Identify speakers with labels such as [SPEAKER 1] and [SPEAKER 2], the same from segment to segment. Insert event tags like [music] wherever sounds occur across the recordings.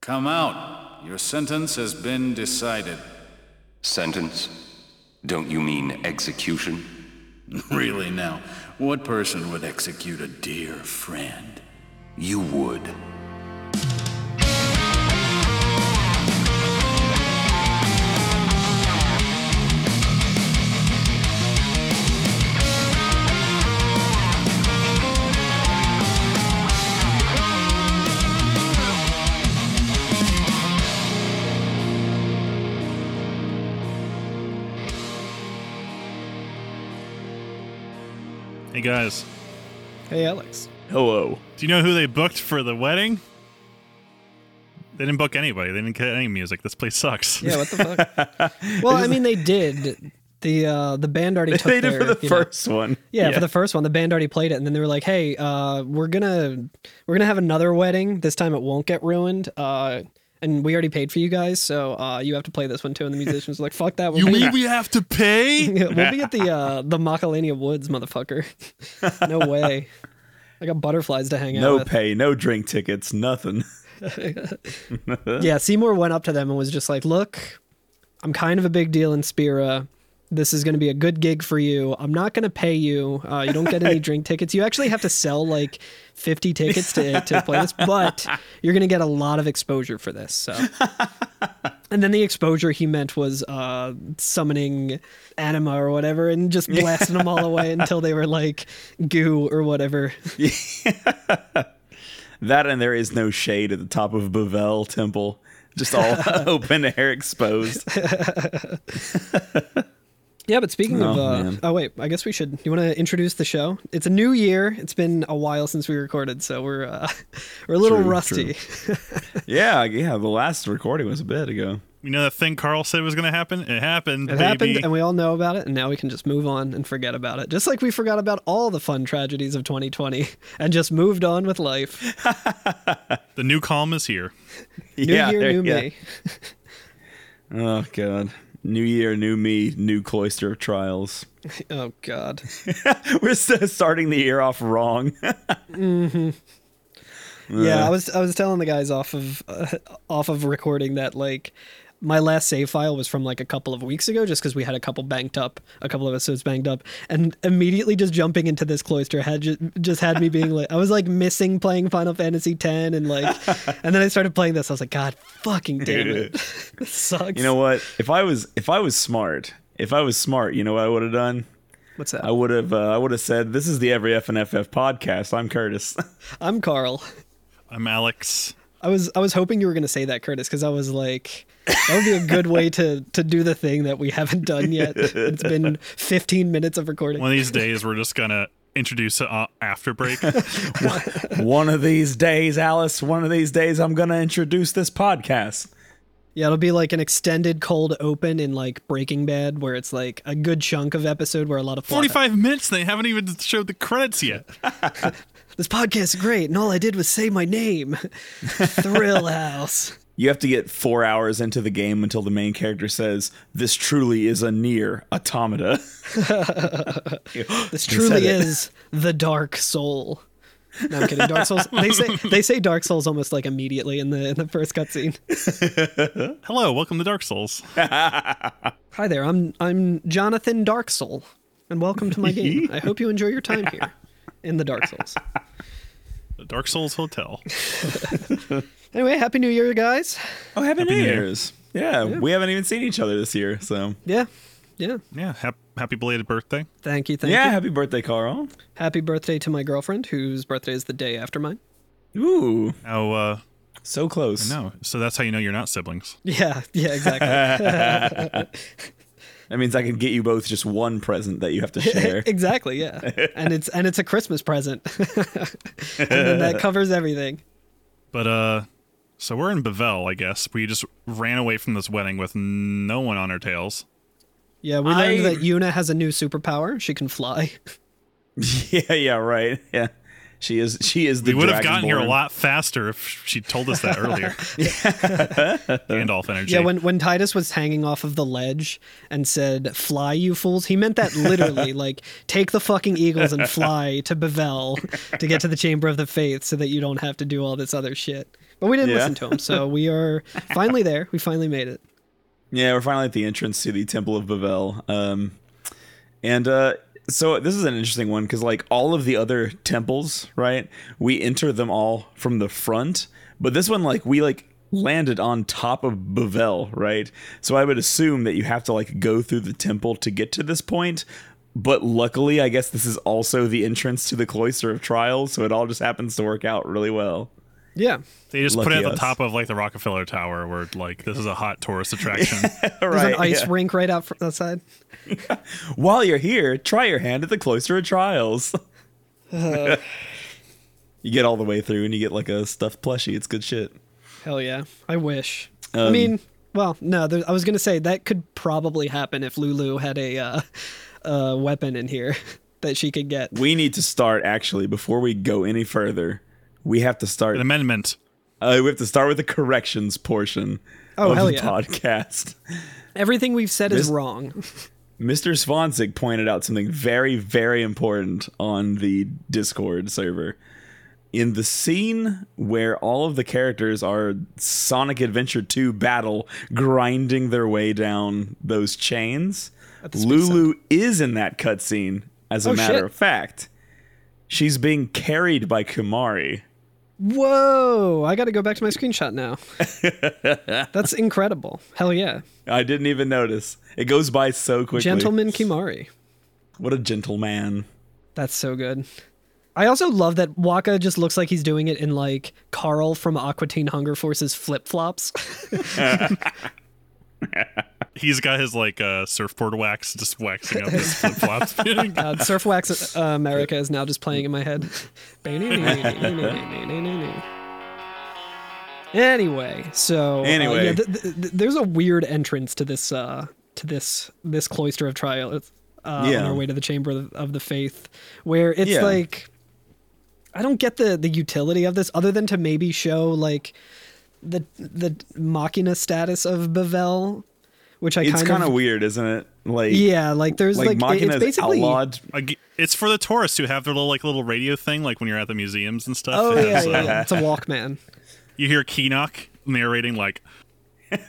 [SPEAKER 1] Come out. Your sentence has been decided. [laughs]
[SPEAKER 2] Sentence? Don't you mean execution?
[SPEAKER 1] really, now, what person would execute a dear friend?
[SPEAKER 2] You would.
[SPEAKER 3] Hey guys,
[SPEAKER 4] Hey, Alex.
[SPEAKER 5] Hello.
[SPEAKER 3] do you know who they booked for the wedding? They didn't book anybody. They didn't get any music. This place sucks.
[SPEAKER 4] Yeah, what the fuck?
[SPEAKER 5] [laughs]
[SPEAKER 4] well, I mean, they did. The uh, the band already took
[SPEAKER 5] [laughs] They did
[SPEAKER 4] their,
[SPEAKER 5] for the
[SPEAKER 4] you know-
[SPEAKER 5] first one.
[SPEAKER 4] yeah, for the first one, the band already played it, and then they were like, "Hey, uh, we're gonna we're gonna have another wedding. This time it won't get ruined." Uh, and we already paid for you guys, so uh, you have to play this one too. And the musicians were like, "Fuck that!" We'll, [laughs] be,
[SPEAKER 3] we have to [laughs] pay?
[SPEAKER 4] [laughs] we'll be at the uh, the Macalania Woods, motherfucker. [laughs] no
[SPEAKER 5] [laughs]
[SPEAKER 4] way. I got butterflies to hang out
[SPEAKER 5] No
[SPEAKER 4] with.
[SPEAKER 5] pay, no drink tickets, nothing. [laughs]
[SPEAKER 4] Yeah, Seymour went up to them and was just like, "Look, I'm kind of a big deal in Spira. This is going to be a good gig for you. I'm not going to pay you. Uh, you don't get any drink tickets. You actually have to sell like 50 tickets to to play this, but you're going to get a lot of exposure for this." So. And then the exposure he meant was uh, summoning anima or whatever, and just blasting them all away until they were like goo or whatever.
[SPEAKER 5] That and there is no shade at the top of Bavel Temple.
[SPEAKER 4] [laughs]
[SPEAKER 5] Just all [laughs] open air exposed.
[SPEAKER 4] Yeah, but speaking of,
[SPEAKER 5] Oh,
[SPEAKER 4] uh,
[SPEAKER 5] man.
[SPEAKER 4] oh wait, I guess we should. You want to introduce the show? It's a new year. It's been a while since we recorded, so we're uh, [laughs] we're a little
[SPEAKER 5] True,
[SPEAKER 4] rusty.
[SPEAKER 5] Yeah, yeah. The last recording was a bit ago.
[SPEAKER 3] You know that thing Carl said was going to happen? It happened.
[SPEAKER 4] It
[SPEAKER 3] baby.
[SPEAKER 4] happened, and we all know about it, and now we can just move on and forget about it, just like we forgot about all the fun tragedies of 2020 [laughs] and just moved on with life.
[SPEAKER 3] the new calm is here.
[SPEAKER 4] New
[SPEAKER 5] yeah,
[SPEAKER 4] year,
[SPEAKER 5] there-
[SPEAKER 4] new
[SPEAKER 5] yeah.
[SPEAKER 4] me.
[SPEAKER 5] Oh god. New year, new me, new cloister of trials. [laughs]
[SPEAKER 4] Oh God.
[SPEAKER 5] We're so starting the year off wrong. [laughs]
[SPEAKER 4] Yeah, I was I was telling the guys off of [laughs] uh, off of recording that like my last save file was from like a couple of weeks ago, just because we had a couple banked up, a couple of episodes banked up, and immediately just jumping into this cloister had just, just had me being like, I was like missing playing Final Fantasy X, and
[SPEAKER 5] [laughs]
[SPEAKER 4] like, and then I started playing this, I was like, God, fucking damn it, [laughs] this sucks.
[SPEAKER 5] you know what? If I was if I was smart, if I was smart, you know what I would have done?
[SPEAKER 4] what's that?
[SPEAKER 5] I would have uh, I would have said this is the Every F and FF podcast. I'm Curtis. [laughs]
[SPEAKER 4] I'm Carl.
[SPEAKER 3] I'm Alex.
[SPEAKER 4] I was I was hoping you were going to say that, Curtis, because I was like, that would be a good way to to do the thing that we haven't done yet. It's been 15 minutes of recording.
[SPEAKER 3] One of
[SPEAKER 4] [laughs]
[SPEAKER 3] these days, we're just going to introduce it uh, after break.
[SPEAKER 5] one of these days, Alice, one of these days I'm going to introduce this podcast.
[SPEAKER 4] Yeah, it'll be like an extended cold open in like Breaking Bad, where it's like a good chunk of episode where a lot of plot-
[SPEAKER 3] 45 minutes. They haven't even showed the credits yet.
[SPEAKER 4] This podcast is great, and all I did was say my
[SPEAKER 5] [laughs]
[SPEAKER 4] name, Thrill House.
[SPEAKER 5] You have to get 4 hours into the game until the main character says, "This truly is a near automata."
[SPEAKER 4] This
[SPEAKER 5] They
[SPEAKER 4] truly
[SPEAKER 5] said it.
[SPEAKER 4] is the Dark Soul. No, I'm kidding. Dark Souls. They say they say Dark Souls almost like immediately in the in the first cutscene.
[SPEAKER 3] Hello, welcome to Dark Souls.
[SPEAKER 4] Hi there. I'm I'm Jonathan Dark Soul, and welcome to my game. I hope you enjoy your time here in the Dark Souls.
[SPEAKER 3] The Dark Souls
[SPEAKER 4] [laughs]
[SPEAKER 3] Hotel.
[SPEAKER 4] Anyway, happy New Year, guys.
[SPEAKER 5] Oh, happy, New,
[SPEAKER 3] New Year.
[SPEAKER 5] Year's. Yeah, we haven't even seen each other this year, so.
[SPEAKER 4] Yeah, yeah.
[SPEAKER 3] Yeah, hap- happy belated birthday.
[SPEAKER 4] Thank you. Thank
[SPEAKER 5] yeah,
[SPEAKER 4] you.
[SPEAKER 5] happy birthday, Carl.
[SPEAKER 4] Happy birthday to my girlfriend, whose birthday is the day after mine.
[SPEAKER 5] Ooh,
[SPEAKER 3] Oh, uh,
[SPEAKER 5] so close.
[SPEAKER 3] no. So that's how you know you're not siblings.
[SPEAKER 4] Yeah, yeah,
[SPEAKER 5] [laughs]
[SPEAKER 4] exactly.
[SPEAKER 5] That means I can get you both just one present that you have to [laughs] share.
[SPEAKER 4] [laughs] exactly, yeah. And it's and it's a Christmas present. [laughs] and then that covers everything.
[SPEAKER 3] But uh so we're in Bevel, I guess. We just ran away from this wedding with no one on our tails.
[SPEAKER 4] Yeah, we learned
[SPEAKER 5] I-
[SPEAKER 4] that Yuna has a new superpower. She can fly.
[SPEAKER 5] yeah, yeah, right. Yeah. She is she is the
[SPEAKER 3] We would have gotten here a
[SPEAKER 5] Dragonborn.
[SPEAKER 3] lot faster if she told us that
[SPEAKER 4] [laughs]
[SPEAKER 3] earlier. Gandalf energy.
[SPEAKER 4] Yeah, when, when Titus was hanging off of the ledge and said, fly, you fools, he meant that
[SPEAKER 5] [laughs]
[SPEAKER 4] literally. like, take the fucking eagles and fly to Bevel to get to the Chamber of the Faith so that you don't have to do all this other shit. But we didn't
[SPEAKER 5] Yeah.
[SPEAKER 4] listen to him, so we are finally there. We finally made it.
[SPEAKER 5] Yeah, we're finally at the entrance to the Temple of Bavel. Um, and uh, so this is an interesting one because, like, all of the other temples, right? We enter them all from the front, but this one, like, we like landed on top of Bavel, right? So I would assume that you have to like go through the temple to get to this point. But luckily, I guess this is also the entrance to the cloister of trials, so it all just happens to work out really well.
[SPEAKER 4] Yeah.
[SPEAKER 3] they just put it at
[SPEAKER 5] Lucky
[SPEAKER 3] the
[SPEAKER 5] us.
[SPEAKER 3] top of like the Rockefeller Tower, where like this is a hot tourist attraction.
[SPEAKER 4] [laughs] There's
[SPEAKER 5] right?
[SPEAKER 4] an ice
[SPEAKER 5] yeah.
[SPEAKER 4] rink right out front outside.
[SPEAKER 5] While you're here, try your hand at the cloister of trials. [laughs] you get all the way through and you get like a stuffed plushie. It's good shit.
[SPEAKER 4] Hell yeah. I wish. I
[SPEAKER 5] Um,
[SPEAKER 4] mean, well, no, there, I was going to say that could probably happen if Lulu had a uh, uh, weapon in here [laughs] that she could get.
[SPEAKER 5] We need to start actually before we go any further. We have to start.
[SPEAKER 3] An amendment.
[SPEAKER 5] Uh, we have to start with the corrections portion
[SPEAKER 4] Oh,
[SPEAKER 5] of
[SPEAKER 4] hell
[SPEAKER 5] the
[SPEAKER 4] yeah.
[SPEAKER 5] podcast.
[SPEAKER 4] Everything we've said is
[SPEAKER 5] This-
[SPEAKER 4] wrong.
[SPEAKER 5] Mr. Swansig pointed out something very, very important on the Discord server. In the scene where all of the characters are Sonic Adventure 2 battle, grinding their way down those chains, Lulu is in that cutscene, as a
[SPEAKER 4] Oh,
[SPEAKER 5] matter
[SPEAKER 4] shit.
[SPEAKER 5] of fact. She's being carried by Kumari.
[SPEAKER 4] Whoa! I got to go back to my screenshot
[SPEAKER 5] [laughs]
[SPEAKER 4] now. That's incredible. Hell yeah,
[SPEAKER 5] I didn't even notice. It goes by so quickly.
[SPEAKER 4] gentleman Kimari.
[SPEAKER 5] What a gentleman.
[SPEAKER 4] That's so good. I also love that Waka just looks like he's doing it in like Carl from Aquatine Hunger Force's flip flops.
[SPEAKER 5] [laughs]
[SPEAKER 3] He's got his like uh, surfboard wax just waxing up his flip
[SPEAKER 4] [laughs]
[SPEAKER 3] flops. I
[SPEAKER 4] God, Surf Wax uh, America is now just playing in my head. [laughs] anyway, so uh,
[SPEAKER 5] Anyway.
[SPEAKER 4] yeah, th- th- th- there's a weird entrance to this uh, to this this cloister of trial. Uh,
[SPEAKER 5] Yeah.
[SPEAKER 4] on our way to the chamber of, of the faith, where it's
[SPEAKER 5] Yeah.
[SPEAKER 4] like I don't get the the utility of this other than to maybe show like the the machina status of Bevel, which I
[SPEAKER 5] It's
[SPEAKER 4] kind
[SPEAKER 5] kind of weird, isn't it? Like
[SPEAKER 4] yeah, like there's like,
[SPEAKER 5] like,
[SPEAKER 4] it-
[SPEAKER 5] Machina
[SPEAKER 4] it's
[SPEAKER 5] is
[SPEAKER 4] basically [laughs]
[SPEAKER 5] outlawed.
[SPEAKER 3] g- it's for the tourists who have their little like little radio thing, like when you're at the museums and stuff.
[SPEAKER 4] Oh
[SPEAKER 3] It
[SPEAKER 4] yeah,
[SPEAKER 3] has,
[SPEAKER 4] yeah,
[SPEAKER 3] uh,
[SPEAKER 4] yeah. it's a Walkman.
[SPEAKER 3] you hear Keenock narrating like [laughs]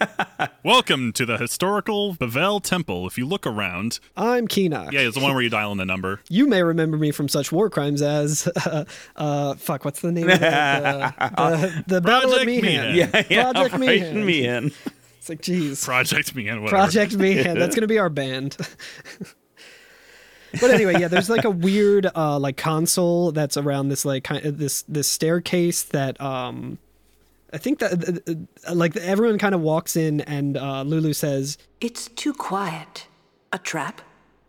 [SPEAKER 3] Welcome to the historical Bavel Temple. If you look around,
[SPEAKER 4] I'm Keenock.
[SPEAKER 3] yeah, it's the one where you dial in the number. [laughs]
[SPEAKER 4] You may remember me from such war crimes as, [laughs] uh, uh, fuck, what's the name
[SPEAKER 5] [laughs]
[SPEAKER 4] of it? The, the, the Battle at
[SPEAKER 3] Project
[SPEAKER 4] Meehan.
[SPEAKER 3] Meehan. Yeah,
[SPEAKER 4] Project Meehan.
[SPEAKER 5] Operation Meehan.
[SPEAKER 4] It's like, jeez.
[SPEAKER 3] Project me and whatever.
[SPEAKER 4] Project Meehan. That's gonna be our band. but anyway, yeah, there's like a weird uh, like console that's around this like kind of this this staircase that um I think that uh, uh, like everyone kind of walks in and uh, Lulu says,
[SPEAKER 6] It's too quiet. A trap?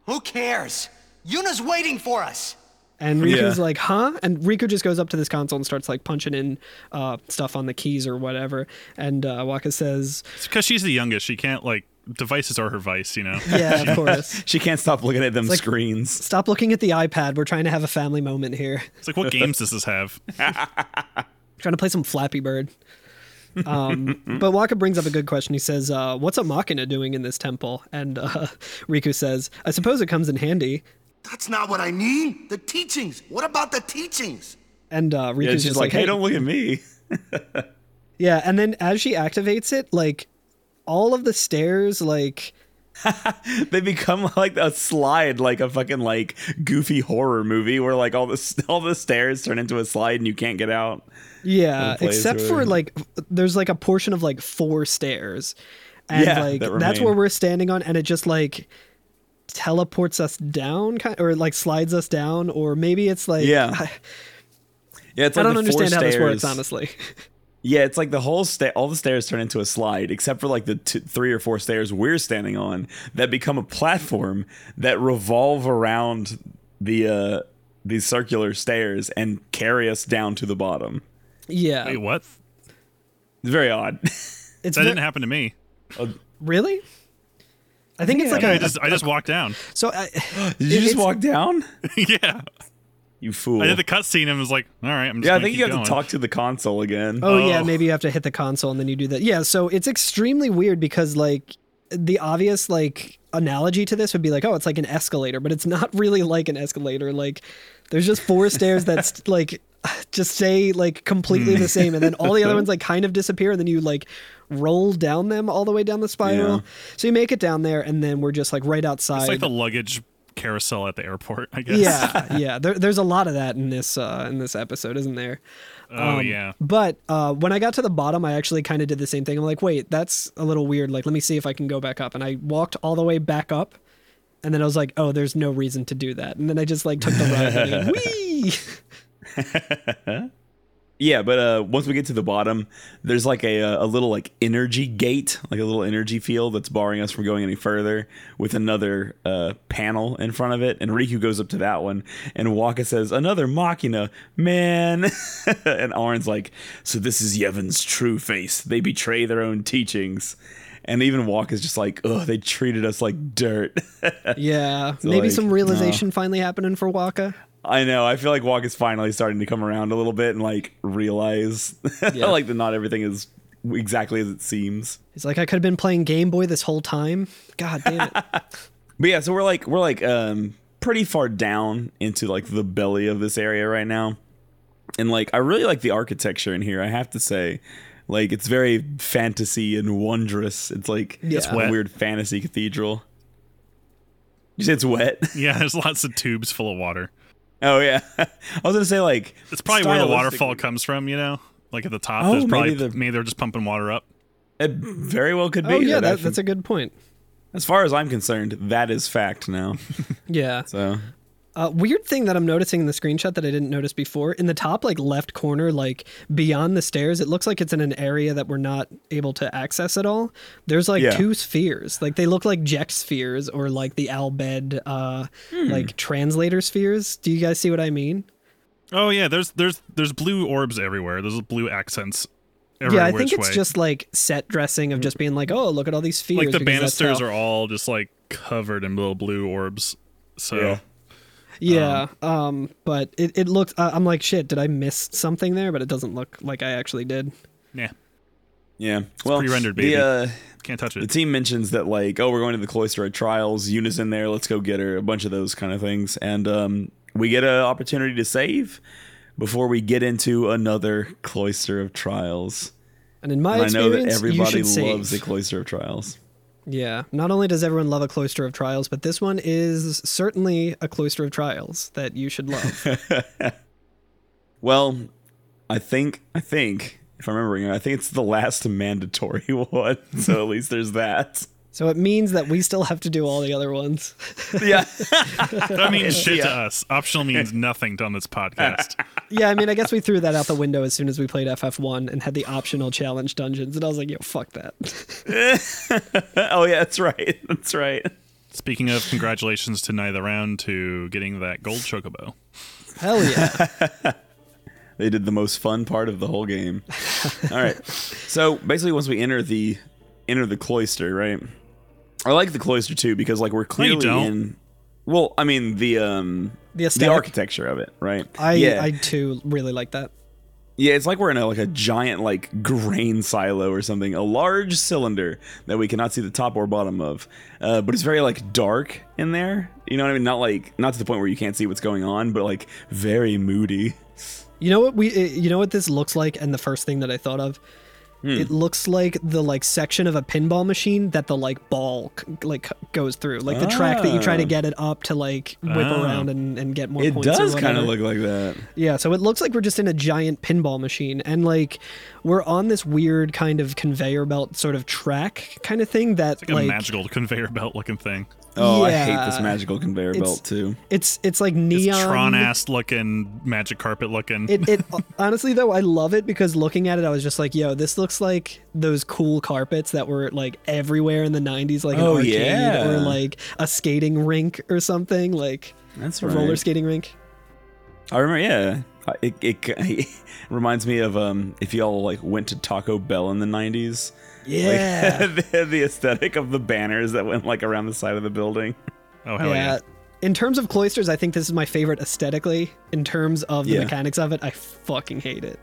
[SPEAKER 7] Who cares? Yuna's waiting for us.
[SPEAKER 4] And Riku's
[SPEAKER 5] Yeah.
[SPEAKER 4] like, huh? And Riku just goes up to this console and starts like punching in uh, stuff on the keys or whatever. And uh, Waka says,
[SPEAKER 3] It's because she's the youngest. She can't like devices are her vice, you know.
[SPEAKER 4] yeah, of course.
[SPEAKER 5] [laughs] She can't stop looking at them
[SPEAKER 4] like-
[SPEAKER 5] screens.
[SPEAKER 4] Stop looking at the iPad. We're trying to have a family moment here.
[SPEAKER 3] It's
[SPEAKER 5] [laughs]
[SPEAKER 3] like what games does this have?
[SPEAKER 4] trying to play some Flappy Bird.
[SPEAKER 5] [laughs]
[SPEAKER 4] Um, but Waka brings up a good question. He says, uh, what's a Machina doing in this temple? And uh, [laughs] Riku says, I suppose it comes in handy.
[SPEAKER 7] That's not what I mean. The teachings. What about the teachings?
[SPEAKER 4] And uh, Riku's
[SPEAKER 5] Yeah, she's
[SPEAKER 4] just
[SPEAKER 5] like, hey, don't look at me. [laughs]
[SPEAKER 4] Yeah, and then as she activates it, like all of the stairs, like
[SPEAKER 5] They become like a slide, like a fucking like goofy horror movie where like all the [laughs] all the stairs turn into a slide and you can't get out.
[SPEAKER 4] Yeah,
[SPEAKER 5] place
[SPEAKER 4] except
[SPEAKER 5] or
[SPEAKER 4] for
[SPEAKER 5] whatever.
[SPEAKER 4] like f- there's like a portion of like four stairs. And
[SPEAKER 5] Yeah,
[SPEAKER 4] like
[SPEAKER 5] that
[SPEAKER 4] that's
[SPEAKER 5] remain.
[SPEAKER 4] where we're standing on and it just like teleports us down kind or like slides us down or maybe it's like
[SPEAKER 5] Yeah,
[SPEAKER 4] I,
[SPEAKER 5] Yeah, it's
[SPEAKER 4] I
[SPEAKER 5] like
[SPEAKER 4] don't
[SPEAKER 5] the four
[SPEAKER 4] understand how this works
[SPEAKER 5] stairs-
[SPEAKER 4] honestly. [laughs]
[SPEAKER 5] Yeah, it's like the whole sta- all the stairs turn into a slide, except for like the t- three or four stairs we're standing on that become a platform that revolve around the uh these circular stairs and carry us down to the bottom.
[SPEAKER 4] yeah.
[SPEAKER 3] Wait, what?
[SPEAKER 5] It's very odd. [laughs]
[SPEAKER 4] it's
[SPEAKER 3] That
[SPEAKER 4] ve-
[SPEAKER 3] didn't happen to me.
[SPEAKER 4] really? I think it's like
[SPEAKER 3] I [gasps]
[SPEAKER 4] a
[SPEAKER 3] just I just walked down.
[SPEAKER 4] so I,
[SPEAKER 5] Did you just
[SPEAKER 4] it's-
[SPEAKER 5] walk down?
[SPEAKER 3] [laughs] yeah.
[SPEAKER 5] You fool.
[SPEAKER 3] I did the cutscene and was like, all right, I'm just
[SPEAKER 5] yeah, I
[SPEAKER 3] gonna
[SPEAKER 5] think
[SPEAKER 3] keep
[SPEAKER 5] you have
[SPEAKER 3] going.
[SPEAKER 5] to talk to the console again.
[SPEAKER 4] Oh,
[SPEAKER 3] Oh.
[SPEAKER 4] yeah, maybe you have to hit the console and then you do that. Yeah, so it's extremely weird because like the obvious like analogy to this would be like, oh, it's like an escalator, but it's not [laughs] really like an escalator. Like there's
[SPEAKER 3] [laughs]
[SPEAKER 4] just four stairs that's like [sighs] just stay like completely
[SPEAKER 3] Hmm.
[SPEAKER 4] the same and then all the
[SPEAKER 3] [laughs]
[SPEAKER 4] other ones like kind of disappear and then you like roll down them all the way down the spiral.
[SPEAKER 5] Yeah.
[SPEAKER 4] So you make it down there and then we're just like right outside.
[SPEAKER 3] It's like the luggage carousel at the airport, I guess.
[SPEAKER 4] yeah, yeah. There, there's a lot of that in this uh, in this episode, isn't there?
[SPEAKER 3] Oh
[SPEAKER 5] um,
[SPEAKER 3] yeah.
[SPEAKER 4] But uh, when I got to the bottom, I actually kind of did the same thing. I'm like, wait, that's a little weird. Like, let me see if I can go back up. And I walked all the way back up, and then I was like, oh, there's no reason to do that. And then I just like took the ride. and
[SPEAKER 5] [laughs]
[SPEAKER 4] Wee!
[SPEAKER 5] Yeah, but uh, once we get to the bottom, there's like a uh, a little like energy gate, like a little energy field that's barring us from going any further, with another uh, panel in front of it. And Riku goes up to that one, and Waka says, "Another Machina, man." [laughs] and Arn's like, "So this is Yevon's true face. They betray their own teachings." And even Waka's just like, "Oh, they treated us like dirt." [laughs]
[SPEAKER 4] Yeah, maybe
[SPEAKER 5] like,
[SPEAKER 4] some realization finally happening for Waka.
[SPEAKER 5] I know. I feel like Walk is finally starting to come around a little bit and like realize [laughs] like that not everything is exactly as it seems.
[SPEAKER 4] He's like, I could have been playing Game Boy this whole time. God damn
[SPEAKER 5] [laughs]
[SPEAKER 4] it.
[SPEAKER 5] But yeah, so we're like we're like um pretty far down into like the belly of this area right now. And like I really like the architecture in here, I have to say. Like it's very fantasy and wondrous. It's like
[SPEAKER 4] It's
[SPEAKER 5] a
[SPEAKER 3] wet.
[SPEAKER 5] weird fantasy cathedral. You say it's wet? [laughs]
[SPEAKER 3] Yeah, there's lots of tubes full of water.
[SPEAKER 5] oh yeah. [laughs] I was gonna say like
[SPEAKER 3] It's probably where the waterfall
[SPEAKER 5] stylistically-
[SPEAKER 3] comes from, you know? Like at the top,
[SPEAKER 5] Oh,
[SPEAKER 3] there's probably
[SPEAKER 5] maybe
[SPEAKER 3] maybe,
[SPEAKER 5] the-
[SPEAKER 3] they're just pumping water up.
[SPEAKER 5] It very well could be.
[SPEAKER 4] Oh yeah,
[SPEAKER 5] that I
[SPEAKER 4] that, that's a good point.
[SPEAKER 5] As far as I'm concerned, that is fact now.
[SPEAKER 4] Yeah.
[SPEAKER 5] So
[SPEAKER 4] Uh, weird thing that I'm noticing in the screenshot that I didn't notice before in the top like left corner, like beyond the stairs, it looks like it's in an area that we're not able to access at all. There's like
[SPEAKER 5] Yeah.
[SPEAKER 4] two spheres, like they look like Jack spheres or like the Albed uh, like translator spheres. Do you guys see what I mean?
[SPEAKER 3] Oh yeah, there's there's there's blue orbs everywhere. There's blue accents every
[SPEAKER 4] yeah, I
[SPEAKER 3] which
[SPEAKER 4] think it's
[SPEAKER 3] way.
[SPEAKER 4] just like set dressing of just being like, oh, look at all these spheres.
[SPEAKER 3] like the
[SPEAKER 4] because that's
[SPEAKER 3] banisters
[SPEAKER 4] how-
[SPEAKER 3] are all just like covered in little blue orbs. So
[SPEAKER 5] Yeah.
[SPEAKER 4] Yeah, um, but it it looks. Uh, I'm like, shit, did I miss something there? But it doesn't look like I actually did.
[SPEAKER 3] yeah,
[SPEAKER 5] yeah, well,
[SPEAKER 3] pre-rendered,
[SPEAKER 5] the,
[SPEAKER 3] baby.
[SPEAKER 5] uh,
[SPEAKER 3] can't touch
[SPEAKER 5] the
[SPEAKER 3] it.
[SPEAKER 5] team mentions that like, oh, we're going to the cloister at trials. Yuna's in there. Let's go get her. A bunch of those kind of things, and um, we get an opportunity to save before we get into another cloister of trials.
[SPEAKER 4] And in my
[SPEAKER 5] And I know
[SPEAKER 4] experience,
[SPEAKER 5] that everybody
[SPEAKER 4] you should save.
[SPEAKER 5] loves the cloister of trials.
[SPEAKER 4] Yeah. Not only does everyone love a cloister of trials, but this one is certainly a cloister of trials that you should love.
[SPEAKER 5] Well, I think I think if I'm remembering, right, I think it's the last mandatory [laughs] one. So at least there's that.
[SPEAKER 4] so it means that we still have to do all the other ones. [laughs]
[SPEAKER 5] Yeah.
[SPEAKER 3] That means shit to us. Optional means nothing on this podcast.
[SPEAKER 4] yeah, I mean, I guess we threw that out the window as soon as we played FF1 and had the optional challenge dungeons. And I was like, yo, fuck that.
[SPEAKER 5] [laughs] oh yeah, that's right. That's right.
[SPEAKER 3] Speaking of, congratulations to Neither Round to getting that gold chocobo.
[SPEAKER 4] Hell yeah.
[SPEAKER 5] They did the most fun part of the whole game.
[SPEAKER 4] [laughs]
[SPEAKER 5] All right. So basically, once we enter the enter the cloister, right? I like the cloister too because like we're
[SPEAKER 3] you
[SPEAKER 5] clearly
[SPEAKER 3] don't.
[SPEAKER 5] in. Well, I mean the um
[SPEAKER 4] [laughs] The
[SPEAKER 5] the
[SPEAKER 4] aesthetic.
[SPEAKER 5] architecture of it, right?
[SPEAKER 4] I,
[SPEAKER 5] yeah,
[SPEAKER 4] I too really like that.
[SPEAKER 5] yeah. It's like we're in a, like a giant like grain silo or something, a large cylinder that we cannot see the top or bottom of. Uh, but it's very like dark in there. You know what I mean? Not like not to the point where you can't see what's going on, but like very moody.
[SPEAKER 4] You know what we? uh, You know what this looks like, and the first thing that I thought of,
[SPEAKER 5] Hmm.
[SPEAKER 4] it looks like the like section of a pinball machine that the like ball c- like goes through, like the track that you try to
[SPEAKER 5] Ah.
[SPEAKER 4] get it up to like whip
[SPEAKER 3] Ah.
[SPEAKER 4] around and, and get more.
[SPEAKER 5] It
[SPEAKER 4] points or
[SPEAKER 5] does kind of
[SPEAKER 4] whatever.
[SPEAKER 5] look like that.
[SPEAKER 4] Yeah, so it looks like we're just in a giant pinball machine, and like we're on this weird kind of conveyor belt sort of track kind of thing that
[SPEAKER 3] Like, a magical conveyor belt looking thing.
[SPEAKER 5] Oh, I hate this
[SPEAKER 4] Yeah.
[SPEAKER 5] magical conveyor
[SPEAKER 4] It's-
[SPEAKER 5] belt too.
[SPEAKER 4] it's it's like
[SPEAKER 3] It's
[SPEAKER 4] neon
[SPEAKER 3] Tron ass looking, magic carpet looking.
[SPEAKER 4] It,
[SPEAKER 5] [laughs]
[SPEAKER 4] it honestly though I love it because looking at it I was just like yo this looks like those cool carpets that were like everywhere in the 90s like an
[SPEAKER 5] Oh,
[SPEAKER 4] arcade
[SPEAKER 5] yeah.
[SPEAKER 4] or like a skating rink or something like
[SPEAKER 5] That's
[SPEAKER 4] a
[SPEAKER 5] right.
[SPEAKER 4] roller skating rink
[SPEAKER 5] I remember. Yeah, I- it, it, [laughs] it reminds me of um if y'all like went to Taco Bell in the '90s. Like,
[SPEAKER 4] yeah
[SPEAKER 5] [laughs] the, the aesthetic of the banners that went like around the side of the building.
[SPEAKER 3] oh hell yeah.
[SPEAKER 4] yeah in terms of cloisters, I think this is my favorite aesthetically. In terms of the
[SPEAKER 5] Yeah.
[SPEAKER 4] mechanics of it, I fucking hate it.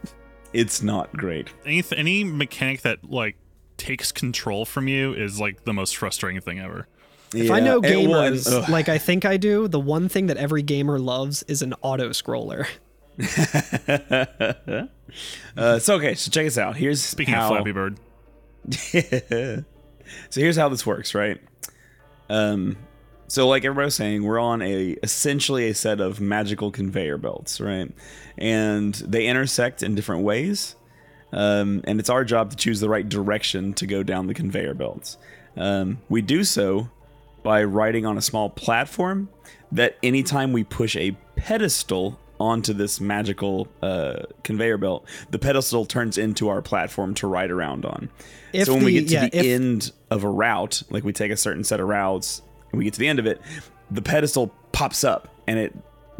[SPEAKER 5] It's not great.
[SPEAKER 3] Any any mechanic that like takes control from you is like the most frustrating thing ever.
[SPEAKER 4] If I know
[SPEAKER 5] it was-
[SPEAKER 4] gamers
[SPEAKER 5] ugh.
[SPEAKER 4] like I think I do, the one thing that every gamer loves is an auto scroller.
[SPEAKER 5] Uh, so okay, so check this out. Here's
[SPEAKER 3] Speaking
[SPEAKER 5] how,
[SPEAKER 3] of Flappy Bird,
[SPEAKER 5] [laughs] So here's how this works, right? Um, so like everybody was saying, we're on a essentially a set of magical conveyor belts, right? And they intersect in different ways. Um, and it's our job to choose the right direction to go down the conveyor belts. Um, we do so by riding on a small platform that anytime we push a pedestal onto this magical uh, conveyor belt, the pedestal turns into our platform to ride around on.
[SPEAKER 4] If
[SPEAKER 5] so when we
[SPEAKER 4] the-
[SPEAKER 5] get to
[SPEAKER 4] yeah,
[SPEAKER 5] the
[SPEAKER 4] if-
[SPEAKER 5] end of a route, like we take a certain set of routes and we get to the end of it, the pedestal pops up and it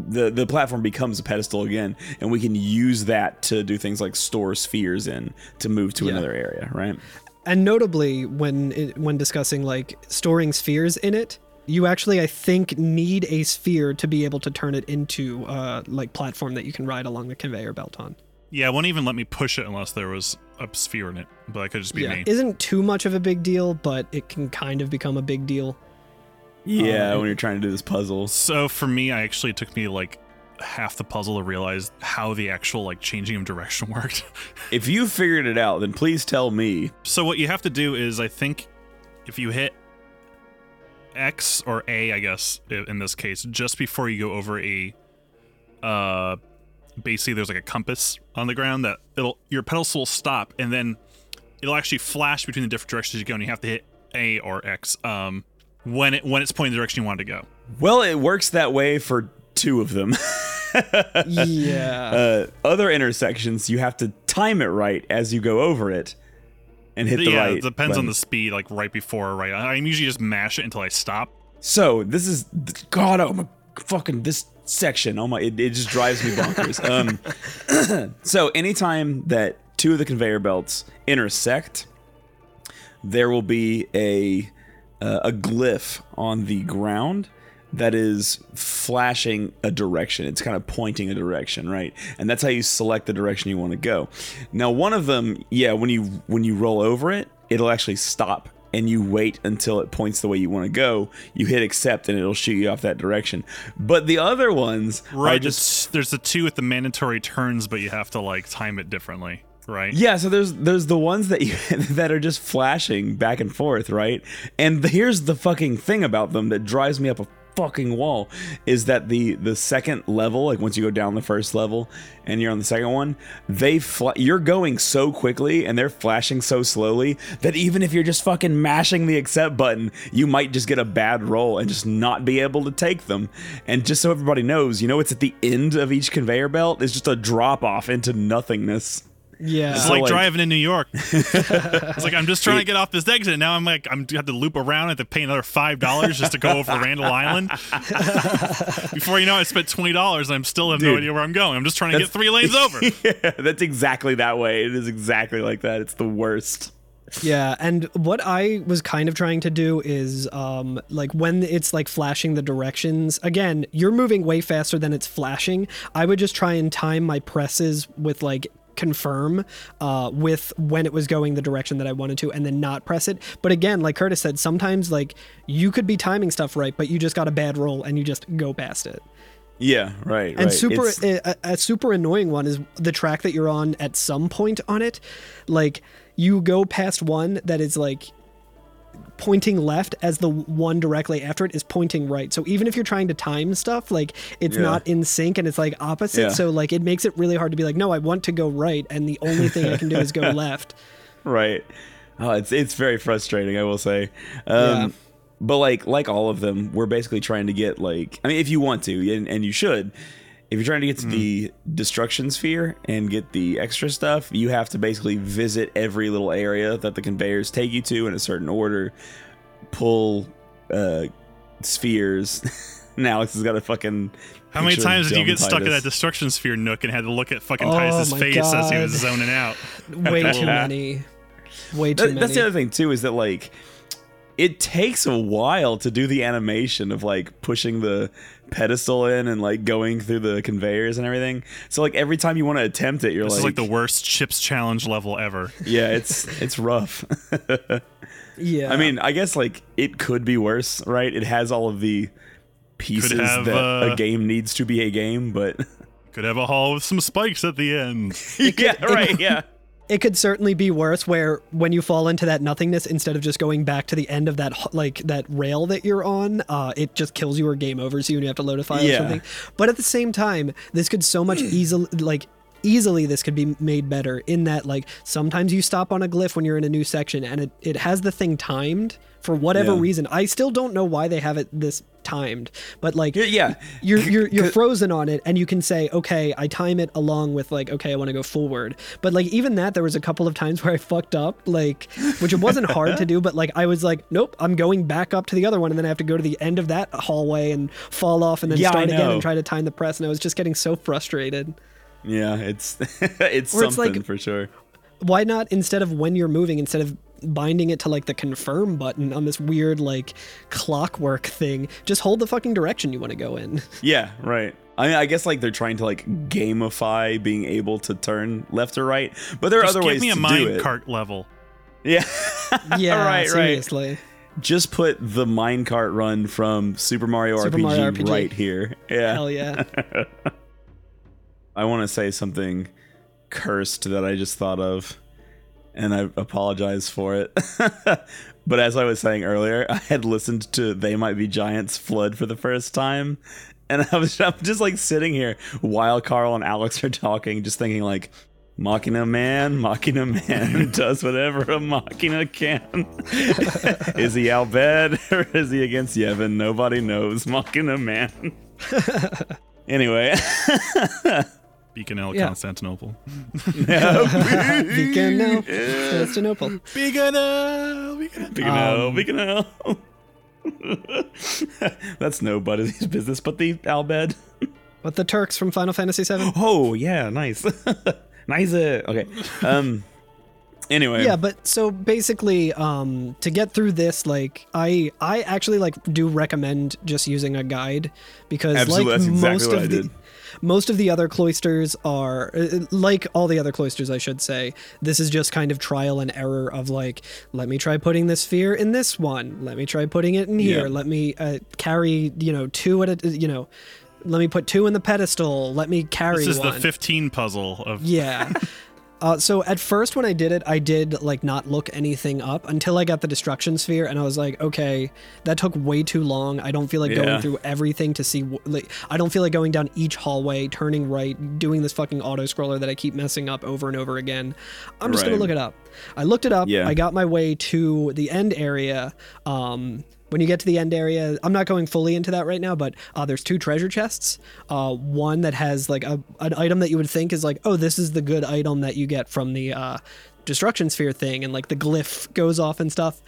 [SPEAKER 5] the the platform becomes a pedestal again and we can use that to do things like store spheres in to move to another area, right?
[SPEAKER 4] And notably, when it, when discussing like storing spheres in it, you actually I think need a sphere to be able to turn it into uh, like platform that you can ride along the conveyor belt on.
[SPEAKER 3] yeah, it won't even let me push it unless there was a sphere in it. But that could just be
[SPEAKER 4] Yeah,
[SPEAKER 3] me.
[SPEAKER 4] isn't too much of a big deal, but it can kind of become a big deal.
[SPEAKER 5] Yeah, when you're trying to do this puzzle.
[SPEAKER 3] So for me, I actually it took me like half the puzzle to realize how the actual like changing of direction [laughs] worked.
[SPEAKER 5] If you figured it out, then please tell me.
[SPEAKER 3] so what you have to do is I think if you hit X or A, I guess i- in this case, just before you go over a uh basically there's like a compass on the ground that it'll your pedestal will stop and then it'll actually flash between the different directions you go and you have to hit A or X um when it when it's pointing the direction you want it to go.
[SPEAKER 5] Well, it works that way for two of them. [laughs]
[SPEAKER 4] yeah.
[SPEAKER 5] uh, other intersections, you have to time it right as you go over it and hit the
[SPEAKER 3] yeah,
[SPEAKER 5] right.
[SPEAKER 3] it depends on
[SPEAKER 5] button.
[SPEAKER 3] the speed, like right before or right. I I usually just mash it until I stop.
[SPEAKER 5] So this is God. Oh my fucking this section. Oh my, it, it just drives me bonkers. um, so anytime that two of the conveyor belts intersect, there will be a uh, a glyph on the ground that is flashing a direction. It's kind of pointing a direction, right? And that's how you select the direction you want to go. Now, one of them, yeah, when you when you roll over it, it'll actually stop and you wait until it points the way you want to go. You hit accept and it'll shoot you off that direction. But the other ones are
[SPEAKER 3] Right,
[SPEAKER 5] just
[SPEAKER 3] just there's the two with the mandatory turns, but you have to like time it differently, right?
[SPEAKER 5] Yeah, so there's there's the ones that you [laughs] that are just flashing back and forth, right? And the- here's the fucking thing about them that drives me up a fucking wall is that the the second level, like once you go down the first level and you're on the second one, they fla- you're going so quickly and they're flashing so slowly that even if you're just fucking mashing the accept button, you might just get a bad roll and just not be able to take them. And just so everybody knows, you know it's at the end of each conveyor belt is just a drop off into nothingness.
[SPEAKER 4] yeah.
[SPEAKER 3] It's
[SPEAKER 5] so,
[SPEAKER 3] like,
[SPEAKER 5] like-
[SPEAKER 3] driving in New
[SPEAKER 5] [laughs]
[SPEAKER 3] York. it's like I'm just trying to get off this exit. Now I'm like I'm have to loop around. I have to pay another five dollars just to go over Randall
[SPEAKER 5] [laughs]
[SPEAKER 3] Island. Before you know, it, I spent twenty dollars. and I'm still have no
[SPEAKER 5] Dude.
[SPEAKER 3] idea where I'm going. I'm just trying to get three lanes
[SPEAKER 5] [laughs]
[SPEAKER 3] over.
[SPEAKER 5] Yeah, that's exactly that way. It is exactly like that. It's the worst.
[SPEAKER 4] Yeah, and what I was kind of trying to do is um like when it's like flashing the directions, again, you're moving way faster than it's flashing. I would just try and time my presses with like confirm uh with when it was going the direction that I wanted to and then not press it. But again, like Curtis said, sometimes like you could be timing stuff right, but you just got a bad roll and you just go past it.
[SPEAKER 5] Yeah, right.
[SPEAKER 4] And super eh, a, a super annoying one is the track that you're on at some point on it. Like you go past one that is like pointing left as the one directly after it is pointing right. So even if you're trying to time stuff, like it's
[SPEAKER 5] Yeah.
[SPEAKER 4] not in sync and it's like opposite.
[SPEAKER 5] Yeah.
[SPEAKER 4] So like it makes it really hard to be like, no, I want to go right and the only thing I can do
[SPEAKER 5] [laughs]
[SPEAKER 4] is go left.
[SPEAKER 5] right. Oh, it's it's very frustrating, I will say.
[SPEAKER 4] Yeah.
[SPEAKER 5] Um but like like all of them, we're basically trying to get like I mean if you want to and, and you should if you're trying to get to the
[SPEAKER 3] Mm.
[SPEAKER 5] destruction sphere and get the extra stuff, you have to basically visit every little area that the conveyors take you to in a certain order, pull uh spheres. [laughs] now Alex has got a fucking
[SPEAKER 3] How many
[SPEAKER 5] picture of
[SPEAKER 3] times did you
[SPEAKER 5] dumb
[SPEAKER 3] get stuck in
[SPEAKER 5] Titus.
[SPEAKER 3] that destruction sphere nook and had to look at fucking
[SPEAKER 4] Oh
[SPEAKER 3] Titus's
[SPEAKER 4] my
[SPEAKER 3] face as he
[SPEAKER 4] God.
[SPEAKER 3] was zoning out?
[SPEAKER 4] [laughs] Way too many. Way too
[SPEAKER 5] That-
[SPEAKER 4] many.
[SPEAKER 5] that's the other thing too is that like it takes a while to do the animation of like pushing the pedestal in and like going through the conveyors and everything. So like every time you want to attempt it, you're
[SPEAKER 3] This
[SPEAKER 5] like,
[SPEAKER 3] is like the worst chips challenge level ever.
[SPEAKER 5] yeah, it's it's
[SPEAKER 3] [laughs]
[SPEAKER 5] rough.
[SPEAKER 4] Yeah.
[SPEAKER 5] I mean, I guess like it could be worse, right? It has all of the pieces
[SPEAKER 3] have,
[SPEAKER 5] that
[SPEAKER 3] uh,
[SPEAKER 5] a game needs to be a game,
[SPEAKER 3] [laughs]
[SPEAKER 5] but
[SPEAKER 3] Could have a hall with some spikes at the end.
[SPEAKER 5] [laughs] yeah, right, yeah.
[SPEAKER 4] it could certainly be worse where when you fall into that nothingness instead of just going back to the end of that h- like that rail that you're on uh, it just kills you or game overs you and you have to load a file or
[SPEAKER 5] Yeah.
[SPEAKER 4] something but at the same time this could so
[SPEAKER 5] [clears throat]
[SPEAKER 4] much easily like easily this could be made better in that like sometimes you stop on a glyph when you're in a new section and it, it has the thing timed for whatever
[SPEAKER 5] Yeah.
[SPEAKER 4] reason i still don't know why they have it this timed but like
[SPEAKER 5] Yeah, yeah.
[SPEAKER 4] you're you're you're frozen on it and you can say okay i time it along with like okay i want to go forward but like even that there was a couple of times where i fucked up like which it wasn't hard to do but like i was like nope i'm going back up to the other one and then i have to go to the end of that hallway and fall off and then
[SPEAKER 5] Yeah, I
[SPEAKER 4] start again
[SPEAKER 5] know.
[SPEAKER 4] and try to time the press and i was just getting so frustrated
[SPEAKER 5] Yeah, it's [laughs] it's
[SPEAKER 4] Or
[SPEAKER 5] something
[SPEAKER 4] it's like-
[SPEAKER 5] for sure.
[SPEAKER 4] why not instead of when you're moving instead of binding it to like the confirm button on this weird like clockwork thing just hold the fucking direction you want to go in
[SPEAKER 5] Yeah, right. I mean, I guess like they're trying to like gamify being able to turn left or right, but there are
[SPEAKER 3] Just
[SPEAKER 5] other
[SPEAKER 3] give
[SPEAKER 5] ways
[SPEAKER 3] me a
[SPEAKER 5] to do
[SPEAKER 3] mine
[SPEAKER 5] it.
[SPEAKER 3] cart level.
[SPEAKER 5] Yeah, [laughs]
[SPEAKER 4] [laughs] yeah
[SPEAKER 5] Right, right.
[SPEAKER 4] seriously
[SPEAKER 5] just put the minecart run from Super Mario,
[SPEAKER 4] Super
[SPEAKER 5] RPG,
[SPEAKER 4] Mario RPG.
[SPEAKER 5] right here. Yeah,
[SPEAKER 4] hell yeah
[SPEAKER 5] I want to say something cursed that I just thought of, and I apologize for it. [laughs] but as I was saying earlier, I had listened to They Might Be Giants Flood for the first time. And I was I'm just like sitting here while Carl and Alex are talking, just thinking like, Machina man, Machina man does whatever a Machina can. [laughs] is he out bad or is he against Yevon? Nobody knows. Machina man. [laughs] anyway. [laughs]
[SPEAKER 3] Beacon L,
[SPEAKER 4] Yeah.
[SPEAKER 3] Constantinople.
[SPEAKER 4] Beacon, no. Constantinople.
[SPEAKER 3] Beacon L, Beacon L.
[SPEAKER 5] Picanello, Picanello. [laughs] That's nobody's business but the Albed.
[SPEAKER 4] But the Turks from Final Fantasy VII.
[SPEAKER 5] Oh, yeah, nice. [laughs] nice. uh, Okay. Um anyway.
[SPEAKER 4] Yeah, but so basically, um, to get through this, like I, I actually like do recommend just using a guide because
[SPEAKER 5] Absolutely,
[SPEAKER 4] like
[SPEAKER 5] that's exactly
[SPEAKER 4] most
[SPEAKER 5] what
[SPEAKER 4] of
[SPEAKER 5] I
[SPEAKER 4] the.
[SPEAKER 5] did.
[SPEAKER 4] Most of the other cloisters are uh, like all the other cloisters, I should say. This is just kind of trial and error of like, let me try putting this fear in this one. Let me try putting it in here. Let me uh, carry, you know, two at a, you know, let me put two in the pedestal. Let me carry.
[SPEAKER 3] This is
[SPEAKER 4] one.
[SPEAKER 3] the 15 puzzle of
[SPEAKER 4] Yeah. [laughs] Uh, so at first, when I did it, I did like not look anything up until I got the destruction sphere, and I was like, okay, that took way too long. I don't feel like
[SPEAKER 5] Yeah.
[SPEAKER 4] going through everything to see. wh- Like, I don't feel like going down each hallway, turning right, doing this fucking auto scroller that I keep messing up over and over again. I'm just gonna
[SPEAKER 5] Right.
[SPEAKER 4] look it up. I looked it up.
[SPEAKER 5] Yeah.
[SPEAKER 4] I got my way to the end area. Um, when you get to the end area, I'm not going fully into that right now, but uh, there's two treasure chests. Uh, one that has like a, an item that you would think is like, oh, this is the good item that you get from the uh, destruction sphere thing, and like the glyph goes off and stuff.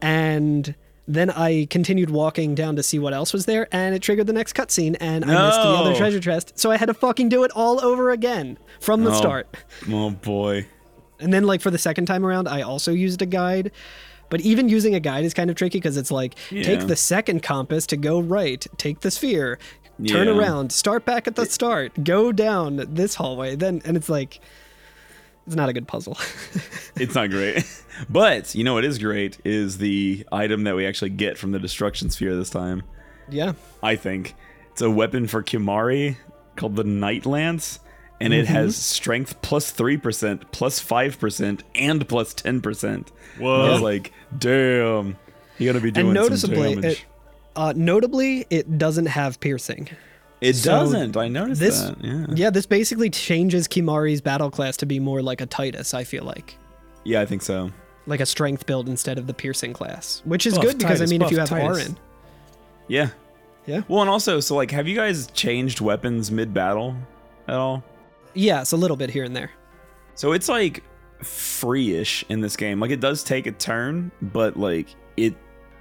[SPEAKER 4] And then I continued walking down to see what else was there, and it triggered the next cutscene, and I missed the other
[SPEAKER 5] No.
[SPEAKER 4] treasure chest. So I had to fucking do it all over again from the
[SPEAKER 5] Oh,
[SPEAKER 4] start.
[SPEAKER 5] Oh boy.
[SPEAKER 4] And then like for the second time around, I also used a guide. But even using a guide is kind of tricky because it's like
[SPEAKER 5] Yeah.
[SPEAKER 4] take the second compass to go right, take the sphere, turn
[SPEAKER 5] Yeah.
[SPEAKER 4] around, start back at the start, go down this hallway, then and it's like it's not a good puzzle. [laughs]
[SPEAKER 5] It's not great. [laughs] but you know what is great is the item that we actually get from the destruction sphere this time.
[SPEAKER 4] yeah.
[SPEAKER 5] I think. It's a weapon for Kimari called the Night Lance, and it has
[SPEAKER 4] Mm-hmm.
[SPEAKER 5] strength plus 3%, plus 5%, and plus 10%.
[SPEAKER 3] Whoa.
[SPEAKER 5] And I was like, damn, you're going to be doing
[SPEAKER 4] And
[SPEAKER 5] noticeably,
[SPEAKER 4] noticeably
[SPEAKER 5] some
[SPEAKER 4] it
[SPEAKER 5] damage.
[SPEAKER 4] uh, notably it doesn't have piercing.
[SPEAKER 5] It,
[SPEAKER 4] so
[SPEAKER 5] doesn't. I noticed
[SPEAKER 4] this-
[SPEAKER 5] that. Yeah.
[SPEAKER 4] Yeah, this basically changes Kimari's battle class to be more like a Titus, I feel like.
[SPEAKER 5] yeah, I think so.
[SPEAKER 4] Like a strength build instead of the piercing class. Which is
[SPEAKER 5] Buff
[SPEAKER 4] good because
[SPEAKER 5] Titus,
[SPEAKER 4] I mean if you have
[SPEAKER 5] buff Titus.
[SPEAKER 4] Auron.
[SPEAKER 5] Yeah.
[SPEAKER 4] Yeah.
[SPEAKER 5] Well, and also, so like, have you guys changed weapons mid battle at all?
[SPEAKER 4] Yeah, it's a little bit here and there.
[SPEAKER 5] So it's like free-ish in this game. Like it does take a turn, but like it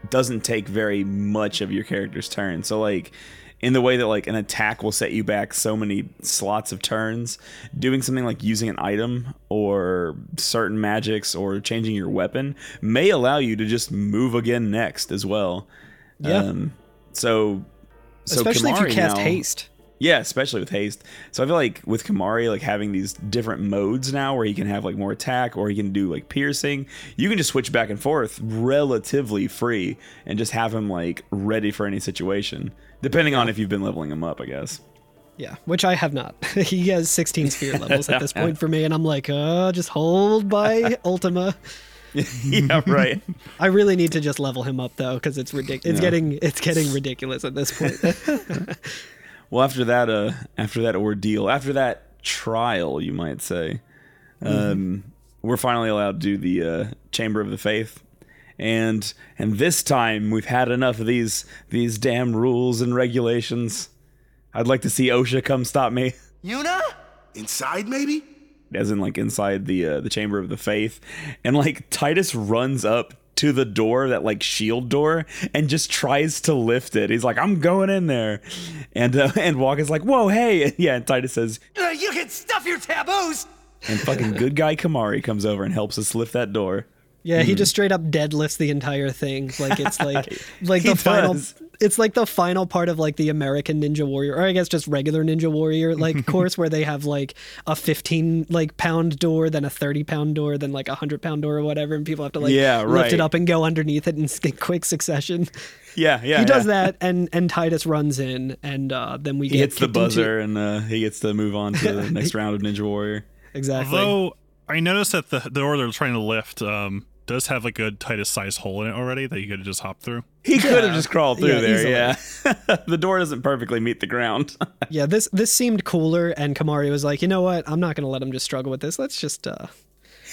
[SPEAKER 5] doesn't take very much of your character's turn. So like in the way that like an attack will set you back so many slots of turns doing something like using an item or certain magics or changing your weapon may allow you to just move again next as well
[SPEAKER 4] Yeah.
[SPEAKER 5] so, Um, so
[SPEAKER 4] Um, Especially if
[SPEAKER 5] Kimari
[SPEAKER 4] you cast
[SPEAKER 5] now-
[SPEAKER 4] haste.
[SPEAKER 5] yeah, especially with haste. So I feel like with Kamari, like having these different modes now where he can have like more attack or he can do like piercing, you can just switch back and forth relatively free and just have him like ready for any situation, depending on if you've been leveling him up, I guess. [laughs]
[SPEAKER 4] Yeah, which I have not. [laughs] he has 16 spirit levels at this point for me, and I'm like, uh, just hold
[SPEAKER 5] [laughs]
[SPEAKER 4] by Ultima.
[SPEAKER 5] Yeah, right.
[SPEAKER 4] I really need to just level him up though, because it's ridiculous. It's getting it's getting ridiculous at this
[SPEAKER 5] [laughs]
[SPEAKER 4] point.
[SPEAKER 5] well, after that, uh, after that ordeal, after that trial, you might say, um, we're finally allowed to do the uh, Chamber of the Faith, and and this time we've had enough of these these damn rules and regulations. I'd like to see OSHA come stop me, [laughs]
[SPEAKER 7] Yuna? Inside, maybe?
[SPEAKER 5] as in like inside the uh, the Chamber of the Faith, and like Titus runs up to the door that like shield door and just tries to lift it he's like i'm going in there and uh, [laughs] and walk is like whoa hey [laughs] yeah and titus says
[SPEAKER 7] Uh, you can stuff your taboos!
[SPEAKER 5] And fucking good guy Kamari comes over and helps us lift that door.
[SPEAKER 4] Yeah, he just straight up deadlifts the entire thing. Like
[SPEAKER 5] [laughs]
[SPEAKER 4] it's like like the
[SPEAKER 5] Mm-hmm. He
[SPEAKER 4] final
[SPEAKER 5] does.
[SPEAKER 4] it's like the final part of like the American Ninja Warrior, or I guess just regular Ninja Warrior
[SPEAKER 5] [laughs]
[SPEAKER 4] like course where they have like a fifteen like pound door, then a thirty pound door, then like a hundred pound door or whatever, and people have to like
[SPEAKER 5] Yeah,
[SPEAKER 4] lift
[SPEAKER 5] right.
[SPEAKER 4] it up and go underneath it in s- quick succession. [laughs]
[SPEAKER 5] Yeah, yeah.
[SPEAKER 4] he does
[SPEAKER 5] yeah.
[SPEAKER 4] that and and Titus runs in and uh then we
[SPEAKER 5] He
[SPEAKER 4] get
[SPEAKER 5] hits
[SPEAKER 4] kicked
[SPEAKER 5] the
[SPEAKER 4] into-
[SPEAKER 5] buzzer and uh, he gets to move on
[SPEAKER 4] [laughs]
[SPEAKER 5] to the next round of Ninja Warrior.
[SPEAKER 4] Exactly.
[SPEAKER 3] Although I noticed that the the door they're trying to lift um, does have a good Titus sized hole in it already that you could just hop through.
[SPEAKER 5] He could have just crawled through
[SPEAKER 4] Yeah,
[SPEAKER 5] there, yeah. [laughs] the door doesn't perfectly meet
[SPEAKER 4] [laughs]
[SPEAKER 5] the ground.
[SPEAKER 4] Yeah, this this seemed cooler, and Kamari was like, you know what? I'm not gonna let him just struggle with this. Let's just uh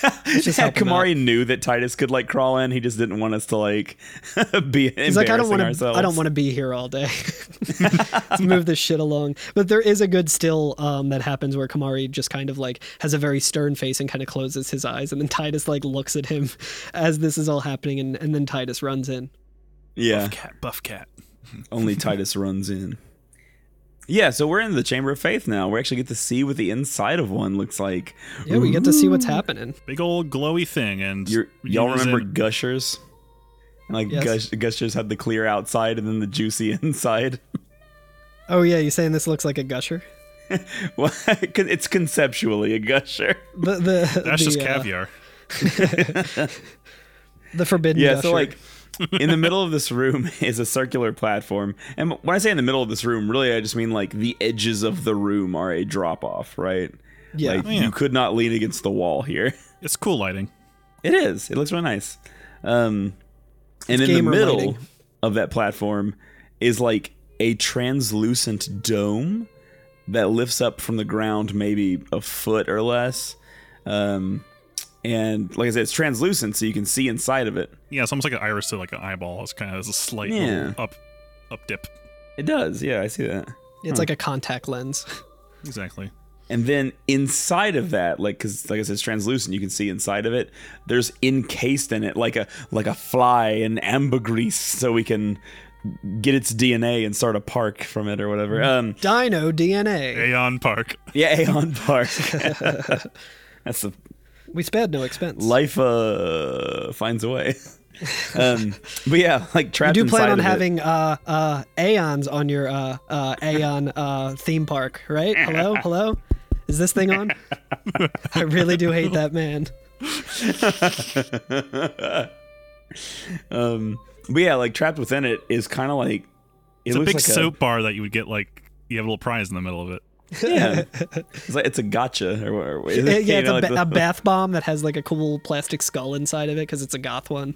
[SPEAKER 4] let's
[SPEAKER 5] [laughs]
[SPEAKER 4] just help him out."
[SPEAKER 5] Kamari knew that Titus could like crawl in. He just didn't want us to like [laughs] be
[SPEAKER 4] He's like, I don't want to.
[SPEAKER 5] ourselves.
[SPEAKER 4] I don't want to be here all
[SPEAKER 5] [laughs]
[SPEAKER 4] day. Let's move this shit along. But there is a good still um, that happens where Kamari just kind of like has a very stern face and kind of closes his eyes, and then Titus like looks at him [laughs] as this is all happening, and, and then Titus runs in. [laughs]
[SPEAKER 5] Yeah.
[SPEAKER 3] Cat buff cat.
[SPEAKER 5] Only Titus runs in. Yeah, so we're in the Chamber of Faith now. We actually get to see what the inside of one looks like.
[SPEAKER 4] Yeah, we get to see what's happening.
[SPEAKER 3] Big old glowy thing and
[SPEAKER 5] You're, y'all
[SPEAKER 3] Yuna's
[SPEAKER 5] remember
[SPEAKER 3] in-
[SPEAKER 5] Gushers? And, Like
[SPEAKER 4] Yes.
[SPEAKER 5] gush, Gushers had the clear outside and then the juicy [laughs] inside.
[SPEAKER 4] Oh yeah, you saying this looks like a gusher?
[SPEAKER 5] Well, it's conceptually a gusher.
[SPEAKER 4] The the
[SPEAKER 3] that's
[SPEAKER 4] the,
[SPEAKER 3] just
[SPEAKER 4] uh,
[SPEAKER 3] caviar.
[SPEAKER 4] the forbidden.
[SPEAKER 5] Yeah,
[SPEAKER 4] gusher.
[SPEAKER 5] so like in the middle of this room [laughs] is a circular platform. And when I say in the middle of this room, really I just mean like the edges of the room are a drop off, right?
[SPEAKER 4] Yeah.
[SPEAKER 5] Like
[SPEAKER 4] Oh,
[SPEAKER 3] yeah.
[SPEAKER 5] you could not lean against the wall here.
[SPEAKER 3] It's cool lighting.
[SPEAKER 5] It is. It looks really nice. Um, and in the
[SPEAKER 4] gamer
[SPEAKER 5] middle
[SPEAKER 4] lighting.
[SPEAKER 5] of that platform is like a translucent dome that lifts up from the ground, maybe a foot or less. Um, and like I said, it's translucent, so you can see inside of it.
[SPEAKER 3] Yeah, it's almost like an iris to like an eyeball. It's kind of it's a slight
[SPEAKER 5] Yeah.
[SPEAKER 3] little up up dip.
[SPEAKER 5] It does. Yeah, I see that.
[SPEAKER 4] it's like a contact lens.
[SPEAKER 3] Exactly.
[SPEAKER 5] And then inside of that, like, cause like I said, it's translucent. You can see inside of it. There's encased in it, like a like a fly in ambergris, so we can get its DNA and start a park from it or whatever.
[SPEAKER 4] Mm-hmm.
[SPEAKER 5] Um,
[SPEAKER 4] Dino DNA.
[SPEAKER 3] Aeon Park.
[SPEAKER 5] yeah, Aeon Park. [laughs] That's the
[SPEAKER 4] We spared no expense.
[SPEAKER 5] life. Uh, finds a way. [laughs] Um, but yeah, like
[SPEAKER 4] I
[SPEAKER 5] trapped
[SPEAKER 4] do plan
[SPEAKER 5] inside
[SPEAKER 4] on
[SPEAKER 5] of it.
[SPEAKER 4] having uh, uh, Aeons on your uh, uh, Aeon uh, theme park, right?
[SPEAKER 5] [laughs]
[SPEAKER 4] Hello, hello. Is this thing on? I really do hate that
[SPEAKER 5] [laughs]
[SPEAKER 4] man.
[SPEAKER 5] Um, but yeah, like trapped within it is kind of like it
[SPEAKER 3] It's a
[SPEAKER 5] looks
[SPEAKER 3] big
[SPEAKER 5] like
[SPEAKER 3] soap bar that you would get like you have a little prize in the middle of it.
[SPEAKER 4] [laughs]
[SPEAKER 5] [laughs] yeah, it's like it's a gotcha or whatever.
[SPEAKER 4] Uh, yeah,
[SPEAKER 5] [laughs] You
[SPEAKER 4] it's
[SPEAKER 5] know,
[SPEAKER 4] a, ba-
[SPEAKER 5] the-
[SPEAKER 4] a bath bomb that has like a cool plastic skull inside of it because it's a goth one.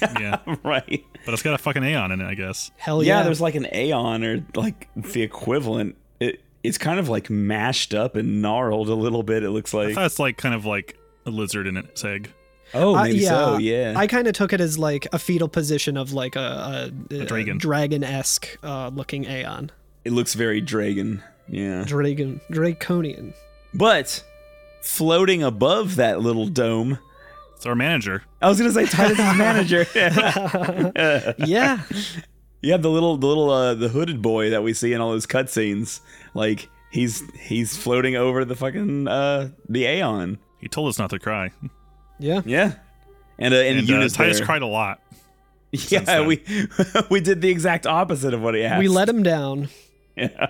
[SPEAKER 3] Yeah,
[SPEAKER 5] [laughs] right.
[SPEAKER 3] but it's got a fucking Aeon in it, I guess.
[SPEAKER 4] Hell yeah!
[SPEAKER 5] Oh, yeah, there's like an aeon or like the equivalent. It it's kind of like mashed up and gnarled a little bit. It looks
[SPEAKER 3] I
[SPEAKER 5] like
[SPEAKER 3] thought it's like kind of like a lizard in its egg.
[SPEAKER 5] oh
[SPEAKER 4] Uh,
[SPEAKER 5] maybe so yeah.
[SPEAKER 4] I kind of took it as like a fetal position of like a, a,
[SPEAKER 3] dragon.
[SPEAKER 4] dragon esque uh, looking Aeon,
[SPEAKER 5] it looks very dragon. Yeah,
[SPEAKER 4] dragon,
[SPEAKER 5] [laughs]
[SPEAKER 4] draconian.
[SPEAKER 5] but floating above that little dome,
[SPEAKER 3] It's our manager.
[SPEAKER 5] I was gonna say Titus's manager.
[SPEAKER 4] Yeah,
[SPEAKER 5] [laughs] Yeah, the little the little uh, the hooded boy that we see in all those cutscenes, like he's he's floating over the fucking uh the Aeon.
[SPEAKER 3] He told us not to cry.
[SPEAKER 4] Yeah.
[SPEAKER 5] Yeah. And uh, and,
[SPEAKER 3] And uh,
[SPEAKER 5] Yuna's
[SPEAKER 3] Titus
[SPEAKER 5] there.
[SPEAKER 3] cried a lot.
[SPEAKER 5] Yeah, we [laughs] we did the exact opposite of what he asked.
[SPEAKER 4] We let him down.
[SPEAKER 5] Yeah.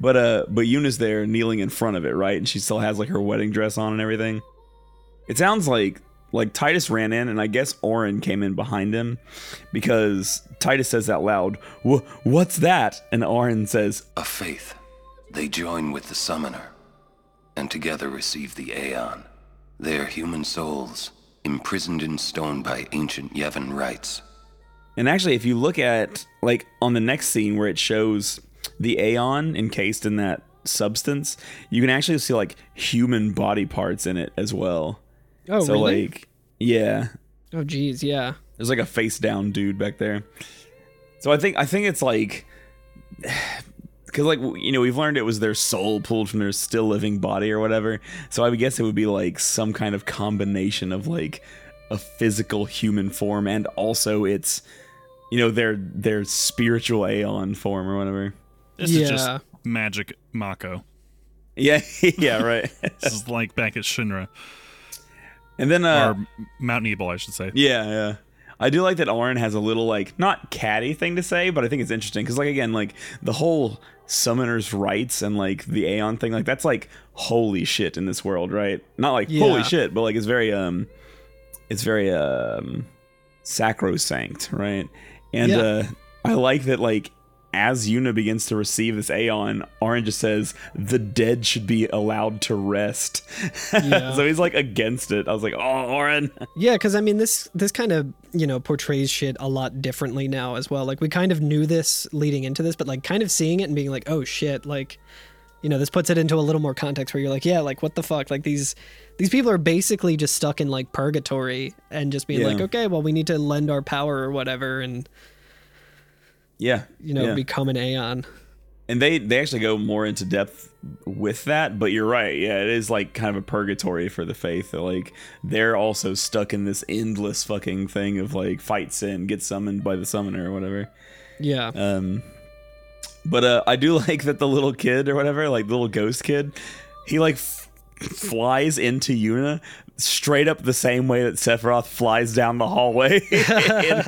[SPEAKER 5] But uh but Yuna's there kneeling in front of it, right? And she still has like her wedding dress on and everything. It sounds like like Titus ran in and I guess Orin came in behind him because Titus says out loud, "Wha- "What's that?" And Orin says,
[SPEAKER 2] A faith. They join with the summoner and together receive the Aeon. Their human souls, imprisoned in stone by ancient Yevon rites.
[SPEAKER 5] And actually, if you look at like on the next scene where it shows the Aeon encased in that substance, you can actually see like human body parts in it as well.
[SPEAKER 4] Oh,
[SPEAKER 5] so
[SPEAKER 4] really?
[SPEAKER 5] like yeah.
[SPEAKER 4] oh, geez. Yeah.
[SPEAKER 5] There's like a face down dude back there. So I think I think it's like [sighs] cuz like you know, we've learned it was their soul pulled from their still living body or whatever. So I would guess it would be like some kind of combination of like a physical human form and also its you know their their spiritual aeon form or whatever.
[SPEAKER 3] This is
[SPEAKER 4] Yeah.
[SPEAKER 3] just magic Mako.
[SPEAKER 5] Yeah, [laughs] yeah, right.
[SPEAKER 3] This
[SPEAKER 5] [laughs]
[SPEAKER 3] is like back at Shinra
[SPEAKER 5] and then uh
[SPEAKER 3] or Mount Ebal, I should say.
[SPEAKER 5] [laughs] Yeah, yeah. I do like that Oren has a little like not catty thing to say, but I think it's interesting because like again, like the whole summoner's rights and like the Aeon thing, like that's like holy shit in this world, right? Not like
[SPEAKER 4] Yeah.
[SPEAKER 5] holy shit, but like it's very um, it's very um, sacrosanct, right? And
[SPEAKER 4] Yeah.
[SPEAKER 5] uh, I like that like as Yuna begins to receive this Aeon, Oren just says the dead should be allowed to rest. [laughs]
[SPEAKER 4] Yeah.
[SPEAKER 5] so he's like against it. I was like, oh, Oren.
[SPEAKER 4] [laughs] Yeah, because I mean, this this kind of you know portrays shit a lot differently now as well. Like we kind of knew this leading into this, but like kind of seeing it and being like, oh shit, like you know, this puts it into a little more context where you're like, yeah, like what the fuck, like these these people are basically just stuck in like purgatory and just being
[SPEAKER 5] Yeah.
[SPEAKER 4] like, okay, well, we need to lend our power or whatever, and
[SPEAKER 5] Yeah,
[SPEAKER 4] you know,
[SPEAKER 5] yeah.
[SPEAKER 4] become an Aeon.
[SPEAKER 5] and they they actually go more into depth with that but you're right yeah it is like kind of a purgatory for the faith that like they're also stuck in this endless fucking thing of like fight sin get summoned by the summoner or whatever
[SPEAKER 4] Yeah,
[SPEAKER 5] um but uh i do [laughs] like that the little kid or whatever like the little ghost kid he like f- flies into yuna straight up the same way that sephiroth flies down the hallway [laughs] in,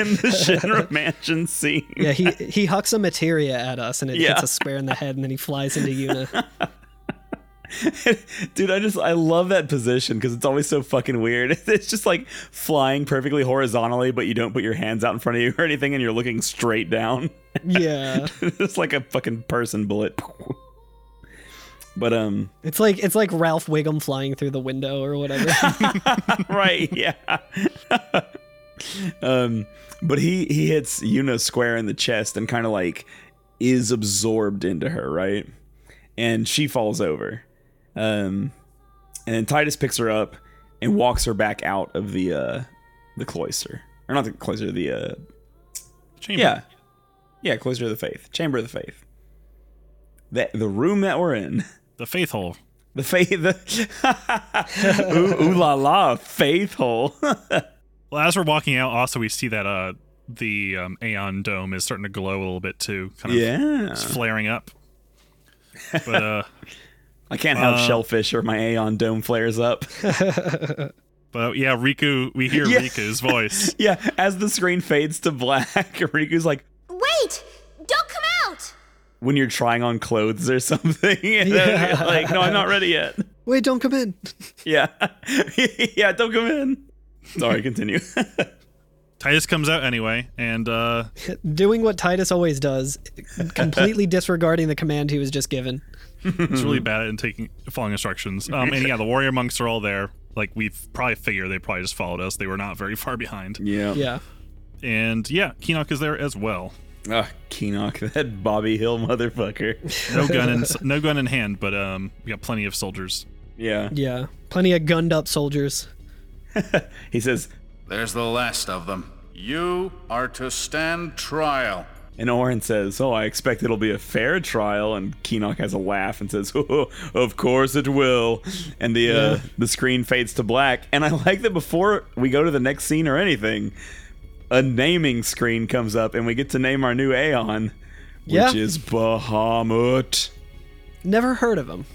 [SPEAKER 5] in the shinra mansion scene
[SPEAKER 4] yeah. He he hucks a materia at us and it
[SPEAKER 5] [laughs] Yeah.
[SPEAKER 4] hits us square in the head, and then he flies into
[SPEAKER 5] [laughs]
[SPEAKER 4] Yuna.
[SPEAKER 5] Dude, I just I love that position because it's always so fucking weird. [laughs] It's just like flying perfectly horizontally, but you don't put your hands out in front of you or anything, and you're looking straight down. [laughs]
[SPEAKER 4] yeah.
[SPEAKER 5] it's like a fucking person bullet. But um,
[SPEAKER 4] It's like it's like Ralph Wiggum flying through the window or whatever.
[SPEAKER 5] [laughs] right, yeah. um, but he he hits Yuna square in the chest and kind of like is absorbed into her, right? And she falls over. Um, and then Titus picks her up and walks her back out of the uh the cloister, or not the cloister, the uh
[SPEAKER 3] Chamber.
[SPEAKER 5] yeah, yeah, cloister of the faith, chamber of the faith. That the room that we're in. [laughs]
[SPEAKER 3] The Faith Hole.
[SPEAKER 5] The faith, [laughs] the ooh, ooh la la, faith hole. [laughs]
[SPEAKER 3] Well, as we're walking out, also we see that uh the um, Aeon Dome is starting to glow a little bit too, kind of
[SPEAKER 5] yeah,
[SPEAKER 3] it's flaring up. But
[SPEAKER 5] [laughs]
[SPEAKER 3] uh,
[SPEAKER 5] I can't have shellfish or my Aeon dome flares up. [laughs]
[SPEAKER 3] but yeah, Riku. We hear
[SPEAKER 5] Yeah.
[SPEAKER 3] Riku's
[SPEAKER 5] [laughs]
[SPEAKER 3] voice.
[SPEAKER 5] yeah, as the screen fades to black, [laughs] Riku's like,
[SPEAKER 8] Wait! Don't come out!
[SPEAKER 5] when you're trying on clothes or [laughs] something, and then you're like, no, I'm not ready yet.
[SPEAKER 4] [laughs]
[SPEAKER 5] [laughs]
[SPEAKER 4] Wait, don't come in.
[SPEAKER 5] Yeah, [laughs] yeah, don't come in. Sorry, continue. [laughs]
[SPEAKER 3] Titus comes out anyway, and uh,
[SPEAKER 4] [laughs] Doing what Titus always does, [laughs] completely disregarding the command he was just given.
[SPEAKER 3] it's
[SPEAKER 5] [laughs]
[SPEAKER 3] really bad at taking following instructions. Um, and yeah, the warrior monks are all there. Like we've probably figured they probably just followed us. They were not very far behind.
[SPEAKER 5] yeah.
[SPEAKER 4] Yeah.
[SPEAKER 3] And yeah, Kinok is there as well.
[SPEAKER 5] Ah, Keenock, [laughs] that Bobby Hill motherfucker. [laughs]
[SPEAKER 3] No gun in no gun in hand, but um, we got plenty of soldiers.
[SPEAKER 5] Yeah.
[SPEAKER 4] Yeah. Plenty of gunned up soldiers.
[SPEAKER 5] He says,
[SPEAKER 1] There's the last of them. You are to stand trial. [laughs]
[SPEAKER 5] And Oren says, Oh, I expect it'll be a fair trial. And Keenock has a laugh and says, [laughs] Oh, of course it will. And the uh, the screen fades to black. And I like that before we go to the next scene or anything, a naming screen comes up, and we get to name our new Aeon, which
[SPEAKER 4] Yeah.
[SPEAKER 5] is Bahamut,
[SPEAKER 4] Never heard of him.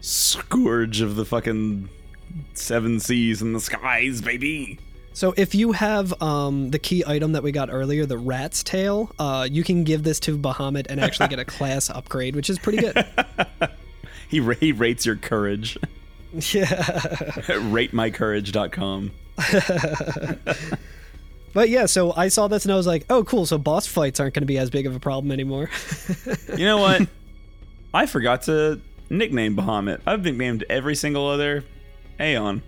[SPEAKER 5] scourge of the fucking seven seas and the skies, baby.
[SPEAKER 4] So if you have um, the key item that we got earlier, the rat's tail, uh, you can give this to Bahamut and actually [laughs] get a class upgrade, which is pretty [laughs] good.
[SPEAKER 5] He ra- he rates your courage. [laughs]
[SPEAKER 4] yeah.
[SPEAKER 5] RateMyCourage.com.
[SPEAKER 4] But yeah, so I saw this and I was like, oh, cool. So boss fights aren't going to be as big of a problem anymore. [laughs]
[SPEAKER 5] You
[SPEAKER 1] [laughs]
[SPEAKER 5] know what? I forgot to nickname Bahamut. I've nicknamed every single other Aeon.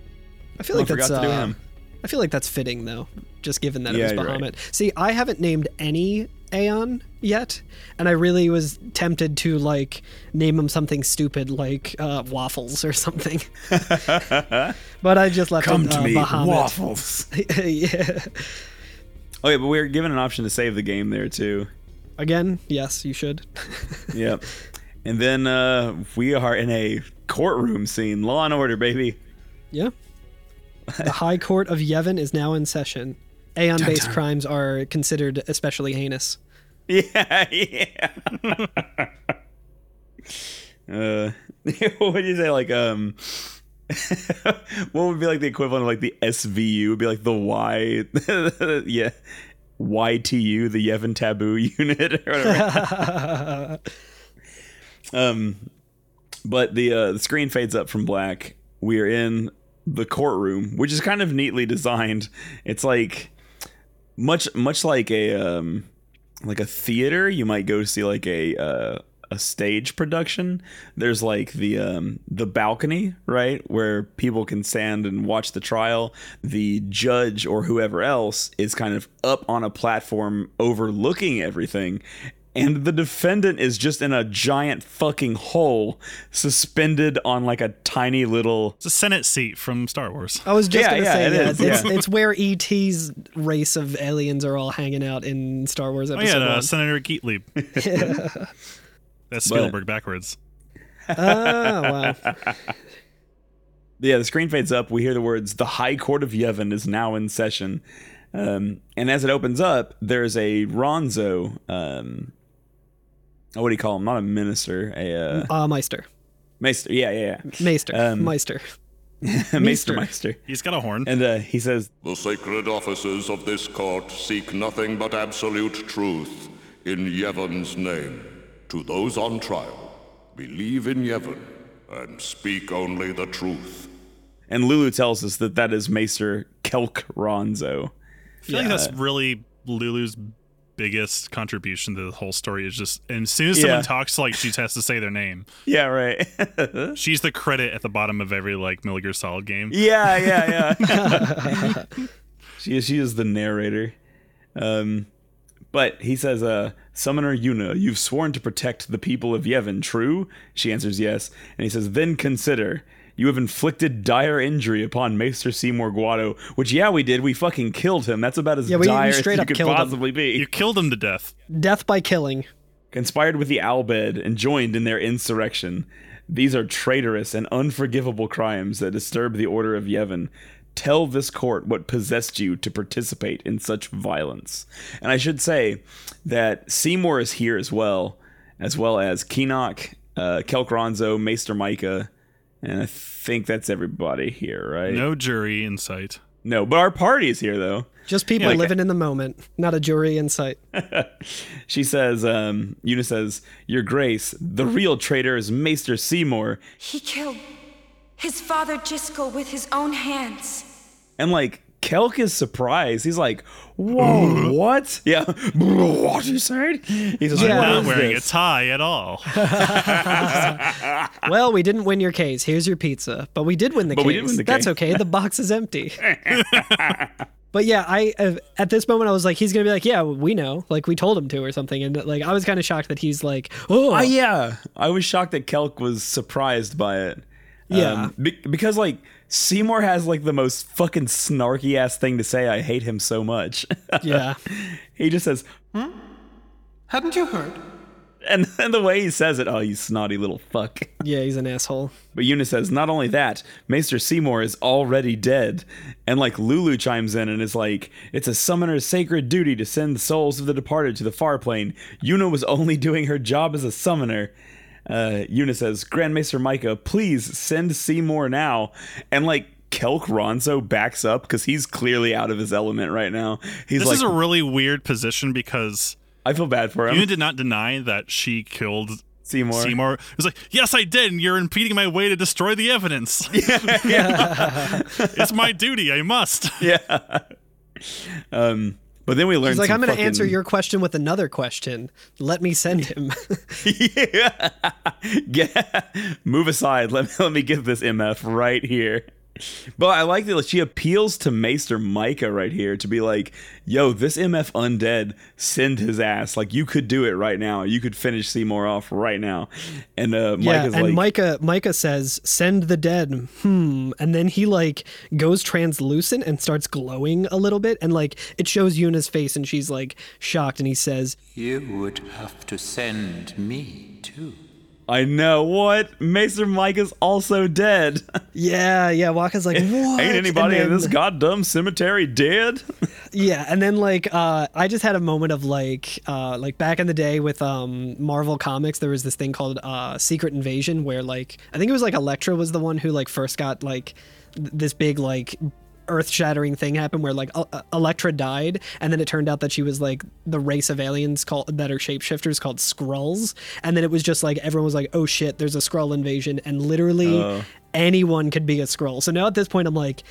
[SPEAKER 4] I feel like
[SPEAKER 5] Oh, I forgot
[SPEAKER 4] that's.
[SPEAKER 5] to do
[SPEAKER 4] uh,
[SPEAKER 5] him.
[SPEAKER 4] I feel like that's fitting though, just given that
[SPEAKER 5] Yeah,
[SPEAKER 4] it was
[SPEAKER 5] you're
[SPEAKER 4] Bahamut.
[SPEAKER 5] right.
[SPEAKER 4] See, I haven't named any Aeon yet, and I really was tempted to like name him something stupid like uh, waffles or
[SPEAKER 5] [laughs]
[SPEAKER 4] something. but I just left
[SPEAKER 1] Come
[SPEAKER 4] him,
[SPEAKER 1] to
[SPEAKER 4] uh,
[SPEAKER 1] me,
[SPEAKER 4] Bahamut.
[SPEAKER 1] waffles.
[SPEAKER 4] [laughs] yeah.
[SPEAKER 5] Okay, but we are given an option to save the game there too.
[SPEAKER 4] Again, yes, you should.
[SPEAKER 5] Yep. And then uh, we are in a courtroom scene. Law and order, baby.
[SPEAKER 4] yeah.
[SPEAKER 5] [laughs]
[SPEAKER 4] The High Court of Yevon is now in session. Aeon-based crimes are considered especially heinous.
[SPEAKER 5] [laughs] Yeah, yeah. [laughs] uh, [laughs] what would you say? Like, um, [laughs] what would be like the equivalent of like the SVU? Would be like the Y, [laughs] yeah, YTU, the Yevon Taboo [laughs] Unit or whatever. [laughs] um, but the uh, the screen fades up from black. We are in the courtroom, which is kind of neatly designed. It's like much much like a um like a theater you might go see like a uh, a stage production there's like the um the balcony right where people can stand and watch the trial the judge or whoever else is kind of up on a platform overlooking everything and the defendant is just in a giant fucking hole suspended on like a tiny little
[SPEAKER 3] It's a Senate seat from Star Wars.
[SPEAKER 4] I was just
[SPEAKER 5] Yeah,
[SPEAKER 4] gonna
[SPEAKER 5] yeah,
[SPEAKER 4] say
[SPEAKER 5] it
[SPEAKER 4] yeah,
[SPEAKER 5] is,
[SPEAKER 4] It's,
[SPEAKER 5] yeah.
[SPEAKER 4] it's where ET's race of aliens are all hanging out in Star Wars
[SPEAKER 3] Oh,
[SPEAKER 4] episode
[SPEAKER 3] yeah, uh,
[SPEAKER 4] one.
[SPEAKER 3] Senator
[SPEAKER 5] [laughs]
[SPEAKER 3] Geatlieb. That's
[SPEAKER 5] But-
[SPEAKER 3] Spielberg backwards.
[SPEAKER 4] Oh wow!
[SPEAKER 5] yeah, the screen fades up. We hear the words, "The High Court of Yevon is now in session," um, and as it opens up, there's a Ronzo. Um, oh, what do you call him? Not a minister, a uh,
[SPEAKER 4] Uh, Meister,
[SPEAKER 5] maester. Yeah, yeah,
[SPEAKER 4] Meister,
[SPEAKER 5] Um,
[SPEAKER 4] Meister.
[SPEAKER 5] yeah. [laughs] maester, meister.
[SPEAKER 3] He's got a horn.
[SPEAKER 5] And uh, he says,
[SPEAKER 9] The sacred offices of this court seek nothing but absolute truth in Yevon's name. To those on trial, believe in Yevon and speak only the truth.
[SPEAKER 5] and Lulu tells us that that is Maester Kelk Ronzo.
[SPEAKER 3] I feel like that's really Lulu's biggest contribution to the whole story is just and as soon as
[SPEAKER 5] Yeah.
[SPEAKER 3] someone talks like she has to say their name
[SPEAKER 5] Yeah, right. [laughs]
[SPEAKER 3] she's the credit at the bottom of every like Metal Gear Solid game
[SPEAKER 5] Yeah, yeah, yeah. [laughs] she is she is the narrator. Um but he says, uh, Summoner Yuna, you've sworn to protect the people of Yevon, true? She answers yes. And he says, Then consider. You have inflicted dire injury upon Maester Seymour Guado, which yeah, we did. We fucking killed him. That's about as
[SPEAKER 4] Yeah, we- we
[SPEAKER 5] dire
[SPEAKER 4] straight
[SPEAKER 5] as you
[SPEAKER 4] up
[SPEAKER 5] could
[SPEAKER 4] killed him.
[SPEAKER 5] possibly be.
[SPEAKER 3] you killed him to death
[SPEAKER 4] Death by killing.
[SPEAKER 5] Conspired with the Albed and joined in their insurrection. These are traitorous and unforgivable crimes that disturb the order of Yevon. Tell this court what possessed you to participate in such violence. And I should say that Seymour is here as well, as well as Keenock, uh, Kelkronzo, Maester Micah, and I think that's everybody here, right?
[SPEAKER 3] no jury in sight
[SPEAKER 5] No, but our party is here though.
[SPEAKER 4] Just people
[SPEAKER 5] like-
[SPEAKER 4] living in the moment, not a jury in sight.
[SPEAKER 5] She says, um, Una says, Your Grace, the real traitor is Maester Seymour,
[SPEAKER 8] He killed his father Jiskel with his own hands.
[SPEAKER 5] And like Kelk is surprised. He's like, "Whoa, what? Yeah, [laughs] what you said?" He says,
[SPEAKER 4] Yeah.
[SPEAKER 5] "What
[SPEAKER 3] not
[SPEAKER 5] is
[SPEAKER 3] wearing
[SPEAKER 5] this?"
[SPEAKER 3] a tie at all
[SPEAKER 4] well, we didn't win your case. Here's your pizza. But we did win the
[SPEAKER 5] But
[SPEAKER 4] case.
[SPEAKER 5] we did win the
[SPEAKER 4] That's
[SPEAKER 5] case.
[SPEAKER 4] okay. The box is
[SPEAKER 5] [laughs]
[SPEAKER 4] empty. but yeah, I uh, at this moment I was like, he's gonna be like, yeah, we know. Like we told him to or something. And like I was kind of shocked that he's like, oh
[SPEAKER 5] Uh, yeah, I was shocked that Kelk was surprised by it. Um,
[SPEAKER 4] Yeah.
[SPEAKER 5] be- because like Seymour has like the most fucking snarky ass thing to say. I hate him so much. [laughs]
[SPEAKER 4] yeah.
[SPEAKER 5] he just says,
[SPEAKER 7] Haven't Hmm? you heard?
[SPEAKER 5] And, [laughs] and the way he says it, oh, you snotty little fuck.
[SPEAKER 4] Yeah, he's an asshole.
[SPEAKER 5] But Una says, not only that, Maester Seymour is already dead. And like Lulu chimes in and is like, it's a summoner's sacred duty to send the souls of the departed to the far plane. Una was only doing her job as a summoner. Uh, Una says, Grand Maester Micah, please send Seymour now. And like, Kelk Ronzo backs up because he's clearly out of his element right now. He's
[SPEAKER 3] this
[SPEAKER 5] like,
[SPEAKER 3] is a really weird position because
[SPEAKER 5] I feel bad for him.
[SPEAKER 3] Una did not deny that she killed
[SPEAKER 5] Seymour.
[SPEAKER 3] Seymour. It was like, yes, I did, and you're impeding my way to destroy the
[SPEAKER 5] [laughs]
[SPEAKER 3] evidence. [laughs] it's my duty. I must.
[SPEAKER 5] Yeah. um, but then we learned.
[SPEAKER 4] He's like,
[SPEAKER 5] some
[SPEAKER 4] I'm going to
[SPEAKER 5] fucking-
[SPEAKER 4] answer your question with another question. Let me send
[SPEAKER 5] [laughs]
[SPEAKER 4] him.
[SPEAKER 5] yeah. yeah. [laughs] Move aside. Let me, let me get this MF right here. But I like that she appeals to Maester Micah right here to be like, yo, this MF undead, send his ass. Like, you could do it right now. You could finish Seymour off right now. And uh,
[SPEAKER 4] yeah,
[SPEAKER 5] Micah's
[SPEAKER 4] and
[SPEAKER 5] like,
[SPEAKER 4] Micah Micah says, "Send the dead." Hmm, and then he like goes translucent and starts glowing a little bit, and like it shows Yuna's face, and she's like shocked, and he says,
[SPEAKER 10] You would have to send me too.
[SPEAKER 5] I know what? Maester Micah's also dead. [laughs]
[SPEAKER 4] "Yeah, yeah." Waka's like, "What?"
[SPEAKER 5] Ain't
[SPEAKER 4] And
[SPEAKER 5] anybody in
[SPEAKER 4] then-
[SPEAKER 5] this goddamn cemetery dead?
[SPEAKER 4] Yeah, and then like uh, I just had a moment of like uh, like back in the day with um, Marvel Comics, there was this thing called uh, Secret Invasion, where like I think it was like Elektra was the one who like first got like th- this big like earth-shattering thing happened where like uh, Elektra died and then it turned out that she was like the race of aliens called that are shapeshifters called Skrulls and then it was just like everyone was like oh shit there's a Skrull invasion and literally anyone could be a Skrull. So now at this point I'm like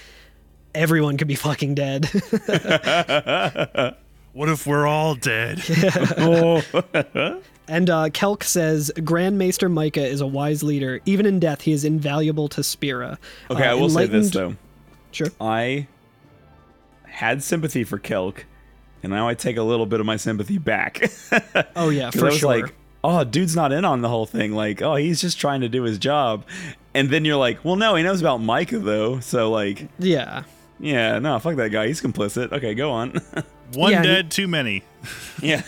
[SPEAKER 4] everyone could be fucking dead. [laughs]
[SPEAKER 3] What if we're all dead?
[SPEAKER 4] And uh, Kelk says, Grand Maester Micah is a wise leader. Even in death, he is invaluable to Spira.
[SPEAKER 5] Okay,
[SPEAKER 4] Uh,
[SPEAKER 5] I will say this
[SPEAKER 4] enlightened-
[SPEAKER 5] though.
[SPEAKER 4] Sure.
[SPEAKER 5] I had sympathy for Kelk, and now I take a little bit of my sympathy back. [laughs] 'Cause
[SPEAKER 4] Oh, yeah,
[SPEAKER 5] I
[SPEAKER 4] for
[SPEAKER 5] was
[SPEAKER 4] sure.
[SPEAKER 5] like, oh, dude's not in on the whole thing. Like, oh, he's just trying to do his job. And then you're like, well, no, he knows about Micah though. So like,
[SPEAKER 4] yeah.
[SPEAKER 5] yeah, no, fuck that guy. He's complicit. Okay, go on. [laughs]
[SPEAKER 3] One
[SPEAKER 4] Yeah, and-
[SPEAKER 3] dead, too many.
[SPEAKER 5] yeah.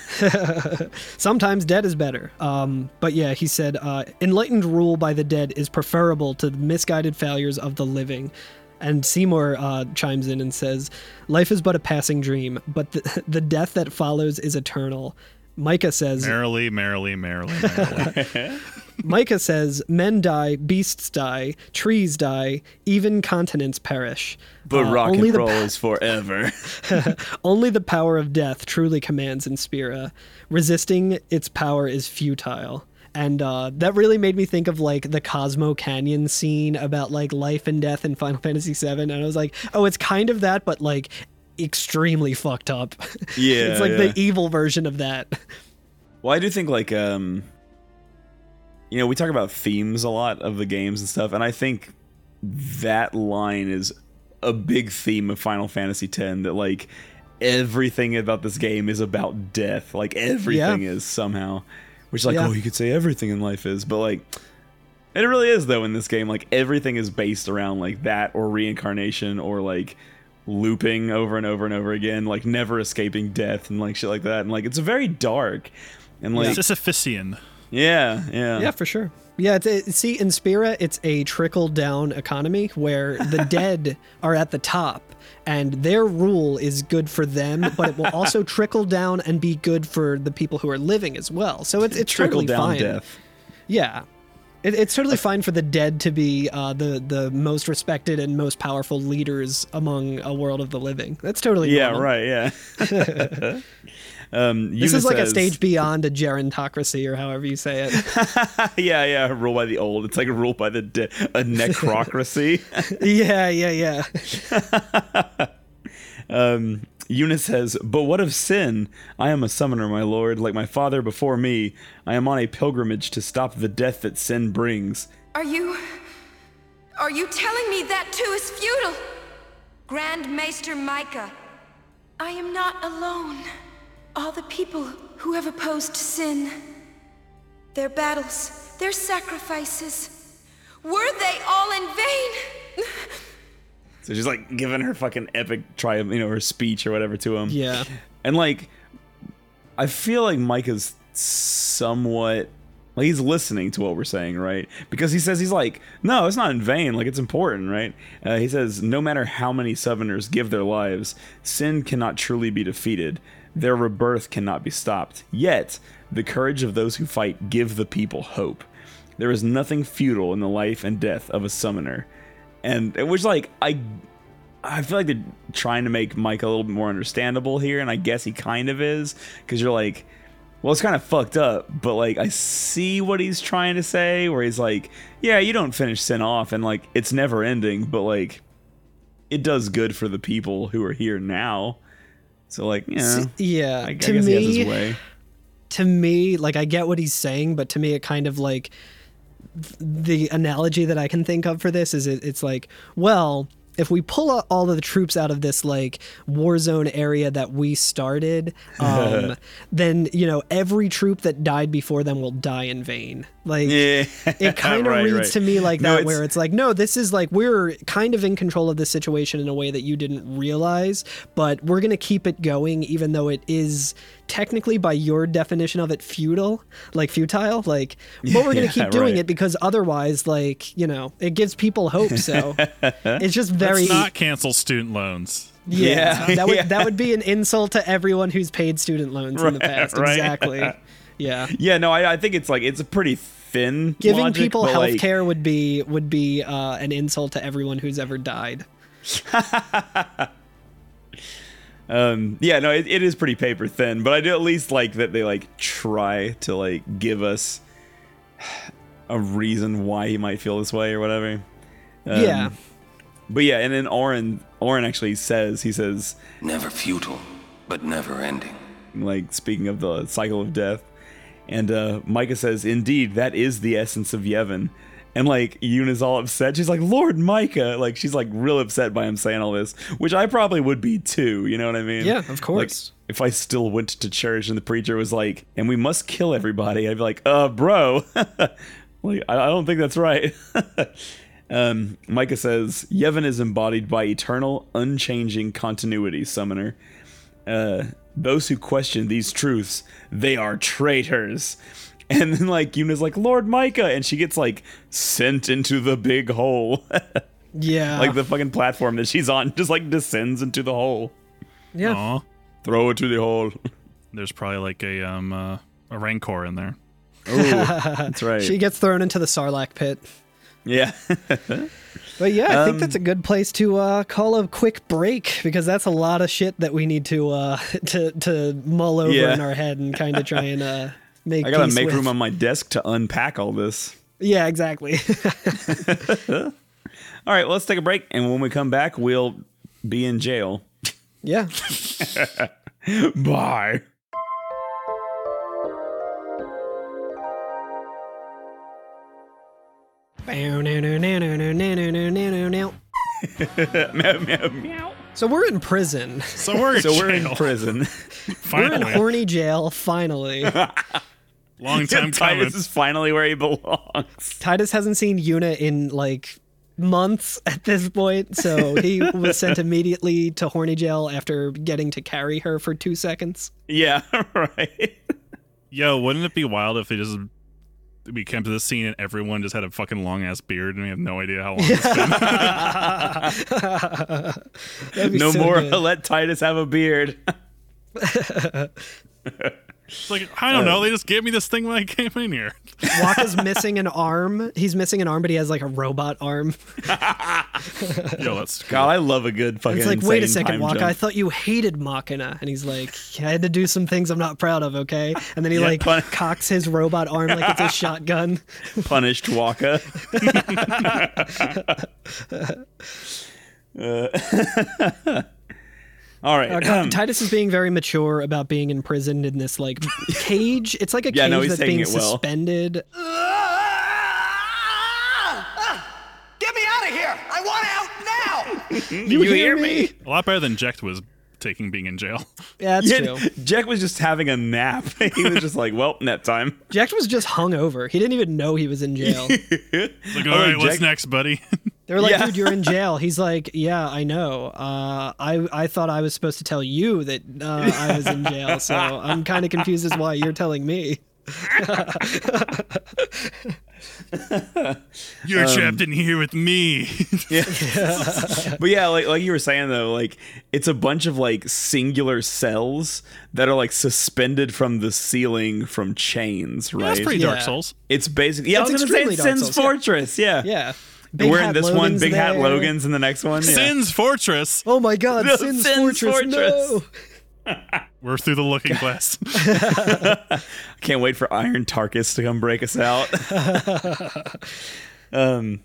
[SPEAKER 4] Sometimes dead is better. Um, but yeah, he said, uh, enlightened rule by the dead is preferable to the misguided failures of the living. And Seymour uh, chimes in and says, Life is but a passing dream, but the, [laughs] the death that follows is eternal. Micah says,
[SPEAKER 3] Merrily, merrily, merrily, merrily.
[SPEAKER 4] Micah says, Men die, beasts die, trees die, even continents perish.
[SPEAKER 5] But
[SPEAKER 4] Uh,
[SPEAKER 5] rock
[SPEAKER 4] only
[SPEAKER 5] and
[SPEAKER 4] the
[SPEAKER 5] roll
[SPEAKER 4] pa-
[SPEAKER 5] is forever.
[SPEAKER 4] [laughs]
[SPEAKER 5] [laughs]
[SPEAKER 4] Only the power of death truly commands in Spira. Resisting its power is futile. And uh, that really made me think of like the Cosmo Canyon scene about like life and death in Final Fantasy VII. And I was like, oh, it's kind of that, but like extremely fucked up. [laughs]
[SPEAKER 5] Yeah,
[SPEAKER 4] it's like
[SPEAKER 5] yeah.
[SPEAKER 4] the evil version of that.
[SPEAKER 5] Well, I do think like um you know, we talk about themes a lot of the games and stuff, and I think that line is a big theme of Final Fantasy X that like everything about this game is about death. Like everything is somehow. Which like,
[SPEAKER 4] Yeah.
[SPEAKER 5] oh, you could say everything in life is, but like it really is though in this game. Like everything is based around like that or reincarnation or like looping over and over and over again, like never escaping death and like shit like that. And like it's very dark. And [laughs] like
[SPEAKER 3] Sisyphusian.
[SPEAKER 5] yeah, yeah.
[SPEAKER 4] Yeah, for sure. Yeah, it's a, see, in Spira, it's a trickle down economy where the
[SPEAKER 5] [laughs]
[SPEAKER 4] dead are at the top and their rule is good for them, but it will
[SPEAKER 5] [laughs]
[SPEAKER 4] also trickle down and be good for the people who are living as well. So it's, it's totally
[SPEAKER 5] Trickle down
[SPEAKER 4] fine.
[SPEAKER 5] death. Uh,
[SPEAKER 4] Yeah. It, it's totally fine for the dead to be uh, the, the most respected and most powerful leaders among a world of the living. That's totally
[SPEAKER 5] Yeah,
[SPEAKER 4] normal.
[SPEAKER 5] right, yeah.
[SPEAKER 4] [laughs]
[SPEAKER 5] um
[SPEAKER 4] This
[SPEAKER 5] Yuna
[SPEAKER 4] is like a
[SPEAKER 5] says- [laughs]
[SPEAKER 4] stage beyond a gerontocracy or however you say it. [laughs]
[SPEAKER 5] Yeah, yeah, rule by the old. It's like a rule by the de-
[SPEAKER 4] [laughs]
[SPEAKER 5] a necrocracy.
[SPEAKER 4] yeah, yeah, yeah.
[SPEAKER 5] Eunice says, But what of sin? I am a summoner, my lord, like my father before me. I am on a pilgrimage to stop the death that sin brings.
[SPEAKER 8] Are you. Are you telling me that too is futile? Grand Maester Micah, I am not alone. All the people who have opposed sin, their battles, their sacrifices, were they all in vain?
[SPEAKER 5] So she's like giving her fucking epic triumph, you know, her speech or whatever to him.
[SPEAKER 4] Yeah.
[SPEAKER 5] And like, I feel like Micah's somewhat like he's listening to what we're saying, right? Because he says he's like, no, it's not in vain. Like it's important, right? Uh, he says, no matter how many Southerners give their lives, sin cannot truly be defeated. Their rebirth cannot be stopped. Yet, the courage of those who fight give the people hope. There is nothing futile in the life and death of a summoner, and which like I, I feel like they're trying to make Mike a little bit more understandable here, and I guess he kind of is because you're like well, it's kind of fucked up, but like I see what he's trying to say, where he's like, yeah, you don't finish sin off, and like it's never ending, but like it does good for the people who are here now. So like, yeah, [laughs]
[SPEAKER 4] S- yeah.
[SPEAKER 5] I, I
[SPEAKER 4] to
[SPEAKER 5] guess
[SPEAKER 4] me,
[SPEAKER 5] he has his way.
[SPEAKER 4] to me, like I get what he's saying, but to me, it kind of like th- the analogy that I can think of for this is it, it's like, well, if we pull out all of the troops out of this like war zone area that we
[SPEAKER 5] [laughs]
[SPEAKER 4] started, um, then you know every troop that died before them will die in vain. Like
[SPEAKER 5] Yeah.
[SPEAKER 4] it kind of
[SPEAKER 5] [laughs] Right,
[SPEAKER 4] reads
[SPEAKER 5] right.
[SPEAKER 4] to me like
[SPEAKER 5] No,
[SPEAKER 4] that,
[SPEAKER 5] it's-
[SPEAKER 4] where it's like, no, this is like we're kind of in control of this situation in a way that you didn't realize, but we're gonna keep it going, even though it is technically by your definition of it futile, like futile, like. But we're gonna
[SPEAKER 5] [laughs] Yeah,
[SPEAKER 4] keep doing
[SPEAKER 5] right.
[SPEAKER 4] it because otherwise, like you know, it gives people hope. So
[SPEAKER 5] [laughs]
[SPEAKER 4] it's just very
[SPEAKER 3] Let's not cancel student loans.
[SPEAKER 4] yeah,
[SPEAKER 5] Yeah.
[SPEAKER 4] that would
[SPEAKER 5] [laughs] Yeah.
[SPEAKER 4] that would be an insult to everyone who's paid student loans in the past.
[SPEAKER 5] right. [laughs]
[SPEAKER 4] Exactly. Yeah.
[SPEAKER 5] Yeah, no, I, I think it's like it's a pretty thin
[SPEAKER 4] Giving
[SPEAKER 5] logic,
[SPEAKER 4] people
[SPEAKER 5] but,
[SPEAKER 4] health
[SPEAKER 5] like,
[SPEAKER 4] care would be would be uh, an insult to everyone who's ever died.
[SPEAKER 5] Um, yeah, no, it, it is pretty paper thin, but I do at least like that they like try to like give us a reason why he might feel this way or whatever. Um,
[SPEAKER 4] yeah.
[SPEAKER 5] But yeah, and then Oren Oren actually says he says
[SPEAKER 2] Never futile, but never ending.
[SPEAKER 5] like speaking of the cycle of death, and uh, Micah says, "Indeed, that is the essence of Yevon." And like Yun is all upset. She's like, "Lord Micah!" Like she's like real upset by him saying all this, which I probably would be too. You know what I mean?
[SPEAKER 4] Yeah, of course.
[SPEAKER 5] Like, if I still went to church and the preacher was like, "And we must kill everybody," I'd be like, "Uh, bro." [laughs] Like, I, I don't think that's right. [laughs] um, Micah says Yevon is embodied by eternal, unchanging continuity, Summoner. Uh, those who question these truths, they are traitors. [laughs] And then, like, Yuna's like, Lord Micah, and she gets, like, sent into the big hole. [laughs]
[SPEAKER 4] Yeah.
[SPEAKER 5] like, the fucking platform that she's on [laughs] just, like, descends into the hole.
[SPEAKER 4] yeah.
[SPEAKER 3] Aw.
[SPEAKER 5] Throw it to the hole. [laughs]
[SPEAKER 3] There's probably like a um uh, a rancor in there.
[SPEAKER 5] That's right.
[SPEAKER 4] She gets thrown into the Sarlacc pit. [laughs]
[SPEAKER 5] yeah.
[SPEAKER 4] But yeah, I think that's
[SPEAKER 5] Um,
[SPEAKER 4] a good place to uh, call a quick break because that's a lot of shit that we need to uh, [laughs] to to mull over
[SPEAKER 5] Yeah.
[SPEAKER 4] in our head and kind of try and
[SPEAKER 5] [laughs]
[SPEAKER 4] uh, make.
[SPEAKER 5] I gotta
[SPEAKER 4] peace
[SPEAKER 5] make
[SPEAKER 4] with.
[SPEAKER 5] room on my desk to unpack all this.
[SPEAKER 4] Yeah, exactly. [laughs]
[SPEAKER 5] All right, well, let's take a break, and when we come back, we'll be in jail. [laughs]
[SPEAKER 4] yeah.
[SPEAKER 5] Bye.
[SPEAKER 4] So we're in prison.
[SPEAKER 3] So we're in
[SPEAKER 5] So we're in
[SPEAKER 3] jail.
[SPEAKER 5] [laughs] prison.
[SPEAKER 4] We're in
[SPEAKER 3] Finally,
[SPEAKER 4] horny jail.
[SPEAKER 5] [laughs]
[SPEAKER 4] Finally,
[SPEAKER 3] long time coming.
[SPEAKER 5] Titus is finally where he belongs. [laughs]
[SPEAKER 4] Titus hasn't seen Yuna in like months [laughs] at this point, so
[SPEAKER 5] [laughs]
[SPEAKER 4] he was sent immediately to horny jail after getting to carry her for two seconds.
[SPEAKER 5] Yeah, [laughs] right.
[SPEAKER 3] Yo, wouldn't it be wild if it just we came to this scene and everyone just had a fucking long ass beard and we have no idea how
[SPEAKER 5] [laughs]
[SPEAKER 3] long it's been.
[SPEAKER 4] That'd be
[SPEAKER 5] No
[SPEAKER 4] so
[SPEAKER 5] more
[SPEAKER 4] good.
[SPEAKER 5] [laughs] let Titus have
[SPEAKER 4] [laughs]
[SPEAKER 5] a beard.
[SPEAKER 3] It's like I
[SPEAKER 5] Uh,
[SPEAKER 3] don't know. They just gave me this thing when I came in
[SPEAKER 5] [laughs]
[SPEAKER 3] here.
[SPEAKER 4] Waka's missing an arm. He's missing an arm, but he has like a robot arm. [laughs]
[SPEAKER 3] Yo, that's cool.
[SPEAKER 5] God, I love a good fucking.
[SPEAKER 4] It's like, wait a
[SPEAKER 5] insane
[SPEAKER 4] second,
[SPEAKER 5] time
[SPEAKER 4] Waka. I
[SPEAKER 5] jump.
[SPEAKER 4] thought you hated Machina. And he's like, I had to do some things I'm not proud of, okay? And then he
[SPEAKER 5] Yeah,
[SPEAKER 4] like
[SPEAKER 5] pun-
[SPEAKER 4] [laughs] cocks his robot arm like
[SPEAKER 5] [laughs]
[SPEAKER 4] it's a shotgun. [laughs]
[SPEAKER 5] punished Waka. Uh, [laughs] all right.
[SPEAKER 4] Uh,
[SPEAKER 5] [clears throat]
[SPEAKER 4] God, Titus is being very mature about being imprisoned in this like cage. It's like a
[SPEAKER 5] Yeah,
[SPEAKER 4] cage
[SPEAKER 5] no, he's
[SPEAKER 4] that's
[SPEAKER 5] taking
[SPEAKER 4] being
[SPEAKER 5] it well.
[SPEAKER 4] suspended.
[SPEAKER 7] Uh, Get me out of here! I want out now!
[SPEAKER 4] You, hear, me?
[SPEAKER 3] a lot better than Jekt was taking being in jail. [laughs]
[SPEAKER 4] Yeah, that's
[SPEAKER 5] Yeah,
[SPEAKER 4] true.
[SPEAKER 5] Jack was just having a nap. [laughs] he was just like, well, nap time. [laughs]
[SPEAKER 4] Jack was just hung over. He didn't even know he was in jail.
[SPEAKER 3] It's like, all right, what's
[SPEAKER 5] Oh, Jekt-
[SPEAKER 3] next, buddy? [laughs]
[SPEAKER 4] They're like,
[SPEAKER 5] Yeah.
[SPEAKER 4] dude,
[SPEAKER 5] [laughs]
[SPEAKER 4] you're in jail. He's like, yeah, I know. Uh, I I thought I was supposed to tell you that uh, I was in jail,
[SPEAKER 5] [laughs]
[SPEAKER 4] so I'm kind of confused as why you're telling me.
[SPEAKER 3] You're
[SPEAKER 5] Um,
[SPEAKER 3] trapped in here with me. [laughs]
[SPEAKER 5] but yeah, like like you were saying though, like it's a bunch of like singular cells that are like suspended from the ceiling from chains, right?
[SPEAKER 3] that's pretty Dark Yeah. Souls.
[SPEAKER 5] It's basically yeah,
[SPEAKER 4] It's
[SPEAKER 5] I was gonna say
[SPEAKER 4] extremely
[SPEAKER 5] it's
[SPEAKER 4] Dark
[SPEAKER 5] Sin's
[SPEAKER 4] Souls, yeah.
[SPEAKER 5] Fortress, yeah.
[SPEAKER 4] Yeah.
[SPEAKER 5] And we're in
[SPEAKER 4] Hat
[SPEAKER 5] this one,
[SPEAKER 4] Logan's
[SPEAKER 5] Big Hat
[SPEAKER 4] there.
[SPEAKER 5] Logan's in the next one. yeah.
[SPEAKER 3] Sin's Fortress.
[SPEAKER 4] Oh my God,
[SPEAKER 5] No,
[SPEAKER 4] Sin's,
[SPEAKER 5] Sin's
[SPEAKER 4] Fortress.
[SPEAKER 5] Fortress.
[SPEAKER 4] No.
[SPEAKER 3] We're through the looking
[SPEAKER 5] [laughs]
[SPEAKER 3] glass.
[SPEAKER 5] Can't wait for Iron Tarkus to come break
[SPEAKER 4] [laughs]
[SPEAKER 5] us out. um,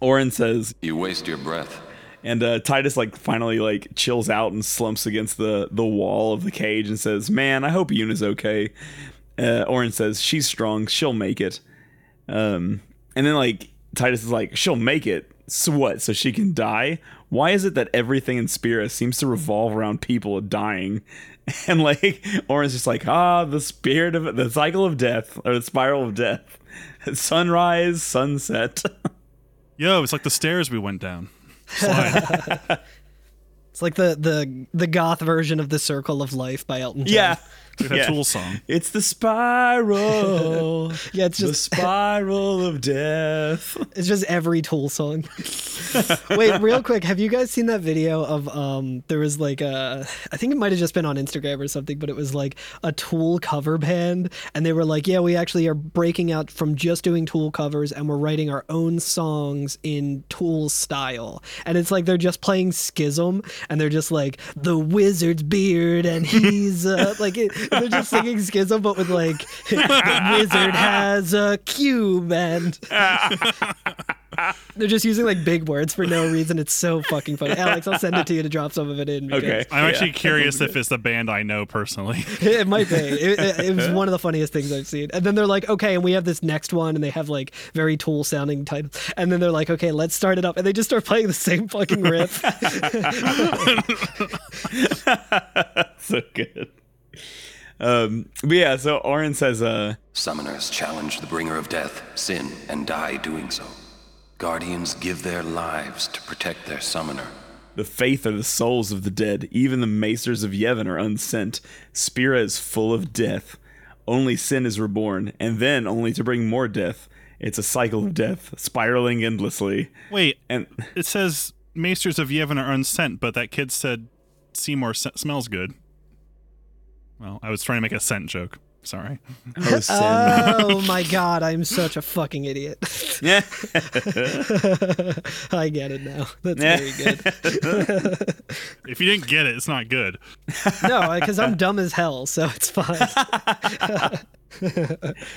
[SPEAKER 5] Orin says,
[SPEAKER 2] You waste your breath.
[SPEAKER 5] and uh, Titus like finally like chills out and slumps against the the wall of the cage and says, "Man, I hope Yuna's okay." Uh, Orin says, "She's strong. She'll make it." Um, and then like Titus is like, "She'll make it. So what? So she can die? Why is it that everything in Spira seems to revolve around people dying?" [laughs] And like Orin's just like, "Ah, the spirit of the cycle of death or the spiral of death, [laughs] sunrise, sunset." [laughs]
[SPEAKER 3] Yo, it's like the stairs we went down. Slide.
[SPEAKER 4] It's like the the the goth version of the Circle of Life by Elton John.
[SPEAKER 5] Yeah.
[SPEAKER 3] Dude, that Tool
[SPEAKER 5] [laughs]
[SPEAKER 3] song.
[SPEAKER 5] It's the spiral.
[SPEAKER 4] [laughs] Yeah, it's
[SPEAKER 5] the
[SPEAKER 4] just
[SPEAKER 5] spiral of death.
[SPEAKER 4] [laughs] It's just every Tool song. [laughs] Wait, real quick, have you guys seen that video of um there was like a I think it might have just been on Instagram or something, but it was like a Tool cover band and they were like, "Yeah, we actually are breaking out from just doing Tool covers and we're writing our own songs in Tool style." And it's like they're just playing Schism and they're just like the wizard's beard and he's uh, [laughs] like it, they're just singing Schism but with like [laughs] the wizard has a cube and they're just using like big words for no reason. It's so fucking
[SPEAKER 5] [laughs]
[SPEAKER 4] funny. Alex, I'll send it to you to drop some of it in. because
[SPEAKER 5] Okay.
[SPEAKER 3] I'm
[SPEAKER 5] Yeah,
[SPEAKER 3] actually
[SPEAKER 5] that sounds [laughs]
[SPEAKER 3] curious
[SPEAKER 5] good.
[SPEAKER 3] if it's the band I know personally.
[SPEAKER 4] [laughs]
[SPEAKER 3] [laughs]
[SPEAKER 4] It might be. It, it- it
[SPEAKER 5] [laughs]
[SPEAKER 4] was one of the funniest things I've seen. And then they're like, okay, and we have this next one, and they have like very tool sounding titles. And then they're like, okay, let's start it up. And they just start playing the same fucking
[SPEAKER 5] [laughs]
[SPEAKER 4] riff.
[SPEAKER 5] so good. Um, but yeah, so Orin says, uh,
[SPEAKER 2] Summoners challenge the bringer of death, sin, and die doing so. Guardians give their lives to protect their summoner.
[SPEAKER 5] the faith are the souls of the dead. Even the macers of Yevon are unsent. Spira is full of death. Only sin is reborn, and then only to bring more death. It's a cycle of death, spiraling endlessly.
[SPEAKER 3] Wait,
[SPEAKER 4] [laughs]
[SPEAKER 5] And
[SPEAKER 3] it says Maesters of Yevon are unsent, but that kid said Seymour se- smells good. Well, I was trying to make a scent joke. Sorry.
[SPEAKER 5] oh, sin.
[SPEAKER 4] oh my God, I'm such a fucking idiot.
[SPEAKER 5] [laughs]
[SPEAKER 4] [laughs]
[SPEAKER 5] yeah.
[SPEAKER 4] I get it now. That's
[SPEAKER 5] Yeah.
[SPEAKER 4] very good.
[SPEAKER 3] If you didn't get it, it's not good.
[SPEAKER 4] No, because I'm dumb as hell, so it's
[SPEAKER 5] [laughs]
[SPEAKER 4] fine.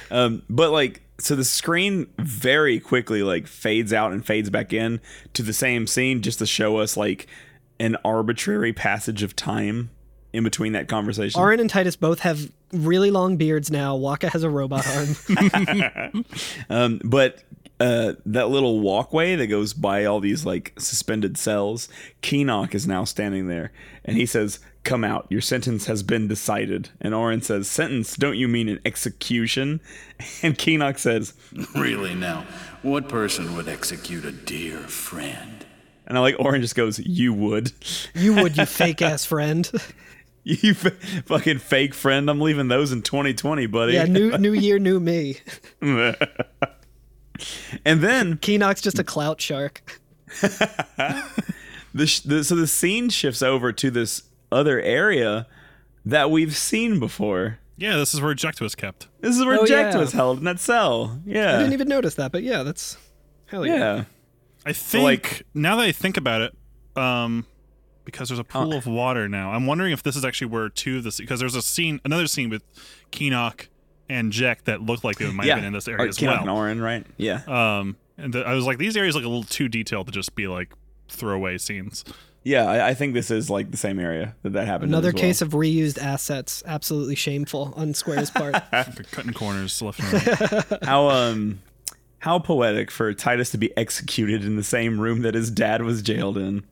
[SPEAKER 5] Um, but like, so the screen very quickly like fades out and fades back in to the same scene just to show us like an arbitrary passage of time in between that conversation.
[SPEAKER 4] Arin and Titus both have really long beards now. Waka has a robot arm.
[SPEAKER 5] Um, but uh, that little walkway that goes by all these like suspended cells, Keenock is now standing there, and he says, "Come out! Your sentence has been decided." And Orin says, "Sentence? Don't you mean an execution?" [laughs] And Keenock says,
[SPEAKER 1] Really now, what person would execute a dear friend?
[SPEAKER 5] and I like Orin just goes, "You would."
[SPEAKER 4] you would, you fake ass friend.
[SPEAKER 5] You f- fucking fake friend. I'm leaving those in 2020, buddy.
[SPEAKER 4] Yeah, new new year, new me. [laughs]
[SPEAKER 5] and then
[SPEAKER 4] Keenock's
[SPEAKER 5] Mm.
[SPEAKER 4] just a clout shark. [laughs]
[SPEAKER 5] the, sh- the so the scene shifts over to this other area that we've seen before.
[SPEAKER 3] Yeah, this is where Jack was kept.
[SPEAKER 5] This is where
[SPEAKER 4] Oh,
[SPEAKER 5] Jack
[SPEAKER 4] yeah.
[SPEAKER 5] was held in that cell.
[SPEAKER 4] I
[SPEAKER 5] Yeah.
[SPEAKER 4] didn't even notice that, but yeah, that's hell yeah.
[SPEAKER 5] yeah.
[SPEAKER 3] I think
[SPEAKER 5] like-
[SPEAKER 3] now that I think about it, um, because there's a pool of water now. I'm wondering if this is actually where two of the because there's a scene, another scene with Keenock and Jack that looked like it might
[SPEAKER 5] yeah.
[SPEAKER 3] have been in this
[SPEAKER 5] Or
[SPEAKER 3] area as
[SPEAKER 5] Keanu and
[SPEAKER 3] well.
[SPEAKER 5] Oren, right? Yeah.
[SPEAKER 3] Um, and th- I was like, these areas look a little too detailed to just be like throwaway scenes.
[SPEAKER 5] yeah, I, I think this is like the same area that that happened. in
[SPEAKER 4] Another
[SPEAKER 5] as well.
[SPEAKER 4] case of reused assets. Absolutely shameful on Square's
[SPEAKER 5] [laughs]
[SPEAKER 4] part.
[SPEAKER 3] They're cutting corners left and right.
[SPEAKER 5] how um how poetic for Titus to be executed in the same room that his dad was jailed in.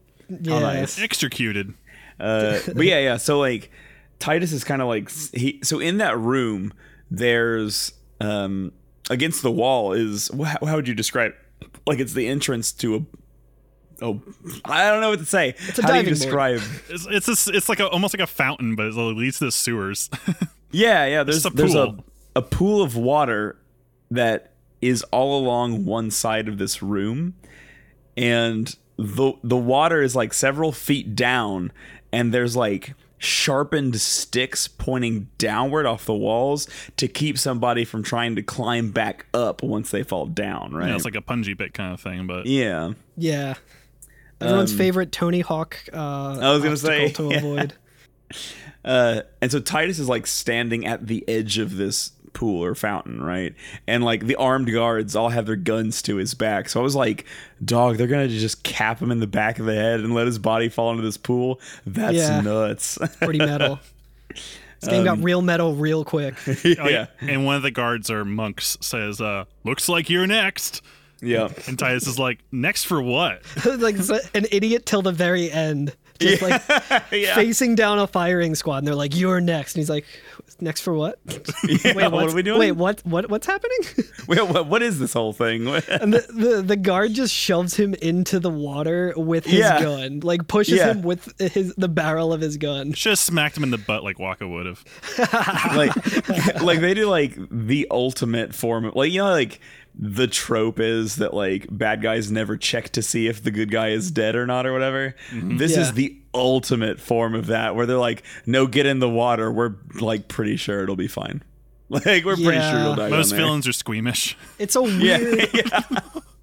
[SPEAKER 4] Yeah.
[SPEAKER 5] nice.
[SPEAKER 3] Executed.
[SPEAKER 5] Uh, but yeah, yeah. So like, Titus is kind of like s- he. So in that room, there's um against the wall is wh- how would you describe like it's the entrance to a. Oh, I don't know what to say.
[SPEAKER 4] It's a
[SPEAKER 5] How do
[SPEAKER 4] diving
[SPEAKER 5] you
[SPEAKER 4] board.
[SPEAKER 5] describe?
[SPEAKER 3] It's it's, a s it's like a, almost like a fountain, but it leads to the sewers. [laughs]
[SPEAKER 5] Yeah, yeah. There's
[SPEAKER 3] Just a
[SPEAKER 5] there's a
[SPEAKER 3] pool.
[SPEAKER 5] a pool of water that is all along one side of this room, and the the water is like several feet down, and there's like sharpened sticks pointing downward off the walls to keep somebody from trying to climb back up once they fall down. Right?
[SPEAKER 3] You know, it's like a punji bit kind of thing, but
[SPEAKER 5] yeah.
[SPEAKER 4] Yeah. Everyone's
[SPEAKER 5] Um,
[SPEAKER 4] favorite Tony Hawk. Uh,
[SPEAKER 5] I was gonna
[SPEAKER 4] obstacle
[SPEAKER 5] say,
[SPEAKER 4] to
[SPEAKER 5] yeah.
[SPEAKER 4] avoid.
[SPEAKER 5] Uh, and so Titus is like standing at the edge of this pool or fountain, right? And like the armed guards all have their guns to his back. So I was like, dog, they're going to just cap him in the back of the head and let his body fall into this pool. That's
[SPEAKER 4] Yeah.
[SPEAKER 5] nuts. [laughs]
[SPEAKER 4] Pretty metal. This game
[SPEAKER 5] Um,
[SPEAKER 4] got real metal real
[SPEAKER 5] [laughs]
[SPEAKER 4] quick. [laughs]
[SPEAKER 3] Oh, yeah. And one of the guards or monks says, uh, "Looks like you're next."
[SPEAKER 5] yeah.
[SPEAKER 3] And Titus is like, "Next for what?"
[SPEAKER 4] like it's an idiot till the very end. Just like
[SPEAKER 5] [laughs]
[SPEAKER 4] facing down a firing squad and they're like, You're next. And he's like, Next for
[SPEAKER 5] [laughs]
[SPEAKER 4] what?
[SPEAKER 5] what
[SPEAKER 4] what's-
[SPEAKER 5] are we
[SPEAKER 4] [laughs]
[SPEAKER 5] doing?
[SPEAKER 4] Wait, what what what's happening? [laughs]
[SPEAKER 5] Wait, what, what is this whole thing? [laughs]
[SPEAKER 4] and the, the the guard just shoves him into the water with his
[SPEAKER 5] Yeah.
[SPEAKER 4] gun. Like pushes
[SPEAKER 5] Yeah.
[SPEAKER 4] him with his the barrel of his gun.
[SPEAKER 3] Should have smacked him in the butt like Waka would have.
[SPEAKER 5] like [laughs] like they do like the ultimate form of like you know like the trope is that like bad guys never check to see if the good guy is dead or not or whatever this
[SPEAKER 4] Yeah.
[SPEAKER 5] is the ultimate form of that where they're like no get in the water we're like pretty sure it'll be fine [laughs] like we're pretty sure
[SPEAKER 4] Yeah.
[SPEAKER 5] you'll die
[SPEAKER 3] Most
[SPEAKER 5] down
[SPEAKER 4] [laughs]
[SPEAKER 5] there.
[SPEAKER 3] villains are squeamish. [laughs]
[SPEAKER 4] It's a weird
[SPEAKER 5] [laughs]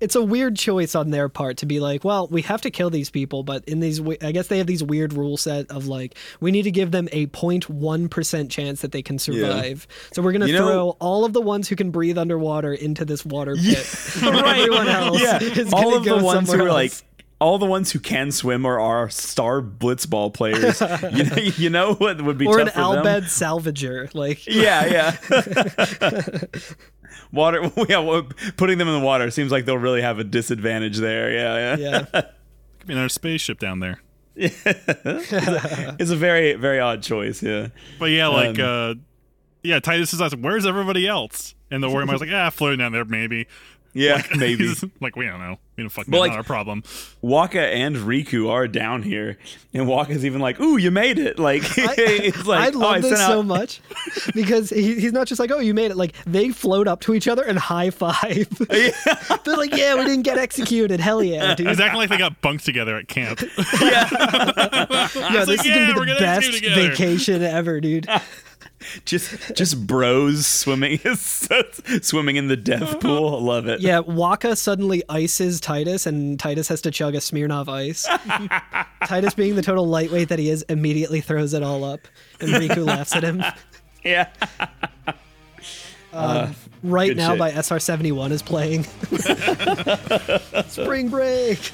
[SPEAKER 4] It's a weird choice on their part to be like, well, we have to kill these people, but in these we- I guess they have these weird rule set of like we need to give them a 0.1% chance that they can survive. So we're going to
[SPEAKER 5] You know-
[SPEAKER 4] throw all of the ones who can breathe underwater into this water pit. And Everyone else
[SPEAKER 5] yeah
[SPEAKER 4] is
[SPEAKER 5] all
[SPEAKER 4] gonna
[SPEAKER 5] of
[SPEAKER 4] go
[SPEAKER 5] the ones who
[SPEAKER 4] somewhere
[SPEAKER 5] are like
[SPEAKER 4] else.
[SPEAKER 5] all the ones who can swim or are star
[SPEAKER 4] [laughs]
[SPEAKER 5] blitzball players you, know, [laughs] you know what would be
[SPEAKER 4] or an
[SPEAKER 5] tough for them?
[SPEAKER 4] Albed salvager like
[SPEAKER 5] [laughs] Yeah, yeah. [laughs] water. [laughs] Yeah, well, putting them in the water seems like they'll really have a disadvantage there. Yeah, yeah.
[SPEAKER 4] yeah.
[SPEAKER 3] Could be another spaceship down there.
[SPEAKER 5] It's a very, very odd choice. Yeah.
[SPEAKER 3] But yeah,
[SPEAKER 5] Um,
[SPEAKER 3] like, uh, yeah, Titus is asking, "Where's everybody else?" And the warrior was like, "Ah, floating down there, maybe."
[SPEAKER 5] Yeah, [laughs]
[SPEAKER 4] [laughs]
[SPEAKER 5] maybe.
[SPEAKER 3] [laughs] He's like, we don't know. We don't fucking
[SPEAKER 5] But,
[SPEAKER 3] know.
[SPEAKER 5] like-
[SPEAKER 3] not our problem.
[SPEAKER 5] Waka and Riku are down here, and Waka's even like, "Ooh, you made it!" Like, [laughs] it's like,
[SPEAKER 4] I
[SPEAKER 5] "Oh,
[SPEAKER 4] love
[SPEAKER 5] I
[SPEAKER 4] this
[SPEAKER 5] sent
[SPEAKER 4] so
[SPEAKER 5] [laughs] out-"
[SPEAKER 4] much because he, he's not just like, oh, you made it. Like they float up to each other and high five. [laughs] They're like, yeah, we didn't get executed. Hell
[SPEAKER 3] [laughs]
[SPEAKER 4] yeah, dude.
[SPEAKER 3] He's acting like they got bunked together at
[SPEAKER 5] [laughs]
[SPEAKER 3] camp.
[SPEAKER 4] Yo,
[SPEAKER 3] like,
[SPEAKER 4] this is
[SPEAKER 3] "Yeah, we're
[SPEAKER 4] gonna be the
[SPEAKER 3] gonna
[SPEAKER 4] best
[SPEAKER 3] execute together."
[SPEAKER 4] vacation ever, dude.
[SPEAKER 5] Just, just bros swimming, [laughs] swimming in the death pool. I Love
[SPEAKER 4] Uh-huh.
[SPEAKER 5] it.
[SPEAKER 4] Yeah, Waka suddenly ices Titus, and Titus has to chug a Smirnoff Ice. Titus, being the total lightweight that he is, immediately throws it all up, and Riku laughs at him.
[SPEAKER 5] yeah.
[SPEAKER 4] Um, Right
[SPEAKER 5] Good
[SPEAKER 4] now,
[SPEAKER 5] shit.
[SPEAKER 4] by SR71 is
[SPEAKER 5] [laughs]
[SPEAKER 4] playing. Spring Break.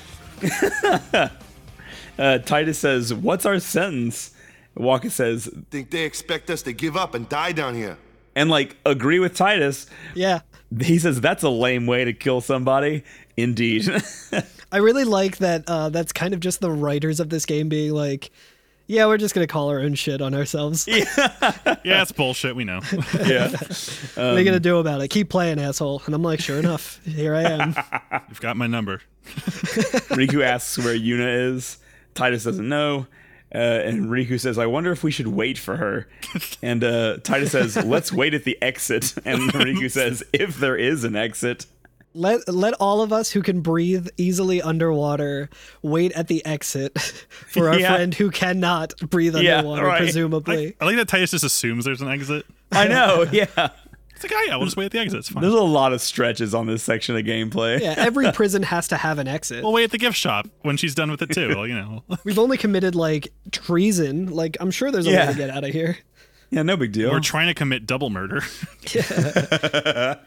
[SPEAKER 5] Uh, Titus says, "What's our sentence?" Waka says,
[SPEAKER 7] Think they expect us to give up and die down here.
[SPEAKER 5] and like agree with Titus.
[SPEAKER 4] Yeah.
[SPEAKER 5] he says that's a lame way to kill somebody indeed
[SPEAKER 4] I really like that. Uh, that's kind of just the writers of this game being like, yeah, we're just going to call our own shit on ourselves.
[SPEAKER 3] yeah, it's bullshit. We know.
[SPEAKER 5] yeah
[SPEAKER 4] what are you going to
[SPEAKER 5] Um,
[SPEAKER 4] do about it? Keep playing, asshole. And I'm like, sure enough, here I am.
[SPEAKER 3] You've got my number.
[SPEAKER 5] [laughs] riku asks where yuna is titus doesn't know uh, and riku says i wonder if we should wait for her and uh, titus says let's wait at the exit [laughs] and riku says if there is an exit
[SPEAKER 4] let let all of us who can breathe easily underwater wait at the exit [laughs] for our
[SPEAKER 5] Yeah.
[SPEAKER 4] friend who cannot breathe
[SPEAKER 5] Yeah,
[SPEAKER 4] underwater,
[SPEAKER 5] right. [laughs]
[SPEAKER 4] presumably.
[SPEAKER 3] I like that Titus just assumes there's an exit.
[SPEAKER 5] i [laughs] know yeah
[SPEAKER 3] It's like, oh yeah, we'll just wait at the exit. It's fine.
[SPEAKER 5] there's a lot of stretches on this section of gameplay
[SPEAKER 4] yeah, every prison has to have an exit.
[SPEAKER 3] we'll wait at the gift shop when she's done with it too. Well, you
[SPEAKER 5] [laughs]
[SPEAKER 3] know,
[SPEAKER 4] We've only committed like treason. Like I'm sure there's a way
[SPEAKER 5] Yeah.
[SPEAKER 4] to get out of here.
[SPEAKER 5] Yeah, no big deal
[SPEAKER 3] we're trying to commit double murder.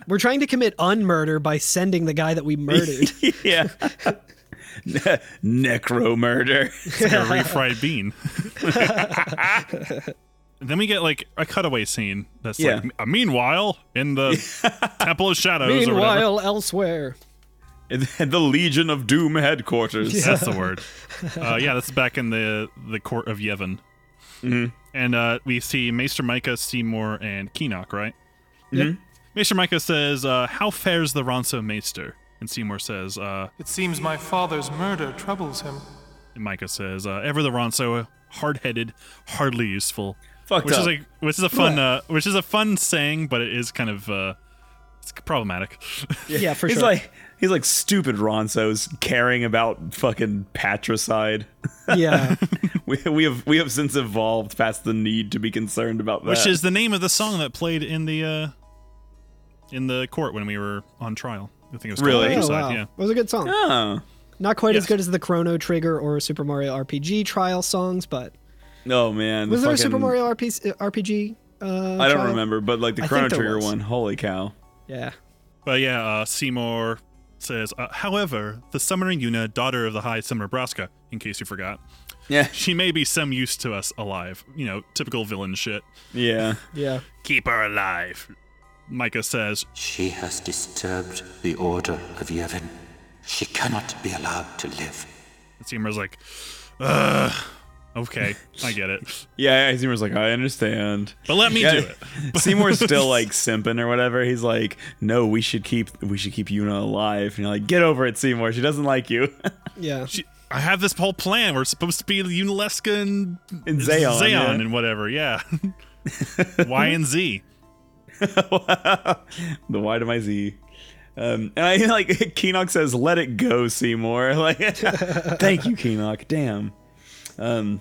[SPEAKER 4] We're trying to commit unmurder by sending the guy that we
[SPEAKER 5] [laughs]
[SPEAKER 4] murdered.
[SPEAKER 5] [laughs] yeah necro murder [laughs]
[SPEAKER 3] It's like a refried bean. [laughs] then we get like a cutaway scene that's
[SPEAKER 5] Yeah.
[SPEAKER 3] like, "Uh, meanwhile, in the Temple of Shadows or whatever.
[SPEAKER 4] Meanwhile, elsewhere.
[SPEAKER 5] the legion of doom headquarters
[SPEAKER 3] That's the word. Uh, yeah, that's back in the the court of Yevon. And uh, we see Maester Micah, Seymour, and Keenock, right? Maester Micah says, uh, How fares the Ronso Maester? And Seymour says, uh,
[SPEAKER 11] It seems my father's murder troubles him.
[SPEAKER 3] and Micah says, uh, "Ever the Ronso, hard-headed, hardly useful."
[SPEAKER 5] Fucked
[SPEAKER 3] which
[SPEAKER 5] up.
[SPEAKER 3] is like, which is a fun, uh, which is a fun saying, but it is kind of uh, it's problematic.
[SPEAKER 5] he's like [laughs] he's like stupid Ronso's caring about fucking patricide. [laughs]
[SPEAKER 4] Yeah.
[SPEAKER 5] we, we have we have since evolved past the need to be concerned about that.
[SPEAKER 3] which is the name of the song that played in the uh, in the court when we were on trial. I think it was called
[SPEAKER 5] Really?
[SPEAKER 3] Patricide,
[SPEAKER 5] Oh, wow.
[SPEAKER 3] Yeah.
[SPEAKER 4] It was a good song.
[SPEAKER 5] Oh.
[SPEAKER 4] Not quite as good as the Chrono Trigger or Super Mario RPG trial songs, but
[SPEAKER 5] Oh man. the
[SPEAKER 4] was there a
[SPEAKER 5] fucking-
[SPEAKER 4] Super Mario RP- RPG? Uh,
[SPEAKER 5] I don't
[SPEAKER 4] trial?
[SPEAKER 5] remember, but like
[SPEAKER 4] I
[SPEAKER 5] the
[SPEAKER 4] think
[SPEAKER 5] Chrono
[SPEAKER 4] there
[SPEAKER 5] Trigger
[SPEAKER 4] was.
[SPEAKER 5] one. Holy cow.
[SPEAKER 4] Yeah.
[SPEAKER 3] But yeah, uh, Seymour says, uh, however, the summoner Yuna, daughter of the High Summoner Braska, in case you forgot,
[SPEAKER 5] yeah,
[SPEAKER 3] she may be some use to us alive. You know, typical villain shit.
[SPEAKER 5] Yeah.
[SPEAKER 4] Yeah.
[SPEAKER 3] Keep her alive. Micah says,
[SPEAKER 10] She has disturbed the order of Yevon. She cannot be allowed to live.
[SPEAKER 3] Seymour's like, Ugh, okay, I get [laughs] it.
[SPEAKER 5] Yeah, yeah, Seymour's like, I understand.
[SPEAKER 3] But let me
[SPEAKER 5] Yeah,
[SPEAKER 3] do it.
[SPEAKER 5] [laughs]
[SPEAKER 4] [laughs]
[SPEAKER 5] Seymour's still like simping or whatever. He's like, No, we should keep we should keep Yuna alive. And you're like, get over it, Seymour. She doesn't like you.
[SPEAKER 4] Yeah.
[SPEAKER 3] I have this whole plan. We're supposed to be Unaleska and,
[SPEAKER 5] And Zeon, yeah.
[SPEAKER 3] and whatever,
[SPEAKER 4] [laughs]
[SPEAKER 3] yeah. y and Z.
[SPEAKER 5] [laughs] the Y to my Z. Um, and I [laughs] like Keenock says, "Let it go, Seymour." [laughs] Like, thank you, Keenock. Damn. Um,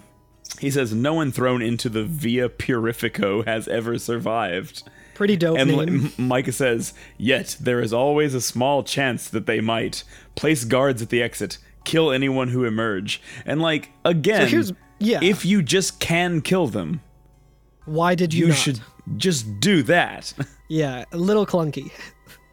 [SPEAKER 5] he says, "No one thrown into the Via Purifico has ever survived."
[SPEAKER 4] Pretty dope
[SPEAKER 5] And
[SPEAKER 4] name.
[SPEAKER 5] M- Micah says, "Yet there is always a small chance that they might place guards at the exit, kill anyone who emerge, and like again,
[SPEAKER 4] here's- yeah.
[SPEAKER 5] if you just can kill them,
[SPEAKER 4] Why did you?
[SPEAKER 5] you
[SPEAKER 4] not?
[SPEAKER 5] should just do that." [laughs]
[SPEAKER 4] Yeah, a little clunky.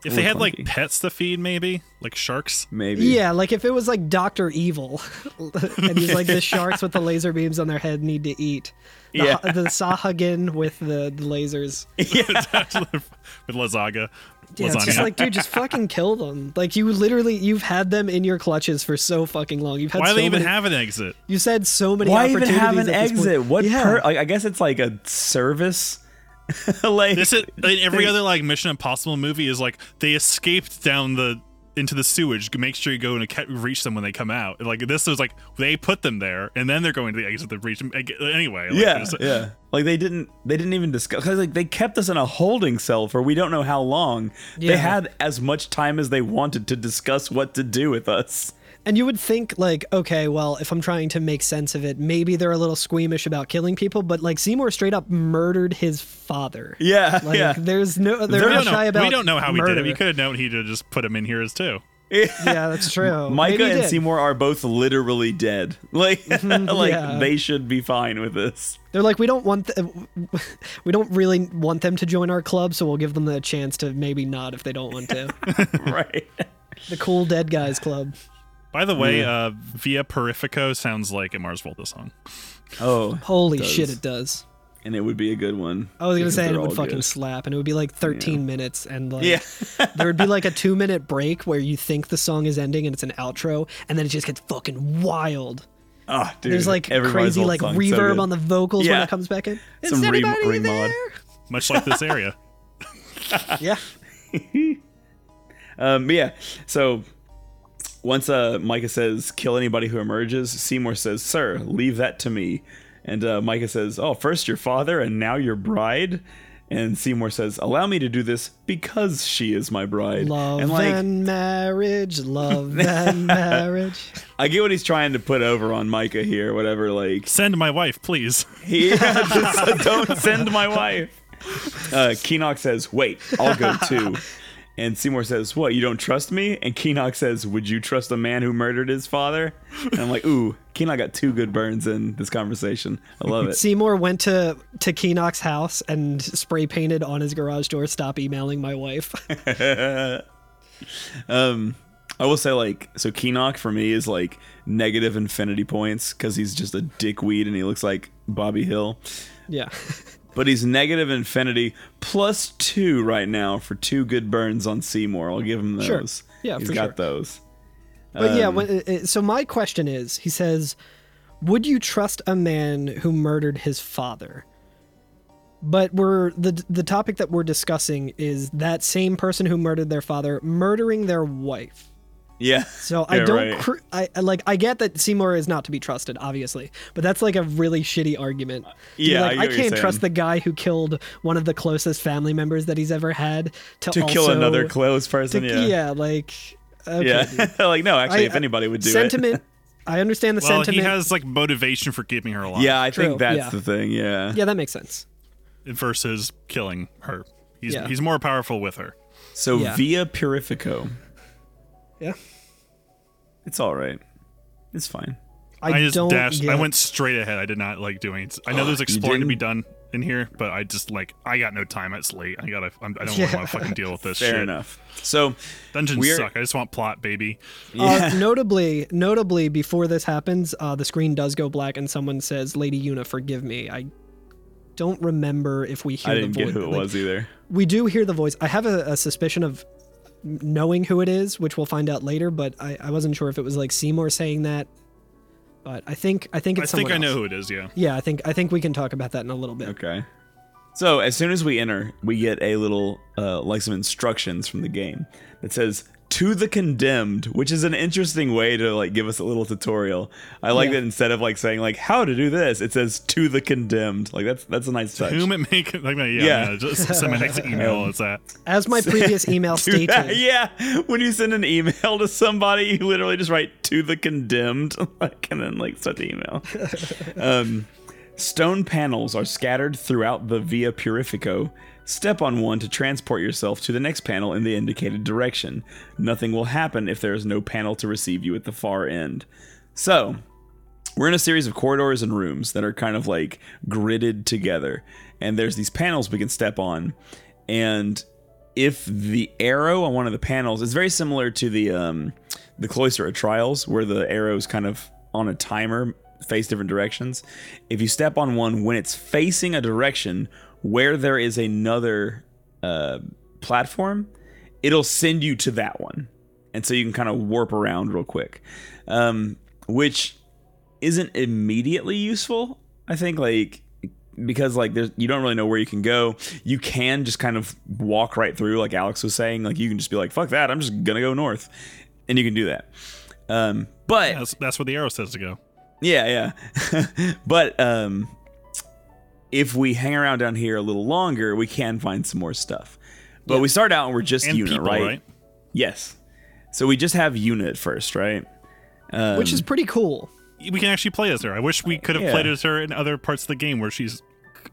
[SPEAKER 3] If they had like pets to feed, maybe like sharks,
[SPEAKER 5] maybe.
[SPEAKER 4] Yeah, like if it was like Doctor Evil, [laughs] and he's
[SPEAKER 5] [laughs]
[SPEAKER 4] like the sharks with the laser beams on their head need to eat. The,
[SPEAKER 3] Yeah.
[SPEAKER 4] the Sahagin with the, the lasers.
[SPEAKER 3] with Lazaga.
[SPEAKER 4] Yeah, it's just
[SPEAKER 3] lasagna.
[SPEAKER 4] like, dude, just
[SPEAKER 5] [laughs]
[SPEAKER 4] fucking kill them. Like you literally, you've had them in your clutches for so fucking long. You've had
[SPEAKER 3] Why do
[SPEAKER 4] so
[SPEAKER 3] they even
[SPEAKER 4] many,
[SPEAKER 3] have an exit?
[SPEAKER 4] You said so many.
[SPEAKER 5] Why even have
[SPEAKER 4] opportunities
[SPEAKER 5] an
[SPEAKER 4] at this point.
[SPEAKER 5] exit? What?
[SPEAKER 4] Yeah.
[SPEAKER 5] Per- like, I guess it's like a service. [laughs] like
[SPEAKER 3] This is in
[SPEAKER 4] [laughs]
[SPEAKER 3] every other like Mission Impossible movie is like they escaped down the into the sewage. Make sure you go and ca- reach them when they come out. Like this was like they put them there and then they're going to the exit to reach them ag- anyway. Like,
[SPEAKER 5] yeah,
[SPEAKER 3] it's-
[SPEAKER 5] yeah. Like they didn't. They didn't even discuss. Cause like they kept us in a holding cell for we don't know how long.
[SPEAKER 4] Yeah.
[SPEAKER 5] They had as much time as they wanted to discuss what to do with us. [laughs]
[SPEAKER 4] And you would think, like, okay, well, if I'm trying to make sense of it, maybe they're a little squeamish about killing people, but like Seymour straight up murdered
[SPEAKER 3] [laughs]
[SPEAKER 4] his father.
[SPEAKER 5] Yeah,
[SPEAKER 4] like,
[SPEAKER 5] yeah.
[SPEAKER 4] There's no,
[SPEAKER 3] We
[SPEAKER 4] they're
[SPEAKER 3] don't,
[SPEAKER 4] not shy
[SPEAKER 3] know,
[SPEAKER 4] about.
[SPEAKER 3] we don't know how he did
[SPEAKER 4] murder.
[SPEAKER 3] it. We could have known he'd have just put him in here as two.
[SPEAKER 4] [laughs] Yeah, that's
[SPEAKER 3] [laughs]
[SPEAKER 4] true. oh,
[SPEAKER 5] Micah
[SPEAKER 4] Maybe he
[SPEAKER 5] and
[SPEAKER 4] did. Mhm,
[SPEAKER 5] Seymour are both literally dead. [laughs]
[SPEAKER 4] [laughs]
[SPEAKER 5] Like, like
[SPEAKER 4] yeah.
[SPEAKER 5] they should be fine
[SPEAKER 4] [laughs]
[SPEAKER 5] with this. [laughs]
[SPEAKER 4] They're like, we don't want, th- [laughs] we don't really want them to join our club, so we'll give them the chance to maybe not if they don't
[SPEAKER 3] [laughs]
[SPEAKER 4] want to.
[SPEAKER 5] right.
[SPEAKER 4] The cool dead guys club.
[SPEAKER 3] By the way, uh, Via Purifico sounds like a Mars Volta song.
[SPEAKER 5] Oh,
[SPEAKER 4] Holy
[SPEAKER 5] does.
[SPEAKER 4] shit, it does.
[SPEAKER 5] And it would be a good one.
[SPEAKER 4] I was gonna
[SPEAKER 5] because
[SPEAKER 4] say and
[SPEAKER 5] they're
[SPEAKER 4] it would
[SPEAKER 5] all
[SPEAKER 4] fucking
[SPEAKER 5] good.
[SPEAKER 4] slap, and it would be like 13 minutes, and like
[SPEAKER 5] Yeah.
[SPEAKER 4] [laughs] there would be like a
[SPEAKER 5] [laughs]
[SPEAKER 4] two minute break where you think the song is ending and it's an outro, and then it just gets fucking wild.
[SPEAKER 5] Ah, dude.
[SPEAKER 4] There's like
[SPEAKER 5] every Mars
[SPEAKER 4] crazy
[SPEAKER 5] Volta
[SPEAKER 4] like
[SPEAKER 5] song's so
[SPEAKER 4] reverb
[SPEAKER 5] good.
[SPEAKER 4] on the vocals when
[SPEAKER 5] Yeah.
[SPEAKER 4] it comes back in. Is
[SPEAKER 5] Some re-
[SPEAKER 4] anybody
[SPEAKER 5] ring mod.
[SPEAKER 4] there?
[SPEAKER 5] [laughs]
[SPEAKER 3] Much like this area.
[SPEAKER 4] Yeah,
[SPEAKER 5] Um, but yeah, so once uh, Micah says, kill anybody who emerges, Seymour says, sir, leave that to me. And uh, Micah says, oh, first your father and now your bride. And Seymour says, allow me to do this because she is my bride.
[SPEAKER 4] love
[SPEAKER 5] and like,
[SPEAKER 4] and marriage,
[SPEAKER 5] [laughs]
[SPEAKER 4] love and marriage.
[SPEAKER 5] I get what he's trying to put over on Micah here, whatever. Like,
[SPEAKER 3] Send my wife, please.
[SPEAKER 5] he,
[SPEAKER 4] [laughs]
[SPEAKER 5] so uh, don't send my wife. Uh, Keenock says, wait, I'll
[SPEAKER 4] [laughs]
[SPEAKER 5] go too. And Seymour says, what, you don't trust me? And Keenock says, would you trust a man who murdered his father? And I'm like, ooh, Keenock got two good burns in this conversation. I
[SPEAKER 4] [laughs]
[SPEAKER 5] love it.
[SPEAKER 4] Seymour went to to Keenock's house and spray painted on his garage door, "Stop emailing my wife." [laughs]
[SPEAKER 5] Um, I will say, like, so Keenock for me is like negative infinity points because he's just a dickweed and he looks like Bobby Hill.
[SPEAKER 4] yeah,
[SPEAKER 5] But he's negative infinity plus two right now for two good burns on Seymour. I'll give him those.
[SPEAKER 4] Sure. Yeah,
[SPEAKER 5] he's
[SPEAKER 4] for
[SPEAKER 5] got
[SPEAKER 4] sure.
[SPEAKER 5] those.
[SPEAKER 4] but yeah.
[SPEAKER 5] Um,
[SPEAKER 4] When, uh, uh, so my question is, he says, "Would you trust a man who murdered his father?" But we're the the topic that we're discussing is that same person who murdered their father murdering their wife.
[SPEAKER 5] Yeah.
[SPEAKER 4] So I
[SPEAKER 5] Yeah,
[SPEAKER 4] don't
[SPEAKER 5] right.
[SPEAKER 4] cr- I I- like I get that Seymour is not to be trusted, obviously, but that's like a really shitty argument. To be
[SPEAKER 5] Uh, yeah, I
[SPEAKER 4] like, I,
[SPEAKER 5] get what you're
[SPEAKER 4] can't trust the
[SPEAKER 5] saying.
[SPEAKER 4] guy who killed one of the closest family members that he's ever had to,
[SPEAKER 5] to kill
[SPEAKER 4] also-
[SPEAKER 5] another close
[SPEAKER 4] to-
[SPEAKER 5] person. yeah.
[SPEAKER 4] like okay, dude.
[SPEAKER 5] yeah. [laughs] like no, actually,
[SPEAKER 4] I- uh,
[SPEAKER 5] if anybody would do
[SPEAKER 4] sentiment. I understand the
[SPEAKER 3] well,
[SPEAKER 4] sentiment.
[SPEAKER 3] he has like motivation for keeping her alive.
[SPEAKER 5] it. Yeah, I
[SPEAKER 4] True,
[SPEAKER 5] think that's
[SPEAKER 4] yeah.
[SPEAKER 5] the thing. Yeah.
[SPEAKER 4] yeah, that makes sense.
[SPEAKER 3] Versus killing her. He's
[SPEAKER 4] Yeah.
[SPEAKER 3] he's more powerful with her.
[SPEAKER 5] So
[SPEAKER 4] Yeah.
[SPEAKER 5] via Purifico,
[SPEAKER 4] Yeah,
[SPEAKER 5] it's all right. It's fine.
[SPEAKER 4] I,
[SPEAKER 3] just
[SPEAKER 4] don't
[SPEAKER 3] dashed. I
[SPEAKER 4] get-
[SPEAKER 3] went straight ahead. I did not like doing it.
[SPEAKER 5] [gasps]
[SPEAKER 3] I know there's
[SPEAKER 5] You
[SPEAKER 3] exploring to be done in here, but I just like I got no time. It's late. I gotta. I'm, I don't
[SPEAKER 4] Yeah.
[SPEAKER 3] want to fucking deal with this.
[SPEAKER 5] Fair
[SPEAKER 3] shit.
[SPEAKER 5] enough. So
[SPEAKER 3] Dungeons
[SPEAKER 5] we're-
[SPEAKER 3] suck. I just want plot, baby.
[SPEAKER 4] Uh, notably, notably, before this happens, uh, the screen does go black, and someone says, "Lady Una, forgive me." I don't remember if we hear
[SPEAKER 5] I
[SPEAKER 4] the
[SPEAKER 5] didn't
[SPEAKER 4] voice.
[SPEAKER 5] get who it
[SPEAKER 4] like,
[SPEAKER 5] was either.
[SPEAKER 4] We do hear the voice. I have a, a suspicion of knowing who it is, which we'll find out later. But I, I wasn't sure if it was like Seymour saying that. But I think I think
[SPEAKER 3] I
[SPEAKER 4] it's
[SPEAKER 3] think I
[SPEAKER 4] someone
[SPEAKER 3] know
[SPEAKER 4] else.
[SPEAKER 3] who it is. Yeah.
[SPEAKER 4] Yeah, I think I think we can talk about that in a little bit.
[SPEAKER 5] Okay. So as soon as we enter, we get a little uh, like some instructions from the game that says to the condemned, which is an interesting way to like give us a little tutorial. I like
[SPEAKER 4] Yeah.
[SPEAKER 5] that instead of like saying like how to do this, it says to the condemned. Like that's that's a nice touch.
[SPEAKER 3] Whom it make [laughs] like yeah,
[SPEAKER 5] Yeah.
[SPEAKER 3] yeah. just send my
[SPEAKER 4] [laughs]
[SPEAKER 3] next email is that
[SPEAKER 4] As
[SPEAKER 5] [laughs]
[SPEAKER 4] my previous email
[SPEAKER 5] Do
[SPEAKER 4] stated,
[SPEAKER 5] that- yeah, when you send an email to somebody, you literally just write to the condemned, [laughs] like, and then like send the email. um, stone panels are scattered throughout the Via Purifico. Step on one to transport yourself to the next panel in the indicated direction. Nothing will happen if there is no panel to receive you at the far end. So, we're in a series of corridors and rooms that are kind of like gridded together and there's these panels we can step on and if the arrow on one of the panels is very similar to the um the cloister of trials where the arrow is kind of on a timer face different directions if you step on one when it's facing a direction where there is another uh platform it'll send you to that one and so you can kind of warp around real quick um which isn't immediately useful. I think like because like there's you don't really know where you can go. You can just kind of walk right through, like Alex was saying. Like you can just be like, "Fuck that! I'm just gonna go north," and you can do that. Um, but
[SPEAKER 3] that's, that's where the arrow says to go.
[SPEAKER 5] yeah, yeah. [laughs] but um, if we hang around down here a little longer, we can find some more stuff. But we start out and we're just
[SPEAKER 3] And
[SPEAKER 5] unit,
[SPEAKER 3] people,
[SPEAKER 5] right?
[SPEAKER 3] right?
[SPEAKER 5] Yes. So we just have unit first, right? Um,
[SPEAKER 4] which is pretty cool.
[SPEAKER 3] We can actually play as her. I wish we could have
[SPEAKER 5] Yeah.
[SPEAKER 3] played as her in other parts of the game where she's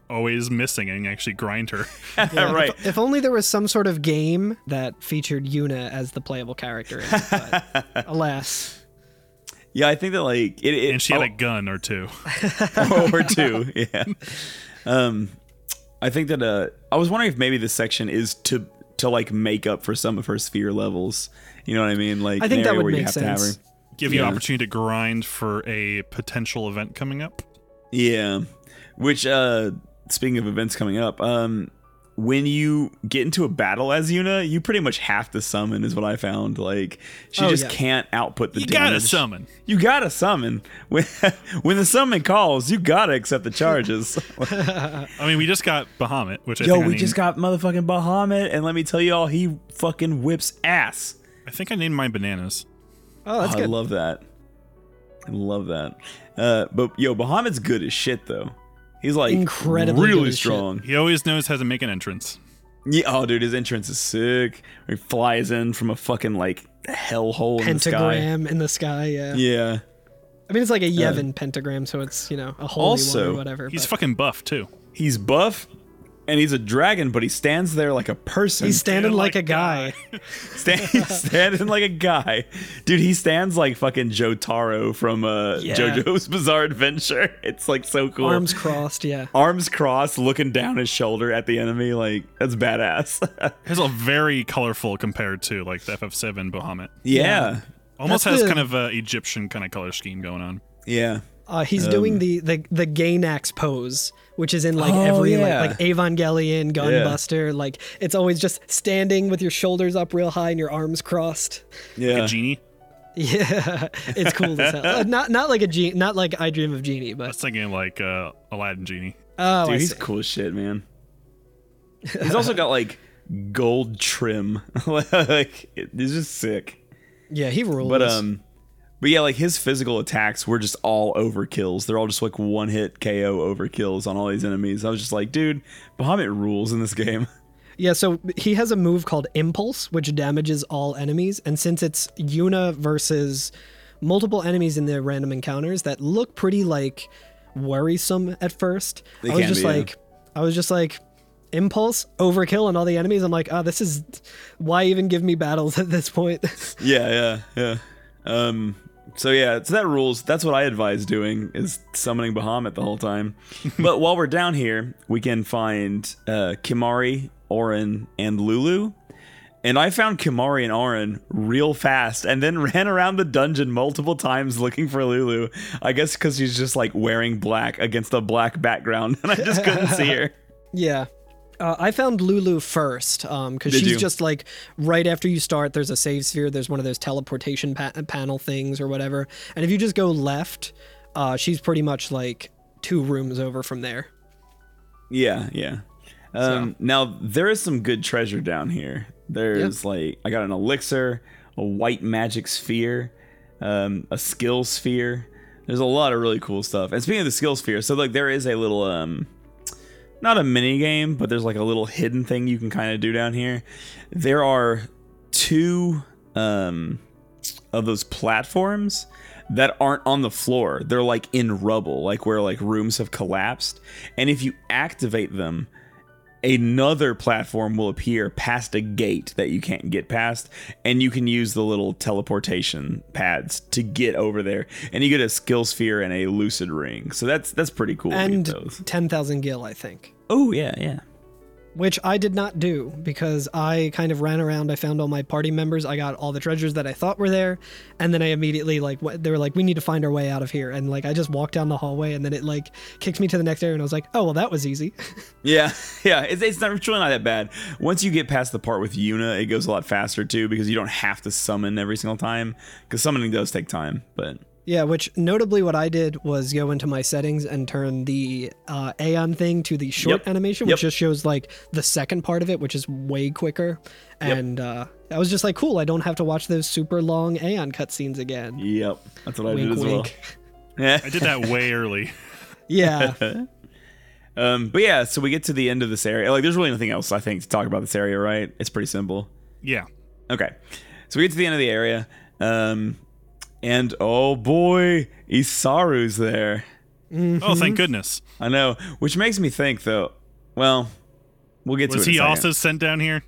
[SPEAKER 3] always missing and actually grind
[SPEAKER 5] [laughs]
[SPEAKER 3] her.
[SPEAKER 4] Yeah,
[SPEAKER 5] right.
[SPEAKER 4] If, if only there was some sort of game that featured Yuna as the playable character. In it,
[SPEAKER 5] [laughs]
[SPEAKER 4] but alas,
[SPEAKER 5] Yeah, I think that like it, it
[SPEAKER 3] and she
[SPEAKER 5] oh,
[SPEAKER 3] had
[SPEAKER 5] [laughs]
[SPEAKER 3] a gun or two. [laughs]
[SPEAKER 5] or two. Yeah. Um, I think that uh, I was wondering if maybe this section is to to like make up for some of her sphere levels. You know what I mean? Like
[SPEAKER 4] I think
[SPEAKER 5] an
[SPEAKER 4] that
[SPEAKER 5] area
[SPEAKER 4] would
[SPEAKER 5] where you
[SPEAKER 4] make
[SPEAKER 5] have to have
[SPEAKER 4] sense.
[SPEAKER 5] her.
[SPEAKER 3] Give you an
[SPEAKER 5] Yeah.
[SPEAKER 3] opportunity to grind for a potential event coming up.
[SPEAKER 5] Yeah. Which uh, speaking of events coming up, um, when you get into a battle as Yuna, you pretty much have to summon, is what I found. Like she
[SPEAKER 4] Oh,
[SPEAKER 5] just
[SPEAKER 4] yeah.
[SPEAKER 5] can't output the
[SPEAKER 3] You
[SPEAKER 5] damage.
[SPEAKER 3] gotta summon.
[SPEAKER 5] You gotta summon [laughs] when when the summon calls. You gotta accept the [laughs] charges.
[SPEAKER 3] I mean, we just got Bahamut, which I
[SPEAKER 5] Yo,
[SPEAKER 3] think I
[SPEAKER 5] we
[SPEAKER 3] named-
[SPEAKER 5] just got motherfucking Bahamut, and let me tell y'all, he fucking whips ass.
[SPEAKER 3] I think I named mine bananas.
[SPEAKER 4] oh, that's
[SPEAKER 5] Oh, I
[SPEAKER 4] good.
[SPEAKER 5] love that. I love that. Uh, but yo, Bahamut's good as shit though. He's like
[SPEAKER 4] Incredibly good
[SPEAKER 5] really
[SPEAKER 4] as shit.
[SPEAKER 5] strong.
[SPEAKER 3] He always knows how to make an entrance.
[SPEAKER 5] Yeah, oh dude, his entrance is sick. He flies in from a fucking like hellhole in the sky.
[SPEAKER 4] Pentagram in the sky. Yeah.
[SPEAKER 5] Yeah. Um,
[SPEAKER 4] I mean, it's like a Yevon pentagram, so it's you know a holy one
[SPEAKER 5] Also,
[SPEAKER 4] or whatever.
[SPEAKER 3] He's
[SPEAKER 4] but
[SPEAKER 3] fucking buff too.
[SPEAKER 5] He's buff and he's a dragon, but he stands there like a person.
[SPEAKER 4] he's standing like, a
[SPEAKER 5] [laughs]
[SPEAKER 4] guy.
[SPEAKER 5] Stand, he's standing like a guy, dude. He stands like fucking Joe Taro from uh,
[SPEAKER 4] Yeah.
[SPEAKER 5] JoJo's [laughs] Bizarre Adventure. It's like so cool.
[SPEAKER 4] Arms crossed. Yeah.
[SPEAKER 5] Arms crossed, looking down his shoulder at the enemy. Like that's badass. [laughs] yeah.
[SPEAKER 3] He's a very colorful compared to like the FF7 Bahamut.
[SPEAKER 5] yeah,
[SPEAKER 3] Almost
[SPEAKER 4] That's
[SPEAKER 3] has
[SPEAKER 4] the-
[SPEAKER 3] kind of a Egyptian kind of color scheme going on.
[SPEAKER 4] Uh, he's
[SPEAKER 5] Um,
[SPEAKER 4] doing the the the Gainax pose, which is in like
[SPEAKER 5] Oh,
[SPEAKER 4] every
[SPEAKER 5] yeah.
[SPEAKER 4] like, like Evangelion, Gunbuster. Like it's always just standing with your shoulders up real high and your arms crossed.
[SPEAKER 5] yeah.
[SPEAKER 3] A genie.
[SPEAKER 4] Yeah, [laughs] it's cool as hell. Uh, not not like a genie, not like I Dream of Genie,
[SPEAKER 3] I
[SPEAKER 4] but
[SPEAKER 3] was thinking like uh, Aladdin genie.
[SPEAKER 4] oh, I
[SPEAKER 5] Dude, he's
[SPEAKER 4] see.
[SPEAKER 5] cool as
[SPEAKER 4] [laughs]
[SPEAKER 5] shit, man. [laughs] He's also got like gold trim. like it- it's just sick.
[SPEAKER 4] Yeah, he rules.
[SPEAKER 5] But um, but yeah, like his physical attacks were just all overkills. They're all just like one hit KO overkills on all these enemies. I was just like, dude, Bahamut rules in this game. [laughs]
[SPEAKER 4] Yeah, so he has a move called Impulse, which damages all enemies. And since it's Yuna versus multiple enemies in their random encounters that look pretty like worrisome at first,
[SPEAKER 5] They
[SPEAKER 4] I was
[SPEAKER 5] can
[SPEAKER 4] just
[SPEAKER 5] be, yeah.
[SPEAKER 4] like, I was just like, Impulse, overkill on all the enemies. I'm like, oh, this is why even give me battles at this point? [laughs]
[SPEAKER 5] [laughs] yeah, yeah, yeah. Um, so yeah, so that rules. That's what I advise doing is summoning Bahamut the whole time. but while we're down here, we can find uh, Kimari, Orin, and Lulu. And I found Kimari and Orin real fast, and then [laughs] ran around the dungeon multiple times looking for Lulu. I guess because she's just like wearing black against a black background, [laughs] and I just couldn't see her.
[SPEAKER 4] Yeah. Uh, I found Lulu first because
[SPEAKER 5] Did
[SPEAKER 4] she's
[SPEAKER 5] you?
[SPEAKER 4] just like right after you start, there's a save sphere, there's one of those teleportation pa- panel things or whatever. And if you just go left, uh, she's pretty much like two rooms over from there.
[SPEAKER 5] Yeah, yeah. Um, Now there is some good treasure down here. There's like I got an elixir, a white magic sphere, um, a skill sphere. There's a lot of really cool stuff. And speaking of the skill sphere, so like there is a little um, not a mini game, but there's like a little hidden thing you can kind of do down here. There are two um of those platforms that aren't on the floor. They're like in rubble, like where like rooms have collapsed. And if you activate them, another platform will appear past a gate that you can't get past and you can use the little teleportation pads to get over there and you get a skill sphere and a lucid ring so that's that's pretty cool to get
[SPEAKER 4] and
[SPEAKER 5] those.
[SPEAKER 4] 10,000 gil, I think.
[SPEAKER 5] Oh, yeah, yeah.
[SPEAKER 4] Which I did not do because I kind of ran around. I found all my party members. I got all the treasures that I thought were there. And then I immediately, like, wh- they were like, we need to find our way out of here. And, like, I just walked down the hallway and then it, like, kicked me to the next area. And I was like, oh, well, that was easy. [laughs]
[SPEAKER 5] Yeah, [laughs] yeah. It's, it's, not, it's really not that bad. Once you get past the part with Yuna, it goes a lot faster too because you don't have to summon every single time because summoning does take time. But
[SPEAKER 4] Yeah, which notably what I did was go into my settings and turn the uh, Aeon thing to the short
[SPEAKER 5] Yep.
[SPEAKER 4] animation,
[SPEAKER 5] Yep.
[SPEAKER 4] which just shows like the second part of it, which is way quicker. And uh, I was just like, cool, I don't have to watch those super long Aeon cutscenes again.
[SPEAKER 5] yep, that's what I
[SPEAKER 4] Wink,
[SPEAKER 5] did as
[SPEAKER 4] wink.
[SPEAKER 5] well. [laughs] Yeah,
[SPEAKER 3] I did that way early.
[SPEAKER 4] [laughs] Yeah.
[SPEAKER 5] [laughs] um, but yeah, so we get to the end of this area. Like, there's really nothing else I think to talk about this area, right? It's pretty simple.
[SPEAKER 3] Yeah. Oh,
[SPEAKER 5] Okay. So we get to the end of the area. Um, and oh boy, Isaru's there.
[SPEAKER 3] Oh, thank goodness.
[SPEAKER 5] I know. Which makes me think, though. Well, we'll get
[SPEAKER 3] Was
[SPEAKER 5] to it. in a
[SPEAKER 3] he
[SPEAKER 5] second.
[SPEAKER 3] also sent down here?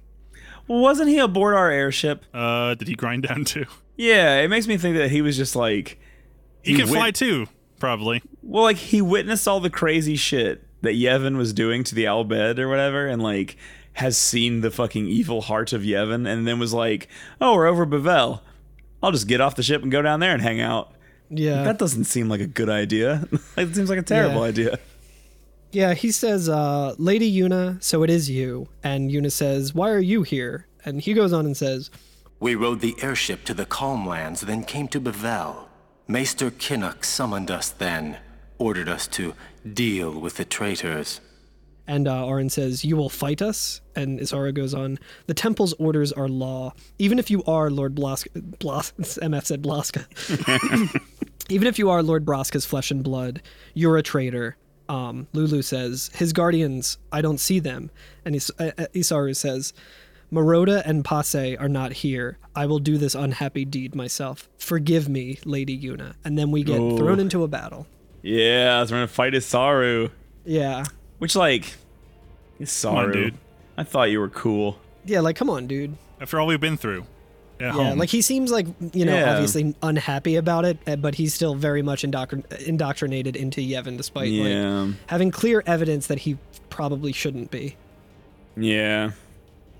[SPEAKER 5] Wasn't he aboard our airship?
[SPEAKER 3] Uh, did he grind down too?
[SPEAKER 5] Yeah, it makes me think that he was just like
[SPEAKER 3] He, can fly too, probably.
[SPEAKER 5] Well, like he witnessed all the crazy shit that Yevon was doing to the Albed or whatever, and like has seen the fucking evil heart of Yevon, and then was like, "Oh, we're over Bavel. I'll just get off the ship and go down there and hang out."
[SPEAKER 4] Yeah.
[SPEAKER 5] that doesn't seem like a good idea. [laughs] it seems like a terrible
[SPEAKER 4] Yeah.
[SPEAKER 5] idea.
[SPEAKER 4] Yeah, he says, uh, Lady Yuna, so it is you. And Yuna says, why are you here? And he goes on and says,
[SPEAKER 12] We rode the airship to the calm lands, then came to Bevel. Maester Kinnock summoned us then, ordered us to deal with the traitors.
[SPEAKER 4] And uh, Arin says, You will fight us. And Isara goes on, The temple's orders are law. Even if you are Lord Blask. [laughs] Blas- MF said Blaska. Even if you are Lord Braska's flesh and blood, you're a traitor. Um, Lulu says, His guardians, I don't see them. And Is- uh, uh, Isaru says, Maroda and Pase are not here. I will do this unhappy deed myself. Forgive me, Lady Yuna. And then we get
[SPEAKER 5] Ooh.
[SPEAKER 4] thrown into a battle.
[SPEAKER 5] Yeah, so we're gonna fight Isaru,
[SPEAKER 4] Yeah.
[SPEAKER 5] which like Isaru.
[SPEAKER 3] dude.
[SPEAKER 5] I thought you were cool.
[SPEAKER 4] Yeah, like, come on, dude.
[SPEAKER 3] After all we've been through. At
[SPEAKER 4] Yeah,
[SPEAKER 3] home.
[SPEAKER 4] like he seems like you know
[SPEAKER 3] Yeah.
[SPEAKER 4] obviously unhappy about it, uh, but he's still very much indoctrin- indoctrinated into Yevon, despite
[SPEAKER 5] Yeah.
[SPEAKER 4] like having clear evidence that he probably shouldn't be.
[SPEAKER 5] Yeah.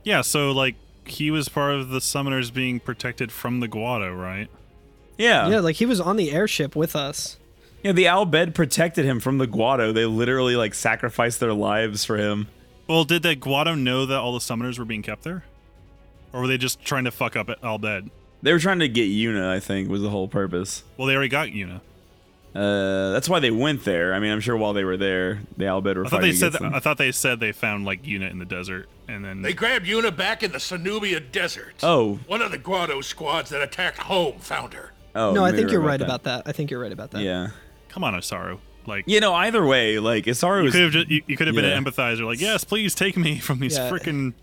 [SPEAKER 3] Yeah, so like he was part of the summoners being protected from the Guado, right?
[SPEAKER 5] Yeah.
[SPEAKER 4] yeah, like he was on the airship with us.
[SPEAKER 5] Yeah, the Albed protected him from the Guado. They literally like sacrificed their lives for him.
[SPEAKER 3] Well, did the Guado know that all the summoners were being kept there? Or were they just trying to fuck up Albed?
[SPEAKER 5] They were trying to get Yuna, I think, was the whole purpose.
[SPEAKER 3] Well, they already got Yuna.
[SPEAKER 5] Uh, that's why they went there. I mean, I'm sure while they were there, the Albed were
[SPEAKER 3] I thought
[SPEAKER 5] fighting
[SPEAKER 3] they said
[SPEAKER 5] against them.
[SPEAKER 3] I thought they said they found like unit in the desert, and then
[SPEAKER 13] They grabbed Una back in the Sanubia Desert.
[SPEAKER 5] Oh.
[SPEAKER 13] One of the Grotto squads that attacked home found her.
[SPEAKER 5] Oh,
[SPEAKER 4] no, I
[SPEAKER 5] maybe
[SPEAKER 4] think you're
[SPEAKER 5] you're right
[SPEAKER 4] right
[SPEAKER 5] about
[SPEAKER 4] about that. I think you're right about that.
[SPEAKER 5] yeah.
[SPEAKER 3] Come on, Osaru. Like
[SPEAKER 5] you know, either way, like Isaru
[SPEAKER 3] you
[SPEAKER 5] was
[SPEAKER 3] could have just, you, you could have
[SPEAKER 5] Yeah.
[SPEAKER 3] been an empathizer, like yes, please take me from these
[SPEAKER 4] Yeah.
[SPEAKER 3] frickin'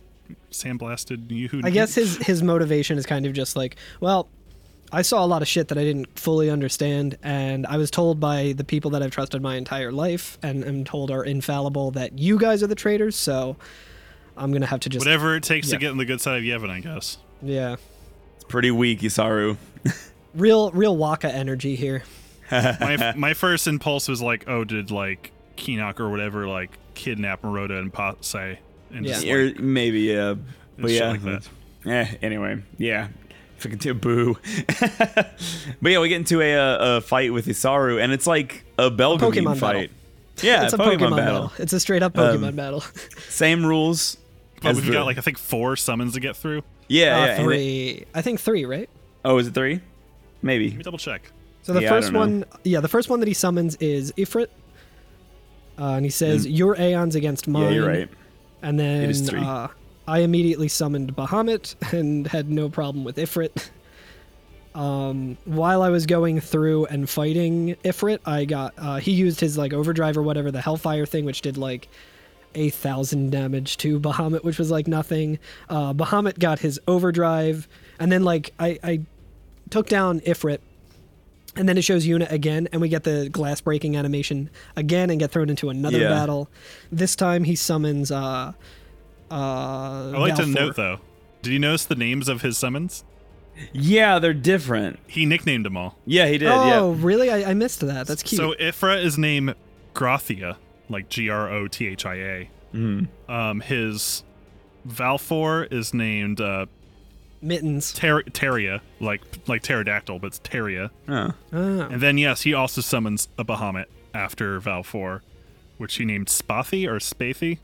[SPEAKER 3] sandblasted you.
[SPEAKER 4] I guess his his motivation is kind of just like, well, I saw a lot of shit that I didn't fully understand, and I was told by the people that I've trusted my entire life, and am told are infallible, that you guys are the traitors. So I'm gonna have to just
[SPEAKER 3] whatever it takes
[SPEAKER 4] Yeah.
[SPEAKER 3] to get on the good side of Yevon, I
[SPEAKER 4] [laughs]
[SPEAKER 3] guess.
[SPEAKER 4] Yeah,
[SPEAKER 5] pretty weak, Isaru.
[SPEAKER 4] real real Waka energy here.
[SPEAKER 3] my my first impulse was like, oh, did like Keenock or whatever like kidnap Moroda and Patsai and just like,
[SPEAKER 5] Or maybe, yeah. But
[SPEAKER 3] shit
[SPEAKER 5] yeah.
[SPEAKER 3] like that.
[SPEAKER 5] Yeah. Anyway, yeah. Fucking to boo. [laughs] but yeah, we get into a, uh, a fight with Isaru, and it's like a Belgian
[SPEAKER 4] Pokemon battle.
[SPEAKER 5] fight. Yeah,
[SPEAKER 4] it's a
[SPEAKER 5] Pokemon,
[SPEAKER 4] Pokemon,
[SPEAKER 5] battle.
[SPEAKER 4] battle. It's a straight up
[SPEAKER 5] Um,
[SPEAKER 4] Pokemon
[SPEAKER 5] [laughs]
[SPEAKER 4] battle.
[SPEAKER 5] Same rules.
[SPEAKER 3] But
[SPEAKER 5] as
[SPEAKER 3] we've
[SPEAKER 5] the-
[SPEAKER 3] got like I think four summons to get through.
[SPEAKER 5] yeah,
[SPEAKER 4] Uh,
[SPEAKER 5] yeah, and it-
[SPEAKER 4] three. I think three, right?
[SPEAKER 5] oh, is it three? Maybe. Let
[SPEAKER 3] me double check.
[SPEAKER 4] So the
[SPEAKER 5] Yeah, I
[SPEAKER 4] first
[SPEAKER 5] don't know.
[SPEAKER 4] one, yeah, the first one that he summons is Ifrit, uh, and he says, "Your aeons against mine."
[SPEAKER 5] Mm. Yeah, you're right.
[SPEAKER 4] And then
[SPEAKER 5] It is three.
[SPEAKER 4] Uh, I immediately summoned Bahamut [laughs] and had no problem with Ifrit. Um, while I was going through and fighting Ifrit, I got uh, he used his like overdrive or whatever the Hellfire thing, which did like a thousand damage to Bahamut, which was like nothing. Uh, Bahamut got his overdrive, and then like I, I took down Ifrit, and then it shows Yuna again, and we get the glass breaking animation again, and get thrown into another
[SPEAKER 3] Yeah.
[SPEAKER 4] battle. This time he summons. uh uh,
[SPEAKER 3] I like to
[SPEAKER 4] Balfour.
[SPEAKER 3] note though, did you notice the names of his summons?
[SPEAKER 5] Yeah, they're different.
[SPEAKER 3] He nicknamed them all.
[SPEAKER 5] Yeah, he
[SPEAKER 4] oh, really? I, I missed that. That's cute.
[SPEAKER 3] So Ifra is named Grothia, like G R O T H I A.
[SPEAKER 5] Mm.
[SPEAKER 3] Um, his Valfor is named uh,
[SPEAKER 4] Mittens.
[SPEAKER 3] [laughs] Ter- Terria, like like pterodactyl, but it's Terria.
[SPEAKER 5] Oh.
[SPEAKER 3] And then yes, he also summons a Bahamut after Valfor, which he named Spathy or
[SPEAKER 5] [laughs]
[SPEAKER 3] Spathy.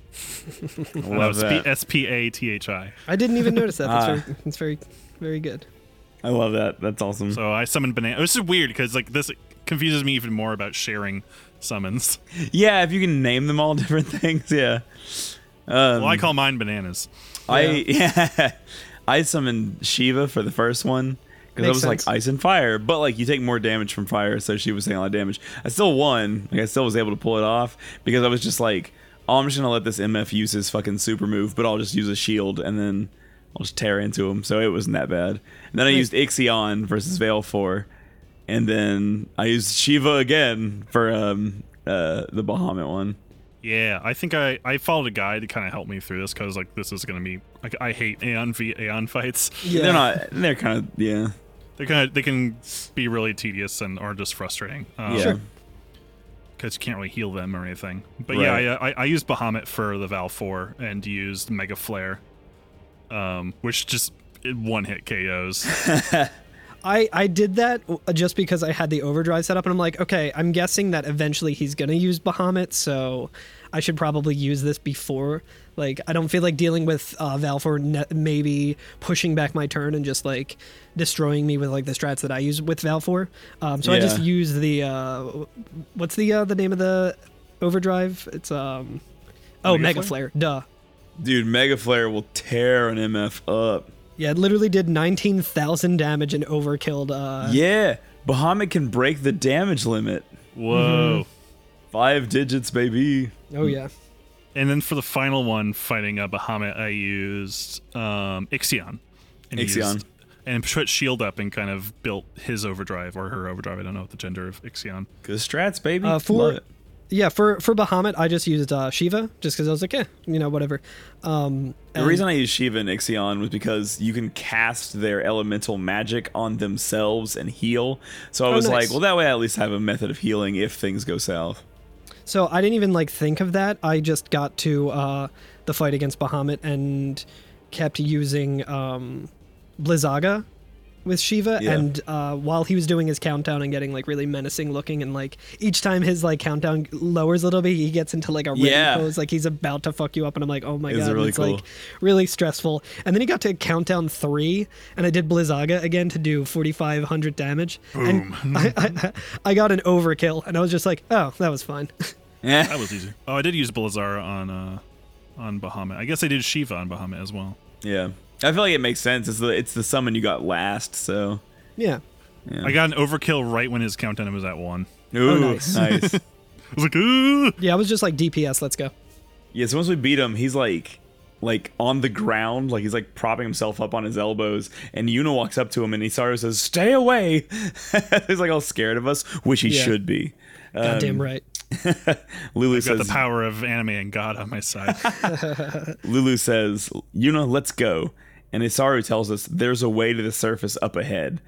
[SPEAKER 5] Love that.
[SPEAKER 3] S P A T H I.
[SPEAKER 4] I didn't even notice that. That's,
[SPEAKER 3] Ah.
[SPEAKER 4] very, that's very, very good.
[SPEAKER 5] I love that. That's awesome.
[SPEAKER 3] So Oh, I summoned banana. This is weird because like this confuses me even more about sharing summons.
[SPEAKER 5] Yeah, if you can name them all [laughs] different things, yeah. Um,
[SPEAKER 3] well, I call mine bananas.
[SPEAKER 5] I [laughs] yeah. I summoned Shiva for the first one because I
[SPEAKER 3] Makes
[SPEAKER 5] was
[SPEAKER 3] sense.
[SPEAKER 5] like ice and fire, but like you take more damage from fire, so she was taking a lot of damage. I still won. Like I still was able to pull it off because I was just like, oh, I'm just gonna let this MF use his fucking super move, but I'll just use a shield and then I'll just tear into him. So it wasn't that bad. And then I used Ixion versus Veil Four, and then I used Shiva again for um uh the Bahamut one.
[SPEAKER 3] Yeah, I think I, I followed a guy to kind of help me through this because like this is gonna be like I hate Aeon v Aeon fights. [laughs]
[SPEAKER 5] They're not. They're kind of yeah.
[SPEAKER 3] They're kind of they can be really tedious and are just frustrating.
[SPEAKER 5] Yeah. Sure.
[SPEAKER 3] Because you can't really heal them or anything. But yeah, I, I, I used Bahamut for the Val Four and used Mega Flare, um, which just one hit KOs.
[SPEAKER 4] I, I did that w- just because I had the overdrive set up, and I'm like, okay, I'm guessing that eventually he's gonna use Bahamut, so I should probably use this before. Like, I don't feel like dealing with uh, Valfor ne- maybe pushing back my turn and just like destroying me with like the strats that I use with Valfor. Um, so I just
[SPEAKER 14] Yeah.
[SPEAKER 4] use the uh, w- what's the uh, the name of the overdrive? It's um oh
[SPEAKER 5] Mega
[SPEAKER 4] Mega
[SPEAKER 5] Flare?
[SPEAKER 4] Flare, duh.
[SPEAKER 5] Dude, Mega Flare will tear an MF up.
[SPEAKER 4] Yeah, it literally did 19,000 damage and overkilled. Uh,
[SPEAKER 5] yeah, Bahamut can break the damage limit.
[SPEAKER 3] Whoa. Mhm.
[SPEAKER 5] Five digits, baby.
[SPEAKER 4] Oh, yeah.
[SPEAKER 3] And then for the final one, fighting a Bahamut, I used um, Ixion. And he
[SPEAKER 5] Ixion.
[SPEAKER 3] Used, and put Shield up and kind of built his overdrive or her overdrive. I don't know what the gender of Ixion.
[SPEAKER 5] Good strats, baby.
[SPEAKER 4] Uh, for yeah, for for Bahamut, I just used uh, Shiva just because I was like, eh, you know, whatever. Um,
[SPEAKER 5] The
[SPEAKER 4] and-
[SPEAKER 5] reason I used Shiva and Ixion was because you can cast their elemental magic on themselves and heal. So I
[SPEAKER 4] Oh,
[SPEAKER 5] was
[SPEAKER 4] nice.
[SPEAKER 5] like, well, that way I at least have a method of healing if things go south. [laughs]
[SPEAKER 4] so I didn't even like think of that. I just got to uh, the fight against Bahamut and kept using um, Blizzaga with Shiva,
[SPEAKER 5] Yeah.
[SPEAKER 4] and uh, while he was doing his countdown and getting like really menacing looking, and like each time his like countdown lowers a little bit, he gets into like a ready
[SPEAKER 5] Yeah.
[SPEAKER 4] pose, like he's about to fuck you up, and I'm like, oh my
[SPEAKER 5] It's
[SPEAKER 4] god, and
[SPEAKER 5] really
[SPEAKER 4] it's
[SPEAKER 5] cool.
[SPEAKER 4] like really stressful. And then he got to countdown three, and I did Blizzaga again to do 4,500 damage, and [laughs] I, I, I got an overkill, and I was just like, oh, that was fine. [laughs]
[SPEAKER 3] That was easy. Oh, I did use Blazar on uh on Bahamut. I guess I did Shiva on Bahamut as well.
[SPEAKER 5] Yeah, I feel like it makes sense. It's the it's the summon you got last, so
[SPEAKER 4] yeah.
[SPEAKER 5] Yeah.
[SPEAKER 3] I got an overkill right when his countdown was at one.
[SPEAKER 5] Ooh, Oh, nice. nice.
[SPEAKER 3] I was like, ooh.
[SPEAKER 4] Yeah, I was just like DPS. Let's go.
[SPEAKER 5] Yeah, so once we beat him, he's like like on the ground, like he's like propping himself up on his elbows, and Yuna walks up to him and Isaru says, Stay away. [laughs] he's like all scared of us, which he
[SPEAKER 3] Yeah.
[SPEAKER 5] should be.
[SPEAKER 4] Goddamn
[SPEAKER 5] Um,
[SPEAKER 4] right.
[SPEAKER 5] Lulu
[SPEAKER 3] I've got the
[SPEAKER 5] says
[SPEAKER 3] power of anime and God on my side.
[SPEAKER 5] Lulu says, Yuna, let's go. And Isaru tells us there's a way to the surface up ahead.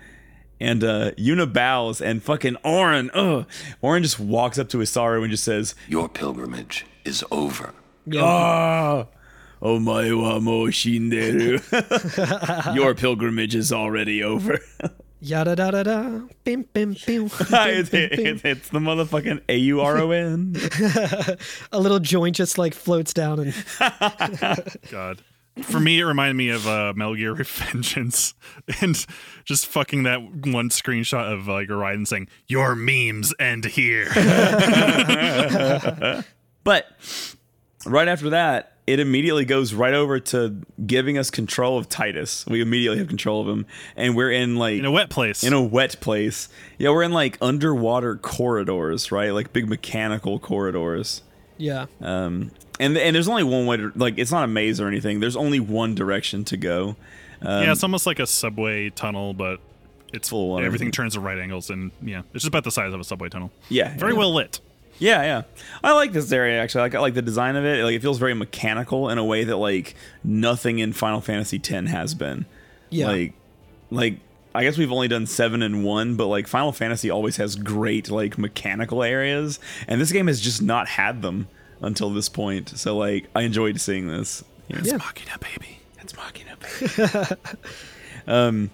[SPEAKER 5] And uh, Yuna bows and fucking Orin, ugh. Orin just walks up to Isaru and just says,
[SPEAKER 2] Your pilgrimage is over.
[SPEAKER 4] Yeah. [laughs]
[SPEAKER 5] Ah, omae wa mo shinderu. [laughs] Your pilgrimage is already over. [laughs]
[SPEAKER 4] Yada da da da. Bim bim bim. [laughs]
[SPEAKER 5] [laughs] it's, it's- it's the motherfucking A U R O N.
[SPEAKER 4] a little joint just like floats down and
[SPEAKER 3] God. For me, it reminded me of uh, Metal Gear [laughs] Revengeance and just fucking that one screenshot of uh, like Orion saying, Your memes end here.
[SPEAKER 5] but right after that, it immediately goes right over to giving us control of Titus. We immediately have control of him, and we're in like in a
[SPEAKER 3] wet place.
[SPEAKER 5] In a wet place. Yeah, we're in like underwater corridors, right? Like big mechanical corridors.
[SPEAKER 4] yeah.
[SPEAKER 5] Um, and and there's only one way to like it's not a maze or anything. There's only one direction to go. Um,
[SPEAKER 3] yeah, it's almost like a subway tunnel, but it's
[SPEAKER 5] full.
[SPEAKER 3] everything turns at right angles, and yeah, it's just about the size of a subway tunnel.
[SPEAKER 5] Yeah,
[SPEAKER 3] Very
[SPEAKER 5] yeah.
[SPEAKER 3] well lit.
[SPEAKER 5] Yeah, yeah. I like this area actually. I like, I like the design of it. Like it feels very mechanical in a way that like nothing in Final Fantasy X has been.
[SPEAKER 4] Yeah.
[SPEAKER 5] Like, like I guess we've only done seven and one, but like Final Fantasy always has great like mechanical areas, and this game has just not had them until this point. So like I enjoyed seeing this. Yeah.
[SPEAKER 4] Yeah.
[SPEAKER 5] That's Machina, Um,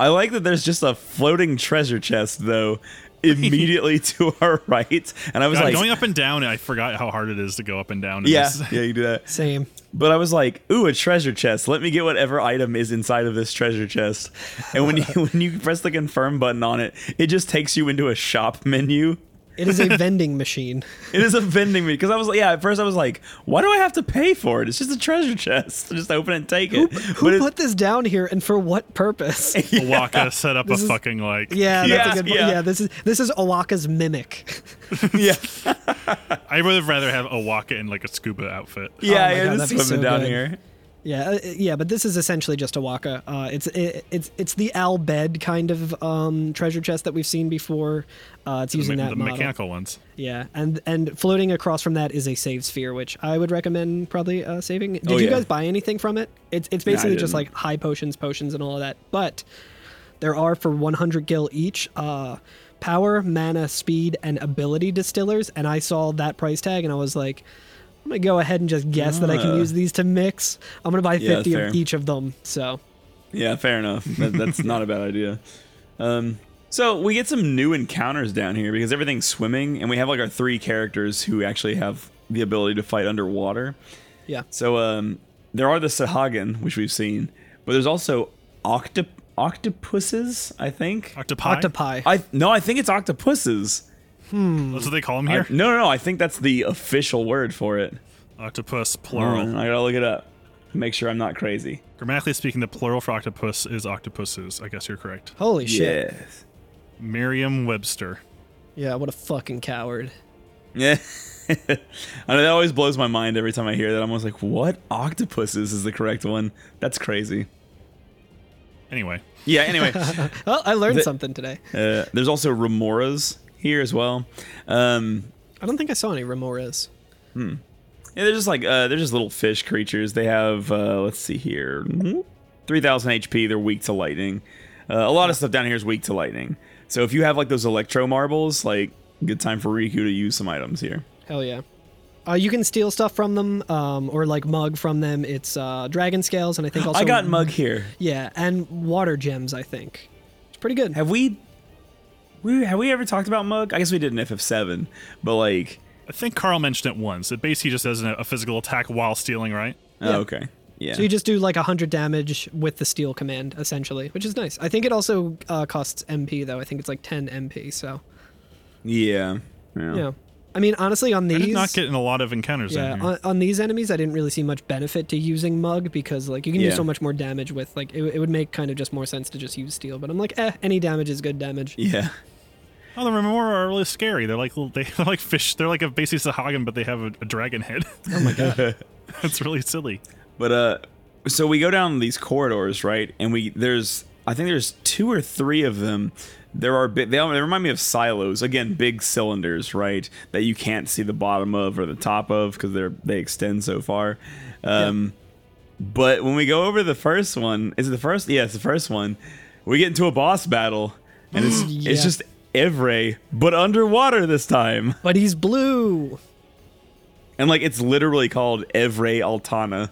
[SPEAKER 5] I like that there's just a floating treasure chest
[SPEAKER 3] [laughs]
[SPEAKER 5] though, immediately to our right, and I was
[SPEAKER 3] God,
[SPEAKER 5] like
[SPEAKER 3] going up and down, I forgot how hard it is to go up and down. in
[SPEAKER 5] yeah,
[SPEAKER 3] this. [laughs]
[SPEAKER 5] yeah, you do that.
[SPEAKER 4] Same.
[SPEAKER 5] But I was like, "Ooh, a treasure chest! Let me get whatever item is inside of this treasure chest." And when you [laughs] when you press the confirm button on it, it just takes you into a shop menu.
[SPEAKER 4] It is a vending machine.
[SPEAKER 5] It is a vending menu because I was like, yeah. At first, I was like, "Why do I have to pay for it? It's just a treasure chest. [laughs] Just open it and take it."
[SPEAKER 4] Who put this down here and for what purpose?
[SPEAKER 3] Awaka set up
[SPEAKER 4] This
[SPEAKER 3] a
[SPEAKER 4] is-
[SPEAKER 3] fucking like.
[SPEAKER 4] Yeah, that's a good point. Yeah. this is this is Awaka's mimic. [laughs]
[SPEAKER 3] I would have rather have Awaka in like a scuba outfit.
[SPEAKER 4] Yeah, Oh my yeah, God, just that'd be swimming so down good. here. Yeah, uh, yeah, but this is essentially just Awaka. Uh, it's it, it's it's the Al Bed kind of um, treasure chest that we've seen before. Uh, it's
[SPEAKER 3] The
[SPEAKER 4] using
[SPEAKER 3] me-
[SPEAKER 4] that
[SPEAKER 3] the
[SPEAKER 4] model.
[SPEAKER 3] mechanical ones.
[SPEAKER 4] Yeah, and and floating across from that is a save sphere, which I would recommend probably uh, saving. Did
[SPEAKER 3] Oh,
[SPEAKER 4] you
[SPEAKER 3] yeah.
[SPEAKER 4] guys buy anything from it? It's it's
[SPEAKER 3] Nah, I
[SPEAKER 4] basically just
[SPEAKER 3] didn't.
[SPEAKER 4] like high potions, potions, and all of that. But there are for 100 gil each. Uh, power, mana, speed, and ability distillers. And I saw that price tag, and I was like, I'm gonna go ahead and just guess that I can
[SPEAKER 5] Ah.
[SPEAKER 4] use these to mix. I'm gonna buy
[SPEAKER 5] Yeah,
[SPEAKER 4] 50
[SPEAKER 5] fair.
[SPEAKER 4] of each of them. So
[SPEAKER 5] Yeah, fair enough. That, that's not a bad idea. Um, so we get some new encounters down here because everything's swimming, and we have like our three characters who actually have the ability to fight underwater.
[SPEAKER 4] Yeah.
[SPEAKER 5] So um, there are the Sahagin, which we've seen, but there's also octop octopuses, I think.
[SPEAKER 3] Octopi? Octopi.
[SPEAKER 5] I no, I think it's octopuses.
[SPEAKER 4] Hmm.
[SPEAKER 3] That's what they call them here.
[SPEAKER 5] I- no, no, no. I think that's the official word for it.
[SPEAKER 3] Octopus plural.
[SPEAKER 5] Hold on, I gotta look it up. Make sure I'm not crazy.
[SPEAKER 3] Grammatically speaking, the plural for octopus is octopuses. I guess you're correct.
[SPEAKER 4] Holy shit.
[SPEAKER 5] Yes.
[SPEAKER 3] Merriam-Webster.
[SPEAKER 4] yeah, what a fucking coward.
[SPEAKER 5] Yeah. [laughs] I know that always blows my mind every time I hear that. I'm always like, what? Octopuses is the correct one. That's crazy.
[SPEAKER 3] Anyway. [laughs]
[SPEAKER 5] Yeah, anyway.
[SPEAKER 4] well, I learned
[SPEAKER 5] The-
[SPEAKER 4] something today.
[SPEAKER 5] Uh, there's also Remoras here as well. Um,
[SPEAKER 4] I don't think I saw any Remoras.
[SPEAKER 5] hmm. Yeah, they're just like uh, they're just little fish creatures. They have uh, let's see here, Hmm? three thousand HP. They're weak to lightning. Uh, a lot of stuff down here is weak to lightning. So if you have like those electro marbles, like good time for Riku to use some items here.
[SPEAKER 4] Hell yeah. Uh, you can steal stuff from them, um, or like mug from them. It's uh, dragon scales, and I think also
[SPEAKER 5] I got mug here.
[SPEAKER 4] Yeah, and water gems. I think. pretty good.
[SPEAKER 5] Have we, we have we ever talked about Mug? I guess we did in FF7, but like
[SPEAKER 3] I think Carl mentioned it once. It basically just does a physical attack while stealing, right?
[SPEAKER 5] Yeah. Oh, okay. Yeah.
[SPEAKER 4] So you just do like 100 damage with the steal command, essentially, which is nice. I think it also uh, costs MP, though. I think it's like 10 MP, so.
[SPEAKER 5] Yeah.
[SPEAKER 4] Yeah. yeah. I mean, honestly, on these.
[SPEAKER 3] I not getting a lot of encounters
[SPEAKER 4] yeah,
[SPEAKER 3] in
[SPEAKER 4] on, on, these enemies, I didn't really see much benefit to using Mug because, like, you can
[SPEAKER 3] Yeah.
[SPEAKER 4] do so much more damage with, like, it, it would make kind of just more sense to just use Steel. But I'm like, eh, any damage is good damage.
[SPEAKER 5] Yeah.
[SPEAKER 3] Oh, the Remora are really scary. They're like little- [laughs] they- they're like fish. They're like a basically Sahagin, but they have a, a dragon head. Oh my god, [laughs] that's really silly.
[SPEAKER 5] But uh, so we go down these corridors, right? And we there's I think there's two or three of them. There are big, they, all- they remind me of silos again, big cylinders, right? That you can't see the bottom of or the top of because they're they extend so far. Um, But when we go over the first one, is it the first? Yeah, it's the first one. We get into a boss battle, and it's
[SPEAKER 4] Yeah.
[SPEAKER 5] it's just Evray, but underwater this time.
[SPEAKER 4] But he's blue.
[SPEAKER 5] And like it's literally called Evray Altana.
[SPEAKER 3] Mhm.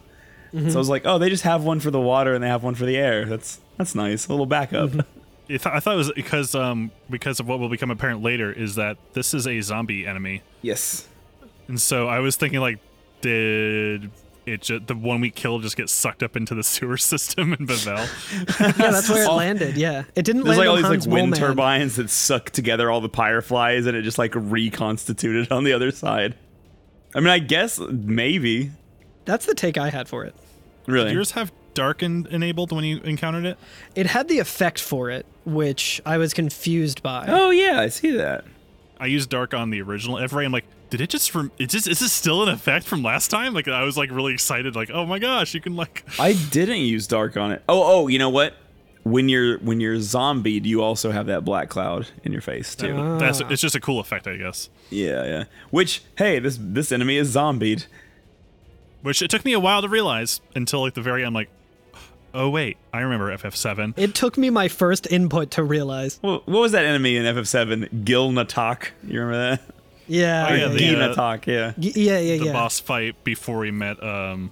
[SPEAKER 4] Mm-hmm.
[SPEAKER 5] So I was like, oh, they just have one for the water and they have one for the air. That's that's nice. A little backup.
[SPEAKER 4] Mm-hmm.
[SPEAKER 3] I thought, I thought it was because um because of what will become apparent later is that this is a zombie enemy.
[SPEAKER 5] [laughs] Yes.
[SPEAKER 3] And so I was thinking like, did it ju- the one we killed just get sucked up into the [laughs] sewer system in Bavel?
[SPEAKER 4] Yeah, that's where it landed. Yeah. It didn't land
[SPEAKER 5] There's like
[SPEAKER 4] on
[SPEAKER 5] all these like
[SPEAKER 4] Hans
[SPEAKER 5] wind
[SPEAKER 4] Wollman.
[SPEAKER 5] turbines that suck together all the pyreflies and it just like reconstituted on the other side. I mean, I guess maybe.
[SPEAKER 4] That's the take I had for it.
[SPEAKER 5] Really?
[SPEAKER 3] Did yours have darkened enabled when you encountered it?
[SPEAKER 4] It had the effect for it, which I was confused by.
[SPEAKER 5] [gasps] oh, yeah, I see that.
[SPEAKER 3] I used dark on the original Evray. I'm like, did it just from? It just is this still an effect from last time? Like I was like really excited. Like oh my gosh, you can like
[SPEAKER 5] I didn't use dark on it. Oh, oh, you know what? When you're when you're zombied, you also have that black cloud in your face too.
[SPEAKER 4] Uh-huh.
[SPEAKER 3] Yeah, [laughs] that's it's just a cool effect, I guess.
[SPEAKER 5] Yeah, yeah. Which, hey, this this enemy is zombied.
[SPEAKER 3] Which it took me a while to realize until like the very end. Like, oh wait, I remember FF7.
[SPEAKER 4] It took me my first input to realize.
[SPEAKER 5] Well, what was that enemy in FF7? Gil Natak. You remember that?
[SPEAKER 4] Yeah.
[SPEAKER 3] Oh, yeah,
[SPEAKER 5] Gil
[SPEAKER 3] the, uh,
[SPEAKER 5] Natak. Yeah.
[SPEAKER 4] Y- yeah, yeah,
[SPEAKER 3] the
[SPEAKER 4] yeah.
[SPEAKER 3] boss fight before we met um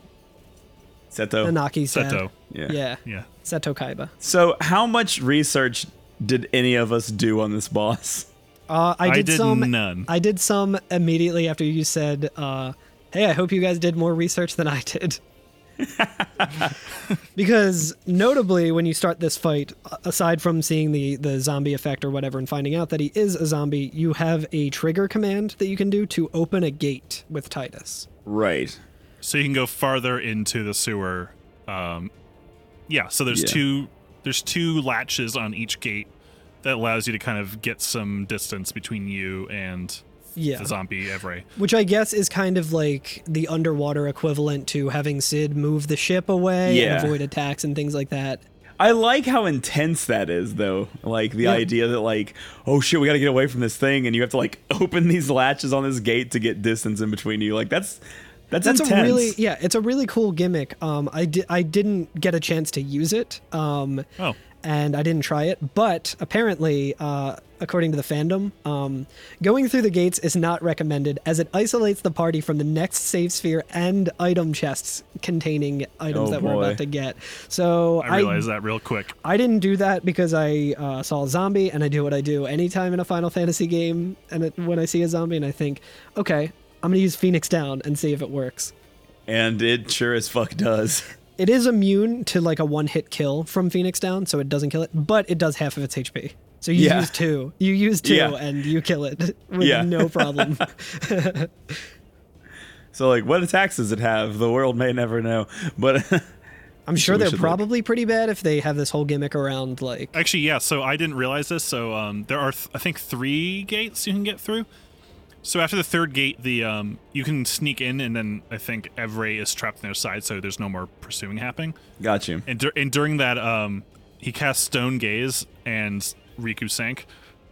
[SPEAKER 5] Seto.
[SPEAKER 4] Anaki's dad.
[SPEAKER 3] Seto.
[SPEAKER 5] Yeah.
[SPEAKER 4] Yeah.
[SPEAKER 3] Yeah.
[SPEAKER 4] Seto Kaiba.
[SPEAKER 5] So, how much research did any of us do on this boss?
[SPEAKER 4] Uh, I,
[SPEAKER 5] I
[SPEAKER 4] did
[SPEAKER 5] did
[SPEAKER 4] some.
[SPEAKER 5] none.
[SPEAKER 4] I did some immediately after you said, uh, "Hey, I hope you guys did more research than I
[SPEAKER 5] [laughs]
[SPEAKER 4] did." because notably, when you start this fight, a- aside from seeing the the zombie effect or whatever, and finding out that he is a zombie, you have a trigger command that you can do to open a gate with Titus.
[SPEAKER 5] Right.
[SPEAKER 3] So you can go farther into the sewer. Um, yeah. So there's
[SPEAKER 5] Yeah.
[SPEAKER 3] two there's two latches on each gate that allows you to kind of get some distance between you and
[SPEAKER 4] Yeah.
[SPEAKER 3] the zombie Evray.
[SPEAKER 4] Which I guess is kind of like the underwater equivalent to having Sid move the ship away
[SPEAKER 5] Yeah.
[SPEAKER 4] and avoid attacks and things like that.
[SPEAKER 5] I like how intense that is, though. Like the
[SPEAKER 4] Yeah.
[SPEAKER 5] idea that, like, oh shit, we got to get away from this thing, and you have to like [laughs] open these latches on this gate to get distance in between you. Like that's that's intense.
[SPEAKER 4] a really yeah, it's a really cool gimmick. Um, I di- I didn't get a chance to use it. Um,
[SPEAKER 3] oh.
[SPEAKER 4] and I didn't try it, but apparently, uh, according to the fandom, um, going through the gates is not recommended as it isolates the party from the next save sphere and item chests containing items
[SPEAKER 3] Oh,
[SPEAKER 4] that we're
[SPEAKER 3] boy.
[SPEAKER 4] about to get. So
[SPEAKER 3] I realized that real quick.
[SPEAKER 4] I didn't do that because I uh, saw a zombie, and I do what I do anytime in a Final Fantasy game, and it, when I see a zombie, and I think, okay, I'm gonna use Phoenix Down and see if it works.
[SPEAKER 5] and it sure as fuck does. [laughs]
[SPEAKER 4] It is immune to like a one-hit kill from Phoenix Down, so it doesn't kill it, but it does half of its HP. So you
[SPEAKER 5] Yeah.
[SPEAKER 4] use two, you use two,
[SPEAKER 5] Yeah.
[SPEAKER 4] and you kill it [laughs] with
[SPEAKER 5] Yeah.
[SPEAKER 4] no
[SPEAKER 5] [laughs]
[SPEAKER 4] problem.
[SPEAKER 5] So, like, what attacks does it have? The world may never know. But [laughs]
[SPEAKER 4] I'm sure
[SPEAKER 5] We
[SPEAKER 4] they're
[SPEAKER 5] should look.
[SPEAKER 4] probably pretty bad if they have this whole gimmick around like
[SPEAKER 3] Actually, yeah. So I didn't realize this. So um, there are, th- I think, three gates you can get through. So after the third gate, the um, you can sneak in, and then I think Evray is trapped on their side, so there's no more pursuing happening.
[SPEAKER 5] Got you.
[SPEAKER 3] And, dur- and during that, um, he cast Stone Gaze, and Riku sank.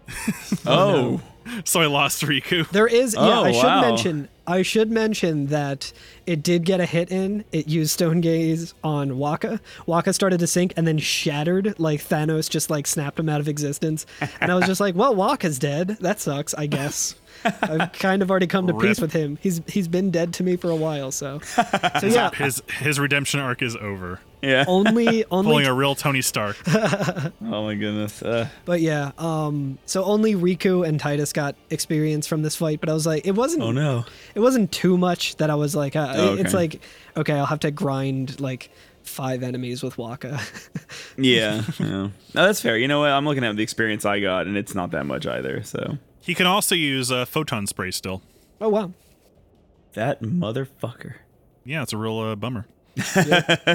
[SPEAKER 3] [laughs]
[SPEAKER 5] Oh.
[SPEAKER 3] so I lost Riku.
[SPEAKER 4] There is yeah,
[SPEAKER 3] Oh,
[SPEAKER 4] I should
[SPEAKER 3] wow.
[SPEAKER 4] mention I should mention that it did get a hit in. It used Stone Gaze on Waka. Waka started to sink and then shattered like Thanos just like snapped him out of existence. And I was just like, "Well, Waka's dead. That sucks,
[SPEAKER 3] [laughs]
[SPEAKER 4] I guess." I've kind of already come to peace
[SPEAKER 3] Rip.
[SPEAKER 4] with him. He's he's been dead to me for a while, so. So
[SPEAKER 3] [laughs] His-
[SPEAKER 4] yeah,
[SPEAKER 3] his his redemption arc is over.
[SPEAKER 5] Yeah.
[SPEAKER 4] Only only
[SPEAKER 3] [laughs] Pulling a real Tony Stark.
[SPEAKER 5] oh my goodness. Uh,
[SPEAKER 4] But yeah, um, so only Riku and Titus got experience from this fight. But I was like, it wasn't.
[SPEAKER 5] Oh, no.
[SPEAKER 4] It wasn't too much that I was like, uh,
[SPEAKER 5] Oh, okay.
[SPEAKER 4] it's like, okay, I'll have to grind like five enemies with Waka. [laughs]
[SPEAKER 5] yeah. yeah. No, that's fair. You know what? I'm looking at the experience I got, and it's not that much either. So
[SPEAKER 3] He can also use uh, photon spray still.
[SPEAKER 4] oh wow.
[SPEAKER 5] that motherfucker.
[SPEAKER 3] Yeah, it's a real uh, bummer.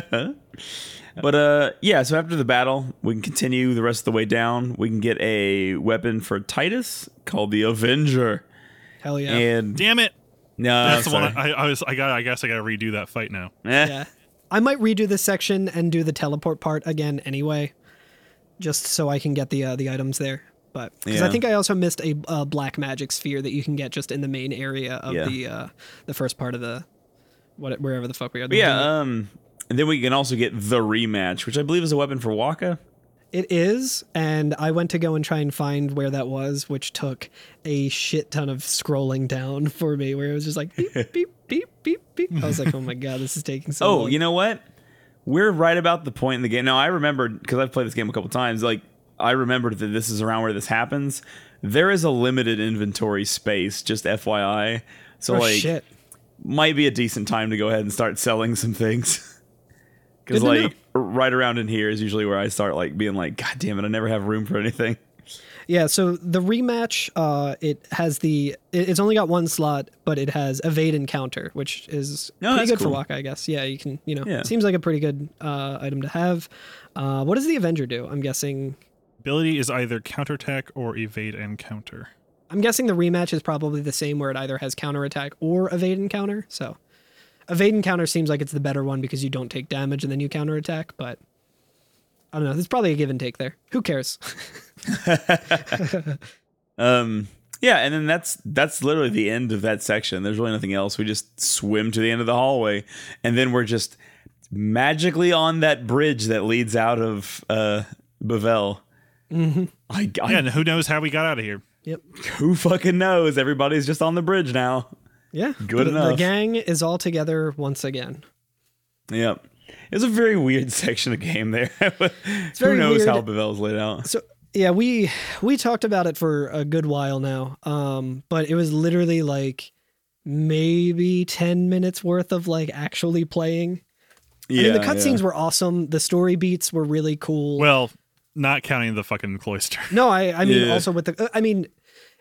[SPEAKER 5] But uh, yeah. So after the battle, we can continue the rest of the way down. We can get a weapon for Titus called the Avenger.
[SPEAKER 4] Hell yeah.
[SPEAKER 5] And
[SPEAKER 3] Damn it!
[SPEAKER 5] no,
[SPEAKER 3] That's
[SPEAKER 5] Oh, sorry.
[SPEAKER 3] the one I, I was. I got. I guess I got to redo that fight now.
[SPEAKER 5] Eh.
[SPEAKER 4] yeah. I might redo this section and do the teleport part again anyway, just so I can get the uh, the items there. But because I
[SPEAKER 5] Yeah.
[SPEAKER 4] think I also missed a uh, black magic sphere that you can get just in the main area of
[SPEAKER 5] Yeah.
[SPEAKER 4] the uh, the first part of the what wherever the fuck we are.
[SPEAKER 5] But yeah. Um. And then we can also get the rematch, which I believe is a weapon for Waka.
[SPEAKER 4] It is, and I went to go and try and find where that was, which took a shit ton of scrolling down [laughs] for me, where it was just like
[SPEAKER 5] [laughs]
[SPEAKER 4] beep beep beep beep beep. I was like, oh my god, this is taking so.
[SPEAKER 5] Oh,
[SPEAKER 4] long.
[SPEAKER 5] you know what? We're right about the point in the game. Now I remembered because I've played this game a couple times. Like I remembered that this is around where this happens. There is a limited inventory space, just FYI. So
[SPEAKER 4] Oh,
[SPEAKER 5] like,
[SPEAKER 4] shit.
[SPEAKER 5] might be a decent time to go ahead and start selling some things. [laughs]
[SPEAKER 4] Good
[SPEAKER 5] Because
[SPEAKER 4] to know.
[SPEAKER 5] like right around in here is usually where I start like being like, God damn it, I never have room for anything.
[SPEAKER 4] Yeah, so the rematch, uh, it has the it- it's only got one slot, but it has evade encounter, which is
[SPEAKER 5] No,
[SPEAKER 4] pretty
[SPEAKER 5] that's
[SPEAKER 4] good for
[SPEAKER 5] cool.
[SPEAKER 4] Waka, I guess. Yeah, you can you know
[SPEAKER 5] Yeah.
[SPEAKER 4] seems like a pretty good uh, item to have. Uh, what does the Avenger do? I'm guessing
[SPEAKER 3] Ability is either counterattack or evade and counter.
[SPEAKER 4] I'm guessing the rematch is probably the same where it either has counterattack or evade encounter. So evade encounter seems like it's the better one because you don't take damage and then you counterattack, but I don't know. There's probably a give and take there. Who cares?
[SPEAKER 5] Um, yeah, and then that's that's literally the end of that section. There's really nothing else. We just swim to the end of the hallway, and then we're just magically on that bridge that leads out of uh, Bavel.
[SPEAKER 4] Mm-hmm.
[SPEAKER 5] I, I
[SPEAKER 3] Yeah, and who knows how we got out of here?
[SPEAKER 4] yep.
[SPEAKER 5] [laughs] who fucking knows? Everybody's just on the bridge now.
[SPEAKER 4] Yeah.
[SPEAKER 5] Good
[SPEAKER 4] the, The
[SPEAKER 5] enough.
[SPEAKER 4] gang is all together once again.
[SPEAKER 5] Yep. It was a very weird [laughs] section of the game there.
[SPEAKER 4] very
[SPEAKER 5] Who knows
[SPEAKER 4] weird.
[SPEAKER 5] how Bavel's laid out?
[SPEAKER 4] So yeah, we we talked about it for a good while now. Um, but it was literally like maybe 10 minutes worth of like actually playing.
[SPEAKER 5] Yeah,
[SPEAKER 4] I mean, the cutscenes were awesome. The story beats were really cool.
[SPEAKER 3] Well, not counting the fucking cloister. [laughs]
[SPEAKER 4] No, I I mean
[SPEAKER 5] Yeah.
[SPEAKER 4] also with the I mean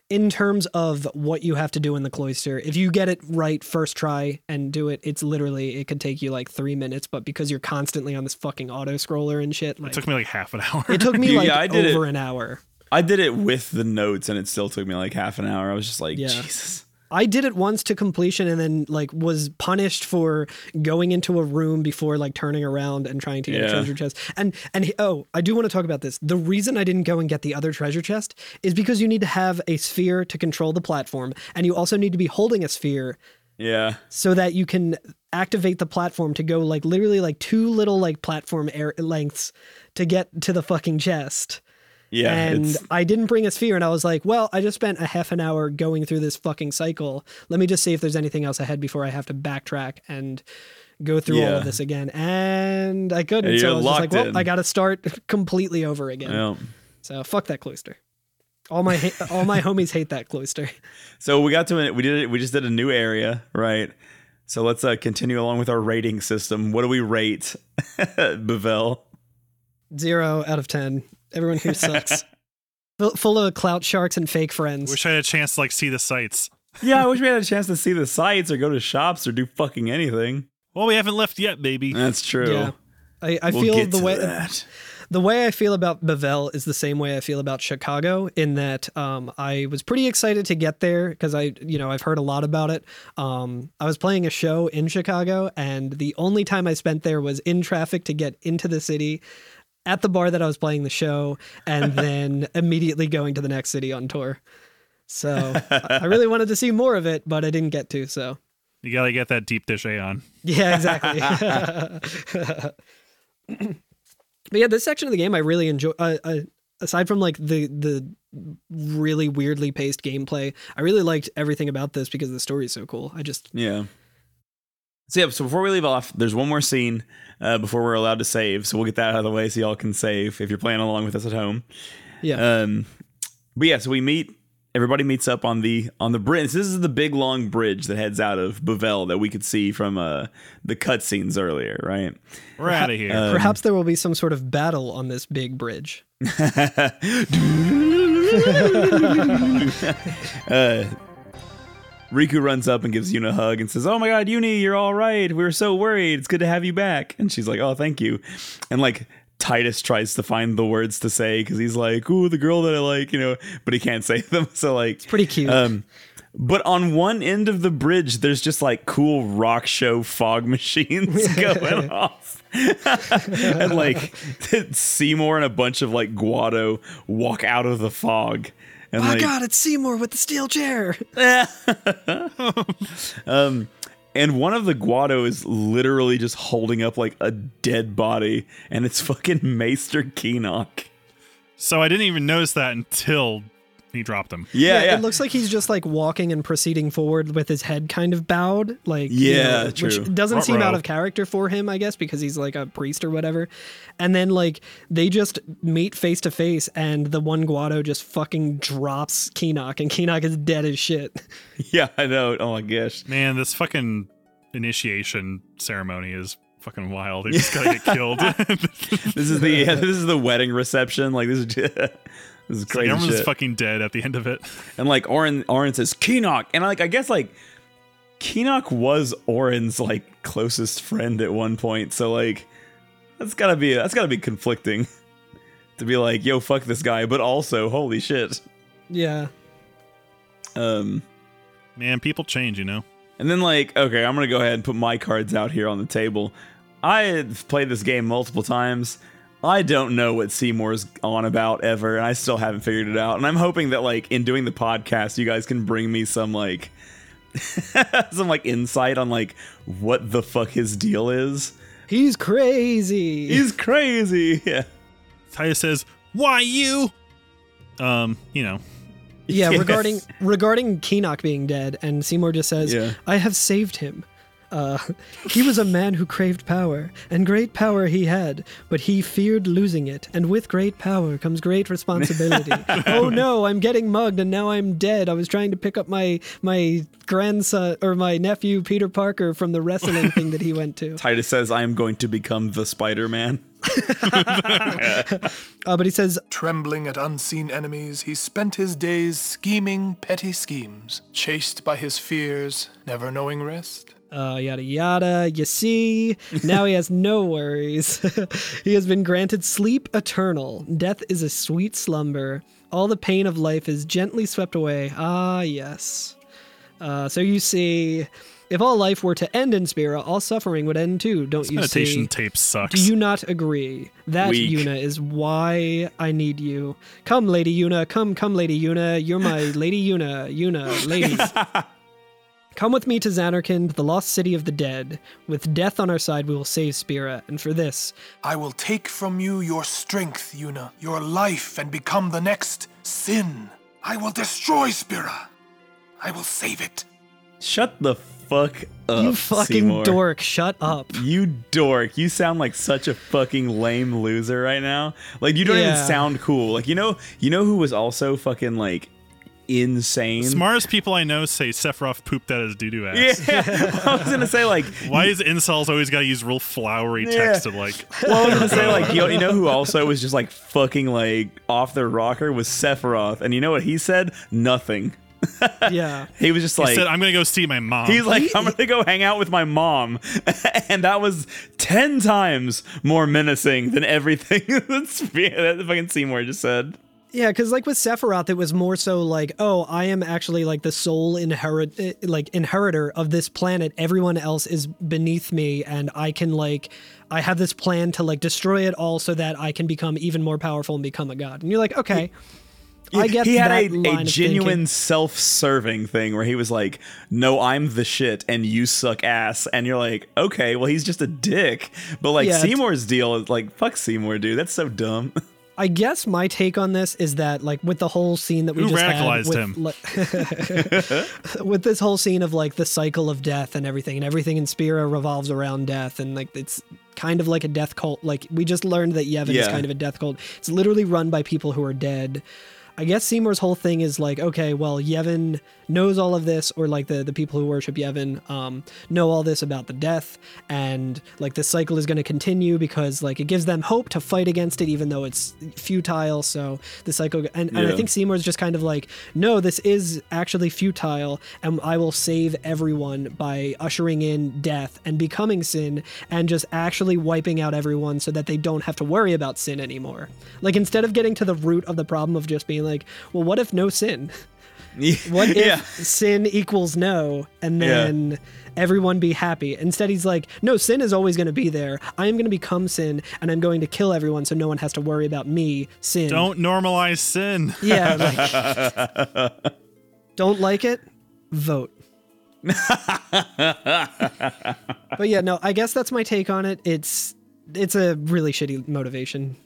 [SPEAKER 4] in terms of what you have to do in the cloister, if you get it right first try and do it, it's literally it could take you like three minutes, but because you're constantly on this fucking auto scroller and shit, like
[SPEAKER 3] It took me like half an hour.
[SPEAKER 4] it took me
[SPEAKER 5] [laughs] Yeah,
[SPEAKER 4] like
[SPEAKER 5] I did it.
[SPEAKER 4] over an hour.
[SPEAKER 5] I did it with the notes, and it still took me like half an hour. I was just like,
[SPEAKER 4] Yeah.
[SPEAKER 5] Jesus.
[SPEAKER 4] I did it once to completion and then like was punished for going into a room before like turning around and trying to get a
[SPEAKER 5] Yeah.
[SPEAKER 4] treasure chest. And and he- oh, I do want to talk about this. The reason I didn't go and get the other treasure chest is because you need to have a sphere to control the platform and you also need to be holding a sphere
[SPEAKER 5] Yeah.
[SPEAKER 4] so that you can activate the platform to go like literally like two little like platform air lengths to get to the fucking chest.
[SPEAKER 5] Yeah.
[SPEAKER 4] and
[SPEAKER 5] it's-
[SPEAKER 4] I didn't bring a sphere, and I was like, well, I just spent a half an hour going through this fucking cycle. Let me just see if there's anything else ahead before I have to backtrack and go through all
[SPEAKER 5] Yeah.
[SPEAKER 4] of this again. And I couldn't.
[SPEAKER 5] And
[SPEAKER 4] so
[SPEAKER 5] you're
[SPEAKER 4] I was just like,
[SPEAKER 5] locked
[SPEAKER 4] well,
[SPEAKER 5] in.
[SPEAKER 4] I got to start [laughs] completely over again.
[SPEAKER 5] yeah.
[SPEAKER 4] So fuck that cloister. All my ha- all my homies hate that cloister.
[SPEAKER 5] So we got to an, we did it. We just did a new area, right? So let's uh, continue along with our rating system. What do we rate [laughs] Bavel?
[SPEAKER 4] Zero out of ten. Everyone here
[SPEAKER 5] [laughs]
[SPEAKER 4] sucks. Full- Full of clout sharks and fake friends.
[SPEAKER 3] [laughs] Wish I had a chance to like see the sights.
[SPEAKER 5] Yeah, I wish we [laughs] had a chance to see the sights or go to shops or do fucking anything.
[SPEAKER 3] Well, we haven't left yet, baby.
[SPEAKER 5] That's true.
[SPEAKER 4] Yeah. I, I
[SPEAKER 5] We'll
[SPEAKER 4] feel
[SPEAKER 5] get
[SPEAKER 4] the
[SPEAKER 5] to
[SPEAKER 4] way
[SPEAKER 5] that.
[SPEAKER 4] the way I feel about Bevel is the same way I feel about Chicago in that um, I was pretty excited to get there because I, you know, I've heard a lot about it. Um, I was playing a show in Chicago, and the only time I spent there was in traffic to get into the city at the bar that I was playing the show, and then immediately going to the next city on tour. So I I really wanted to see more of it, but I didn't get to. So
[SPEAKER 3] You gotta get that deep dish Aeon.
[SPEAKER 4] yeah, exactly.
[SPEAKER 5] [laughs]
[SPEAKER 4] [laughs] but yeah, this section of the game I really enjoy. Uh, uh, aside from like the the really weirdly paced gameplay, I really liked everything about this because the story is so cool. I just
[SPEAKER 5] Yeah. So yeah, so before we leave off, there's one more scene uh, before we're allowed to save. So we'll get that out of the way so y'all can save if you're playing along with us at home.
[SPEAKER 4] Yeah.
[SPEAKER 5] Um, but yeah, so we meet. Everybody meets up on the on the bridge. This is the big long bridge that heads out of Bavel that we could see from uh, the cutscenes earlier, right? [laughs]
[SPEAKER 3] We're out of here.
[SPEAKER 5] Um,
[SPEAKER 4] Perhaps there will be some sort of battle on this big bridge.
[SPEAKER 5] uh, Riku runs up and gives Yuna a hug and says, "Oh my God, Yuni, you're all right. We were so worried. It's good to have you back." And she's like, "Oh, thank you." And like Titus tries to find the words to say because he's like, "Ooh, the girl that I like," you know, but he can't [laughs] say them. So like, it's
[SPEAKER 4] pretty cute.
[SPEAKER 5] Um, but on one end of the bridge, there's just like cool rock show fog [laughs] machines going off. [laughs] and like [laughs] Seymour and a bunch of like Guado walk out of the fog. And
[SPEAKER 4] oh my
[SPEAKER 5] like,
[SPEAKER 4] god, it's Seymour with the steel chair.
[SPEAKER 5] um, and one of the Guado is literally just holding up like a dead body, and it's fucking Maester Keenock.
[SPEAKER 3] So I didn't even notice that until he dropped him.
[SPEAKER 5] Yeah, yeah.
[SPEAKER 4] It looks like he's just like walking and proceeding forward with his head kind of bowed. Like, you
[SPEAKER 5] Yeah,
[SPEAKER 4] know,
[SPEAKER 5] true.
[SPEAKER 4] Which doesn't seem
[SPEAKER 5] Ruh-roh.
[SPEAKER 4] out of character for him, I guess, because he's like a priest or whatever. And then like they just meet face to face, and the one Guado just fucking drops Keenock, and Keenock is dead as shit.
[SPEAKER 5] [laughs]
[SPEAKER 4] [laughs]
[SPEAKER 5] yeah, I know. Oh my gosh.
[SPEAKER 3] Man, this fucking initiation ceremony is fucking wild. He just
[SPEAKER 5] [laughs]
[SPEAKER 3] gotta get killed. [laughs]
[SPEAKER 5] This [laughs] is the yeah, this is the wedding reception. Like this is [laughs] this is crazy.
[SPEAKER 3] Everyone's
[SPEAKER 5] shit.
[SPEAKER 3] fucking dead at the end of it.
[SPEAKER 5] and like Orin Orin says Keenock, and like I guess like Keenock was Orin's like closest friend at one point, so like that's gotta be that's gotta be conflicting [laughs] to be like yo fuck this guy, but also holy shit.
[SPEAKER 4] Yeah.
[SPEAKER 5] Um,
[SPEAKER 3] man, people change, you know.
[SPEAKER 5] And then like okay, I'm gonna go ahead and put my cards out here on the table. I have played this game multiple times. I don't know what Seymour's on about ever, and I still haven't figured it out. And I'm hoping that like in doing the podcast, you guys can bring me some like [laughs] some like insight on like what the fuck his deal is.
[SPEAKER 4] He's crazy. [laughs]
[SPEAKER 5] He's crazy. Yeah.
[SPEAKER 3] Titus says, "Why you?" Um, you know. [laughs]
[SPEAKER 4] Yeah,
[SPEAKER 3] Yes.
[SPEAKER 4] regarding regarding Keenock being dead, and Seymour just says,
[SPEAKER 3] Yeah.
[SPEAKER 4] "I have saved him. Uh, [laughs] he was a man who craved power, and great power he had, but he feared losing it. And with great power comes
[SPEAKER 3] [laughs]
[SPEAKER 4] great responsibility. oh no, I'm getting mugged, and now I'm dead. I was trying to pick up my my grandson or my nephew Peter Parker from the wrestling thing that he went to.
[SPEAKER 5] Titus says I am going to become the Spider-Man.
[SPEAKER 4] Uh, but he says,
[SPEAKER 11] Trembling at unseen enemies, he spent his days scheming petty schemes, chased by his fears, never knowing rest.
[SPEAKER 4] uh, yada yada. You see, now he has no worries. [laughs] he has been granted sleep eternal. Death is a sweet slumber. All the pain of life is gently swept away. Ah, yes. Uh, so you see, if all life were to end in Spira, all suffering would end too. Don't you
[SPEAKER 3] Meditation
[SPEAKER 4] see?
[SPEAKER 3] tape sucks.
[SPEAKER 4] Do you not agree? That
[SPEAKER 3] Weak.
[SPEAKER 4] Yuna is why I need you. Come, Lady Yuna. Come, come, Lady Yuna. You're my Lady Yuna. Yuna, lady. come with me to Xanarkand, the lost city of the dead. With death on our side, we will save Spira. And for this,
[SPEAKER 11] I will take from you your strength, Yuna, your life, and become the next sin. I will destroy Spira. I will save it.
[SPEAKER 5] Shut the fuck up.
[SPEAKER 4] You fucking
[SPEAKER 5] Oh, Seymour.
[SPEAKER 4] dork, shut
[SPEAKER 5] [laughs]
[SPEAKER 4] up.
[SPEAKER 5] You dork. You sound like such a fucking lame loser right now. Like you don't even
[SPEAKER 3] Yeah.
[SPEAKER 5] sound cool. Like you know you know who was also fucking like insane?
[SPEAKER 3] The smartest people I know say Sephiroth pooped at his doo doo ass.
[SPEAKER 5] [laughs] Yeah. [laughs] I was gonna
[SPEAKER 3] [laughs]
[SPEAKER 5] say like
[SPEAKER 3] Why is incels always gotta use real flowery text to like?
[SPEAKER 5] Well, I was gonna say like you, you know who also was just like fucking like off their rocker was Sephiroth, and you know what he said? Nothing.
[SPEAKER 4] yeah.
[SPEAKER 5] He was just
[SPEAKER 3] He
[SPEAKER 5] like
[SPEAKER 3] said, "I'm gonna go see my mom."
[SPEAKER 5] He's like, I'm gonna go hang out with my mom, [laughs] and that was ten times more menacing than everything [laughs] that Spe- that fucking Seymour just said.
[SPEAKER 4] Yeah, because like with Sephiroth, it was more so like, oh, I am actually like the sole inherit, eh, like inheritor of this planet. Everyone else is beneath me, and I can like, I have this plan to like destroy it all so that I can become even more powerful and become a god. And you're like, okay, I get
[SPEAKER 5] he had
[SPEAKER 4] that
[SPEAKER 5] a,
[SPEAKER 4] line
[SPEAKER 5] a
[SPEAKER 4] of
[SPEAKER 5] genuine
[SPEAKER 4] thinking.
[SPEAKER 5] self-serving thing where he was like, "No, I'm the shit, and you suck ass," and you're like, "Okay, well, he's just a dick." But like
[SPEAKER 4] Yeah, t- [laughs]
[SPEAKER 5] Seymour's deal is like, "Fuck Seymour, dude. That's so dumb."
[SPEAKER 4] I guess my take on this is that like with the whole scene that we
[SPEAKER 3] Who
[SPEAKER 4] just
[SPEAKER 3] radicalized
[SPEAKER 4] had with, him, with this whole scene of like the cycle of death and everything, and everything in Spira revolves around death, and like it's kind of like a death cult. Like we just learned that Yevon is
[SPEAKER 5] Yeah.
[SPEAKER 4] kind of a death cult. It's literally run by people who are dead. I guess Seymour's whole thing is like, okay, well, Yevon knows all of this, or like the, the people who worship Yevon um, know all this about the death, and like this cycle is going to continue because like it gives them hope to fight against it, even though it's futile. So the cycle, and, and I
[SPEAKER 14] Yeah.
[SPEAKER 4] think Seymour's just kind of like, no, this is actually futile, and I will save everyone by ushering in death and becoming sin, and just actually wiping out everyone so that they don't have to worry about sin anymore. Like instead of getting to the root of the problem of just being like, well, what if no
[SPEAKER 5] [laughs]
[SPEAKER 4] sin? What if
[SPEAKER 5] yeah.
[SPEAKER 4] sin equals no, and
[SPEAKER 5] Yeah.
[SPEAKER 4] then everyone be happy? Instead, he's like, no, sin is always going to be there. I am going to become sin, and I'm going to kill everyone so no one has to worry about me, sin.
[SPEAKER 3] Don't normalize sin.
[SPEAKER 4] Yeah, Don't like it? Vote. But yeah, no, I guess that's my take on it. It's it's a really shitty motivation.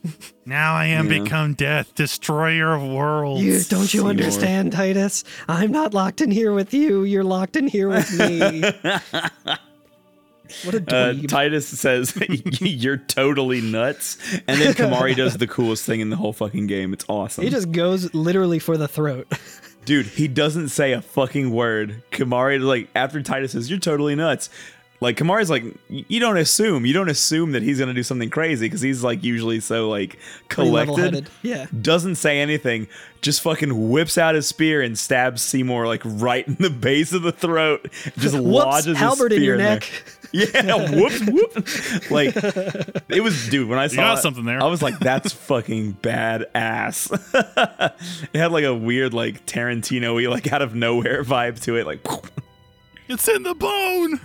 [SPEAKER 3] now I am
[SPEAKER 4] Yeah.
[SPEAKER 3] become death, destroyer of worlds.
[SPEAKER 4] You, don't you understand, Titus? I'm not locked in here with you. You're locked in here with me. what a
[SPEAKER 5] Uh,
[SPEAKER 4] dweeb.
[SPEAKER 5] Titus says [laughs] you're totally nuts,
[SPEAKER 4] [laughs]
[SPEAKER 5] and then Kamari does the coolest thing in the whole fucking game. It's awesome.
[SPEAKER 4] he just goes literally for the throat. [laughs]
[SPEAKER 5] Dude, he doesn't say a fucking word. Kamari, like, after Titus says, You're totally nuts. Like, Kamari's like, "Y- You don't assume. You don't assume that he's going to do something crazy because he's, like, usually so, like,
[SPEAKER 4] Pretty
[SPEAKER 5] collected.
[SPEAKER 4] level-headed, yeah.
[SPEAKER 5] Doesn't say anything. Just fucking whips out his spear and stabs Seymour, like, right in the base of the throat.
[SPEAKER 4] [laughs]
[SPEAKER 5] Just
[SPEAKER 4] Whoops,
[SPEAKER 5] lodges
[SPEAKER 4] halberd in
[SPEAKER 5] his spear
[SPEAKER 4] your
[SPEAKER 5] there.
[SPEAKER 4] neck.
[SPEAKER 5] [laughs] Yeah, whoops, whoop. Like, it was, dude, when I saw
[SPEAKER 3] got
[SPEAKER 5] it,
[SPEAKER 3] something there.
[SPEAKER 5] I was like, That's fucking badass. [laughs] It had like a weird, like Tarantino y, like out of nowhere vibe to it. Like, [laughs]
[SPEAKER 3] It's in the bone.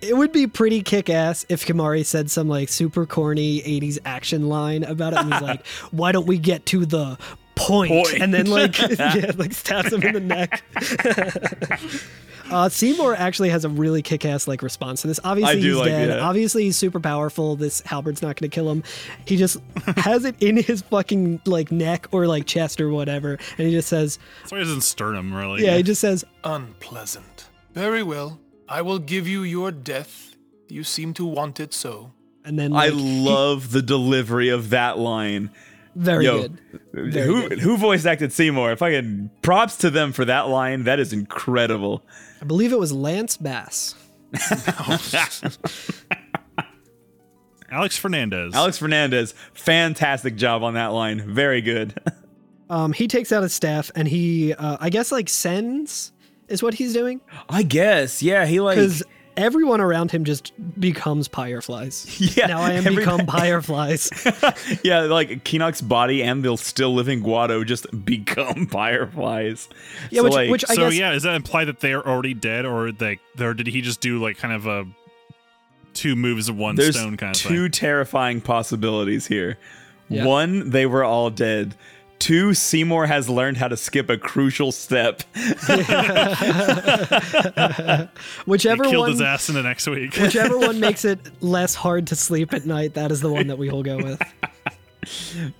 [SPEAKER 4] It would be pretty kick ass if Kamari said some like super corny 80s action line about it and was
[SPEAKER 5] [laughs]
[SPEAKER 4] like, why don't we get to the point?
[SPEAKER 5] Point.
[SPEAKER 4] And then like,
[SPEAKER 5] [laughs]
[SPEAKER 4] [laughs] yeah, like stabs him in the neck. [laughs] uh, Seymour actually has a really kick ass like response to this. Obviously,
[SPEAKER 5] do
[SPEAKER 4] he's
[SPEAKER 5] like
[SPEAKER 4] dead.
[SPEAKER 5] that.
[SPEAKER 4] Obviously, he's super powerful. This halberd's not going to kill him. He just [laughs] has it in his fucking like neck or like chest or whatever. And he just says,
[SPEAKER 3] That's why he doesn't sternum really.
[SPEAKER 4] yeah, he just says,
[SPEAKER 11] Unpleasant. Very well. I will give you your death. You seem to want it so.
[SPEAKER 4] and then
[SPEAKER 5] I
[SPEAKER 4] like, he-
[SPEAKER 5] love the delivery of that line.
[SPEAKER 4] Very
[SPEAKER 5] Yo,
[SPEAKER 4] good. Very
[SPEAKER 5] who who voice acted Seymour? If I could, props to them for that line. That is incredible.
[SPEAKER 4] I believe it was Lance Bass.
[SPEAKER 3] Alex Fernandez.
[SPEAKER 5] Alex Fernandez, fantastic job on that line. Very good. [laughs]
[SPEAKER 4] Um, he takes out his staff and he, uh, I guess, like sends is what he's doing
[SPEAKER 5] I guess. Yeah, he like.
[SPEAKER 4] because everyone around him just
[SPEAKER 3] [laughs]
[SPEAKER 4] becomes fireflies.
[SPEAKER 5] Yeah,
[SPEAKER 4] now I am
[SPEAKER 5] everybody-
[SPEAKER 4] become fireflies.
[SPEAKER 5] Yeah, like Keenock's body and the still living Guado just [laughs] become fireflies. So, like-
[SPEAKER 3] so yeah, is that imply that they're already dead, or like, or did he just do like kind of a two moves of one
[SPEAKER 5] There's
[SPEAKER 3] stone kind of
[SPEAKER 5] two
[SPEAKER 3] thing?
[SPEAKER 5] terrifying possibilities here.
[SPEAKER 3] Yeah.
[SPEAKER 5] One, they were all dead. Two, Seymour has learned how to skip a crucial step.
[SPEAKER 4] Whichever
[SPEAKER 3] Killed
[SPEAKER 4] one,
[SPEAKER 3] his ass [laughs] in the next week.
[SPEAKER 4] whichever one makes it less hard to sleep at night, that is the one that we will
[SPEAKER 3] [laughs]
[SPEAKER 4] go with.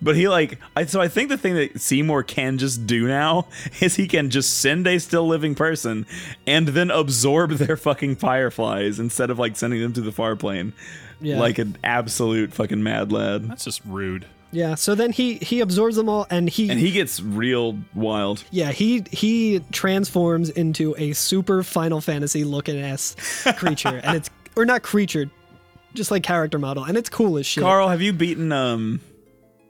[SPEAKER 5] But he like I so I think the thing that Seymour can just do now [laughs] is he can just send a still living person and then absorb their fucking fireflies instead of like sending them to the far plane.
[SPEAKER 4] Yeah.
[SPEAKER 5] Like an absolute fucking mad lad. That's
[SPEAKER 3] just rude.
[SPEAKER 4] Yeah. So then he he absorbs them all and he
[SPEAKER 5] And he gets real wild.
[SPEAKER 4] Yeah, he he transforms into a super Final Fantasy looking ass
[SPEAKER 3] [laughs]
[SPEAKER 4] creature, and it's or not creature, just like character model, and it's cool as shit.
[SPEAKER 5] Carl, have you beaten um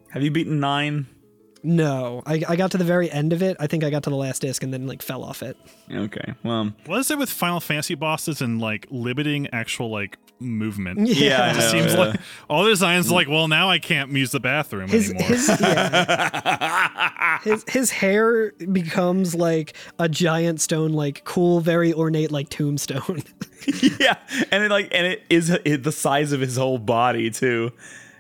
[SPEAKER 5] have you beaten nine?
[SPEAKER 4] No, I, I got to the very end of it. I think I got to the last disc and then like fell off it.
[SPEAKER 5] Okay. Well, [laughs]
[SPEAKER 3] What is it with Final Fantasy bosses and like limiting actual like movement?
[SPEAKER 4] Yeah. Yeah, I
[SPEAKER 3] it just
[SPEAKER 4] know,
[SPEAKER 3] seems
[SPEAKER 4] yeah.
[SPEAKER 3] like all the
[SPEAKER 5] Mm.
[SPEAKER 3] designs like, well, now I can't use the bathroom
[SPEAKER 4] His
[SPEAKER 3] anymore.
[SPEAKER 4] his yeah.
[SPEAKER 3] [laughs]
[SPEAKER 4] his his hair becomes like a giant stone, like cool, very ornate, like tombstone. [laughs]
[SPEAKER 5] yeah. And it like and it is it, the size of his whole body too.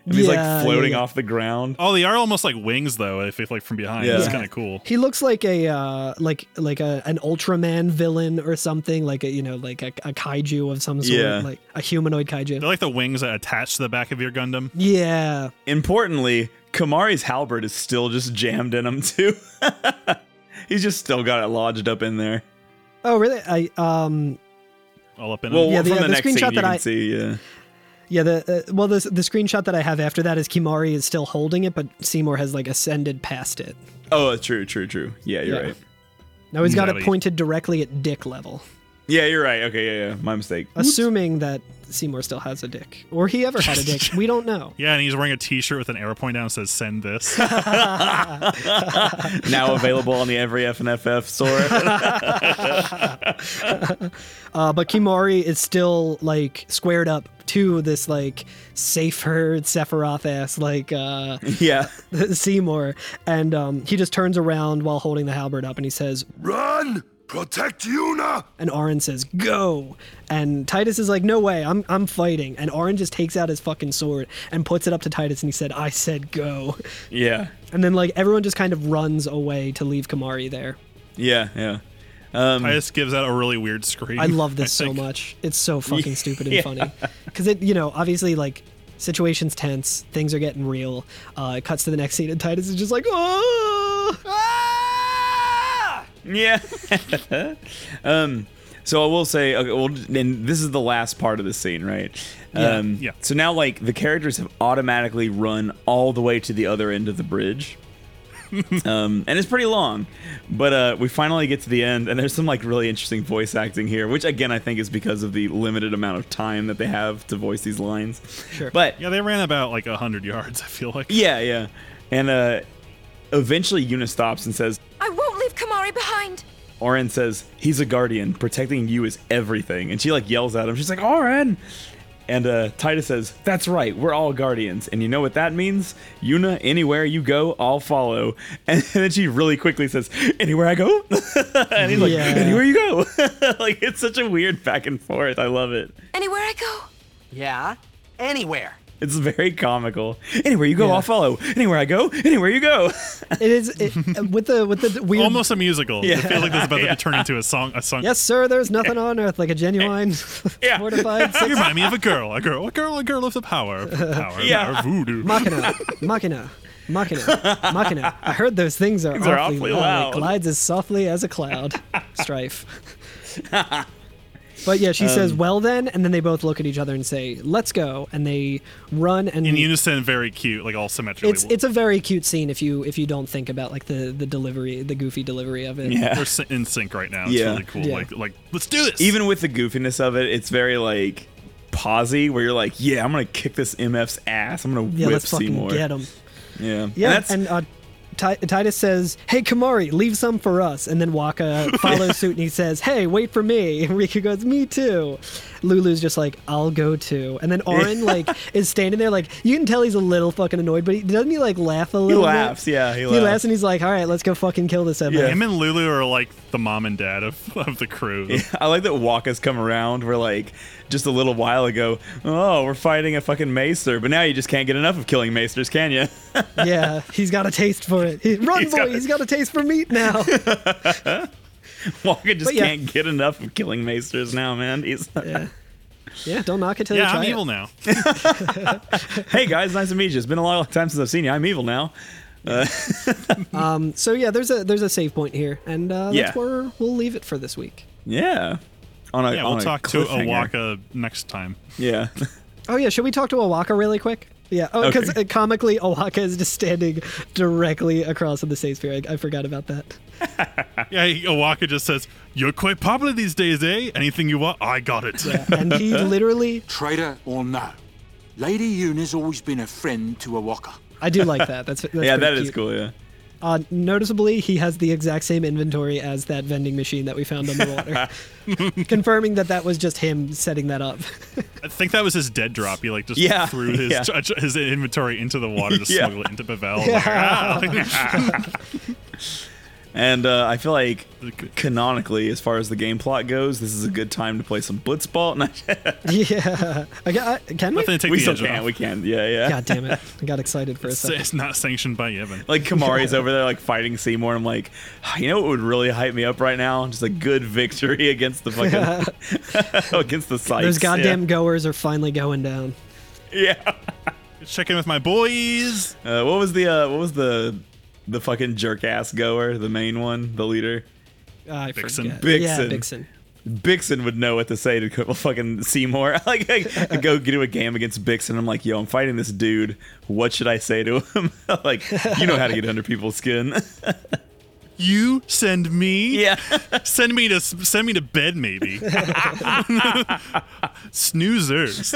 [SPEAKER 5] And he's
[SPEAKER 4] Yeah,
[SPEAKER 5] like floating
[SPEAKER 4] yeah, yeah.
[SPEAKER 5] off the ground.
[SPEAKER 3] Oh, they are almost like wings though. If, if like from behind,
[SPEAKER 5] Yeah.
[SPEAKER 3] it's
[SPEAKER 5] Yeah.
[SPEAKER 3] kind of cool.
[SPEAKER 4] He looks like a uh, like like a an Ultraman villain or something, like a you know like a, a kaiju of some sort,
[SPEAKER 3] Yeah.
[SPEAKER 4] like a humanoid kaiju.
[SPEAKER 3] They're like the wings that attach to the back of your Gundam.
[SPEAKER 4] Yeah.
[SPEAKER 5] Importantly, Kamari's halberd is still just jammed in him too. [laughs] he's just still got it lodged up in there.
[SPEAKER 4] Oh really? I um
[SPEAKER 3] All up in
[SPEAKER 5] Well,
[SPEAKER 4] Yeah,
[SPEAKER 5] from
[SPEAKER 4] the-
[SPEAKER 5] the,
[SPEAKER 4] uh, the
[SPEAKER 5] next scene
[SPEAKER 4] screenshot
[SPEAKER 5] you
[SPEAKER 4] that
[SPEAKER 5] can
[SPEAKER 4] I-
[SPEAKER 5] see, yeah.
[SPEAKER 4] yeah the uh, well the the screenshot that I have after that is Kimari is still holding it, but Seymour has like ascended past it.
[SPEAKER 5] Oh, true, true, true. Yeah, you're right.
[SPEAKER 4] Now he's got it
[SPEAKER 5] Exactly.
[SPEAKER 4] pointed directly at dick level,
[SPEAKER 5] Yeah, you're right. Okay, yeah, yeah. My mistake.
[SPEAKER 4] assuming that Seymour still has a dick, or he ever had a dick. we don't know.
[SPEAKER 3] Yeah, and he's wearing a T-shirt with an arrow pointing down that says "Send this."
[SPEAKER 4] [laughs]
[SPEAKER 5] now available on the every FNFF store.
[SPEAKER 4] Uh, but Kimari is still like squared up to this like safe herd Sephiroth ass like uh, [laughs]
[SPEAKER 5] yeah
[SPEAKER 4] Seymour, and um, he just turns around while holding the halberd up and he says,
[SPEAKER 7] Run! Protect Yuna!
[SPEAKER 4] and Arin says, "Go!" And Titus is like, "No way, I'm I'm fighting." And Arin just takes out his fucking sword and puts it up to Titus, and he said, "I said go."
[SPEAKER 5] yeah,
[SPEAKER 4] And then like everyone just kind of runs away to leave Kamari there.
[SPEAKER 5] yeah, yeah. Um,
[SPEAKER 3] Titus gives out a really weird scream.
[SPEAKER 4] I love this
[SPEAKER 3] I
[SPEAKER 4] so
[SPEAKER 3] think.
[SPEAKER 4] much. It's so fucking stupid and
[SPEAKER 3] Yeah.
[SPEAKER 4] funny. Because it, you know, obviously, like, situation's tense, things are getting real. Uh, it cuts to the next scene, and Titus is just like, "Ah!" oh!
[SPEAKER 5] Yeah. [laughs] um, so I will say, okay, well, and this is the last part of the scene, right?
[SPEAKER 3] Yeah,
[SPEAKER 5] Um,
[SPEAKER 3] yeah.
[SPEAKER 5] So now, like, the characters have automatically run all the way to the other end of
[SPEAKER 3] [laughs]
[SPEAKER 5] the bridge. um, and it's pretty long, but uh, we finally get to the end, and there's some like really interesting voice acting here, which again I think is because of the limited amount of time that they have to voice these lines.
[SPEAKER 3] Sure. [laughs]
[SPEAKER 5] But
[SPEAKER 3] yeah, they ran about like hundred yards. I feel like.
[SPEAKER 5] Yeah, yeah. And uh, eventually, Una stops and says,
[SPEAKER 8] I won't leave Kamari behind.
[SPEAKER 5] Oren says, "He's a guardian. Protecting you is everything." And she like yells at him. She's like, "Oren!" And uh, Titus says, "That's right. We're all guardians. And you know what that means? Yuna, anywhere you go, I'll follow." [laughs] And then she really quickly says, "Anywhere I go." [laughs] and he's like,
[SPEAKER 4] Yeah.
[SPEAKER 5] "Anywhere you go." [laughs] like it's such a weird back and forth. I love it.
[SPEAKER 8] Anywhere I go.
[SPEAKER 14] Yeah, anywhere.
[SPEAKER 5] It's very comical. Anywhere you go, I'll follow. Anywhere I go, anywhere you go. [laughs]
[SPEAKER 4] it is it, with the with the weird.
[SPEAKER 3] Almost a musical.
[SPEAKER 4] Yeah.
[SPEAKER 3] It feels like this is about to turn into a song. A song.
[SPEAKER 4] Yes, sir. There's nothing on earth like a genuine [laughs] mortified.
[SPEAKER 3] you remind me of a girl, a girl, a girl, a girl of the power, power,
[SPEAKER 4] Yeah.
[SPEAKER 3] power, voodoo.
[SPEAKER 4] Machina, Machina, Machina, Machina. I heard those things are
[SPEAKER 3] Things
[SPEAKER 4] awfully,
[SPEAKER 3] are awfully
[SPEAKER 4] loud.
[SPEAKER 3] loud.
[SPEAKER 4] It glides as softly as a cloud. Strife. But yeah, she says,
[SPEAKER 3] Um,
[SPEAKER 4] "Well then," and then they both look at each other and say, "Let's go." And they run and
[SPEAKER 3] in unison, very cute, like all symmetrically.
[SPEAKER 4] it's it's a very cute scene if you if you don't think about like the the delivery, the goofy delivery of it.
[SPEAKER 3] we're sy- in sync right now. It's
[SPEAKER 5] Yeah.
[SPEAKER 3] really cool.
[SPEAKER 5] Yeah.
[SPEAKER 3] Like like let's do this.
[SPEAKER 5] Even with the goofiness of it, it's very like pausey, where you're like, "Yeah, I'm gonna kick this MF's ass. I'm gonna
[SPEAKER 4] Yeah,
[SPEAKER 5] whip
[SPEAKER 4] let's fucking
[SPEAKER 5] Seymour."
[SPEAKER 4] get 'em.
[SPEAKER 5] Yeah,
[SPEAKER 4] Yeah,
[SPEAKER 5] And
[SPEAKER 4] and,
[SPEAKER 5] that's
[SPEAKER 4] uh, Ti- Titus says, "Hey, Kamari, leave some for us." And then
[SPEAKER 5] [laughs]
[SPEAKER 4] Waka follows suit, and he says, "Hey, wait for me." And Riku goes, "Me too." Lulu's just like, "I'll go too." And then Orin like is standing there, like you can tell he's a little fucking annoyed, but he, doesn't he like laugh a
[SPEAKER 5] he
[SPEAKER 4] little? bit?
[SPEAKER 5] laughs. Yeah, he
[SPEAKER 4] He
[SPEAKER 5] laughs.
[SPEAKER 4] laughs. and he's like, "All right, let's go fucking kill this MF."
[SPEAKER 3] Him and Lulu are like the mom and dad of, [laughs] of the crew.
[SPEAKER 5] Yeah, I like that Waka's come around. We're like just a little while ago. Oh, we're fighting a fucking maester, but now you just can't get enough of killing maesters, can you?
[SPEAKER 4] yeah, he's got a taste for it. He, Run,
[SPEAKER 5] [laughs] He's
[SPEAKER 4] boy!
[SPEAKER 5] got a-
[SPEAKER 4] he's got a taste for meat
[SPEAKER 5] [laughs]
[SPEAKER 4] now.
[SPEAKER 5] [laughs] Waka just
[SPEAKER 4] But yeah.
[SPEAKER 5] can't get enough of killing maesters now, man.
[SPEAKER 4] [laughs]
[SPEAKER 5] He's
[SPEAKER 4] yeah, don't knock it till you
[SPEAKER 3] yeah,
[SPEAKER 4] try
[SPEAKER 3] I'm
[SPEAKER 4] it.
[SPEAKER 3] evil
[SPEAKER 5] [laughs]
[SPEAKER 3] now.
[SPEAKER 5] hey guys, nice to meet you. It's been a long time since I've seen you. I'm evil now. Uh,
[SPEAKER 4] um, so yeah, there's a there's a save point here, and uh,
[SPEAKER 5] Yeah.
[SPEAKER 4] that's where we'll leave it for this week.
[SPEAKER 5] yeah. On a
[SPEAKER 3] yeah,
[SPEAKER 5] on
[SPEAKER 3] we'll
[SPEAKER 5] a
[SPEAKER 3] talk to
[SPEAKER 5] cliffhanger.
[SPEAKER 3] Awaka next time.
[SPEAKER 5] Yeah. [laughs]
[SPEAKER 4] Oh yeah, should we talk to Owaka really quick? Yeah, oh, because
[SPEAKER 3] Okay.
[SPEAKER 4] uh, comically, Owaka is just standing directly across from the save sphere. I, I forgot about that.
[SPEAKER 3] yeah, he- Awaka just says, "You're quite popular these days, eh? Anything you want, I got it."
[SPEAKER 4] and
[SPEAKER 5] [laughs]
[SPEAKER 4] he literally.
[SPEAKER 14] Traitor or no, Lady Yuna's always been a friend to Awaka.
[SPEAKER 4] I do like that. That's, that's
[SPEAKER 5] [laughs] yeah,
[SPEAKER 4] that
[SPEAKER 5] that is
[SPEAKER 4] is
[SPEAKER 5] cool. Yeah.
[SPEAKER 4] Uh, noticeably, he has the exact same inventory as that vending machine that we found on the
[SPEAKER 5] [laughs]
[SPEAKER 4] water, confirming that that was just him setting that up. [laughs]
[SPEAKER 3] I think that was his dead drop. He like just
[SPEAKER 4] Yeah,
[SPEAKER 3] threw his
[SPEAKER 4] yeah.
[SPEAKER 3] tr- tr- his inventory into the water to
[SPEAKER 4] Yeah.
[SPEAKER 3] smuggle it into Bevel.
[SPEAKER 4] Yeah.
[SPEAKER 5] And uh, I feel like canonically, as far as the game plot goes, this is a good time to play some Blitzball.
[SPEAKER 4] yeah,
[SPEAKER 5] [laughs]
[SPEAKER 4] I got, can we?
[SPEAKER 3] Nothing to take
[SPEAKER 5] we
[SPEAKER 3] the
[SPEAKER 5] still
[SPEAKER 3] edge
[SPEAKER 5] can.
[SPEAKER 3] off.
[SPEAKER 5] We can. Yeah, yeah.
[SPEAKER 4] God damn it! I got excited
[SPEAKER 5] [laughs]
[SPEAKER 4] for a
[SPEAKER 3] It's,
[SPEAKER 4] second.
[SPEAKER 3] it's not sanctioned by Yevon.
[SPEAKER 4] [laughs]
[SPEAKER 5] Like Kamari's over there, like fighting Seymour. And I'm like, "Ah, you know what would really hype me up right now? Just a good victory [laughs] against
[SPEAKER 4] [laughs]
[SPEAKER 5] the fucking [laughs] against the Sykes.
[SPEAKER 4] Those
[SPEAKER 5] Yeah.
[SPEAKER 4] goddamn goers are finally going down.
[SPEAKER 5] Yeah.
[SPEAKER 3] Check in with my boys.
[SPEAKER 5] Uh, what was the uh, what was the the fucking jerk ass goer? The main one, the leader.
[SPEAKER 4] I forget.
[SPEAKER 5] Bixen.
[SPEAKER 4] Yeah, Bixen.
[SPEAKER 5] Bixen would know what to say to [laughs] co- fucking Seymour. [laughs] like, I, I go get to a game against Bixen. I'm like, yo, I'm fighting this dude. What should I say to him? [laughs] like, you know how to get under people's skin. [laughs]
[SPEAKER 3] You send me. Yeah. send me to send me to bed maybe.
[SPEAKER 5] [laughs]
[SPEAKER 3] [laughs] Snoozers.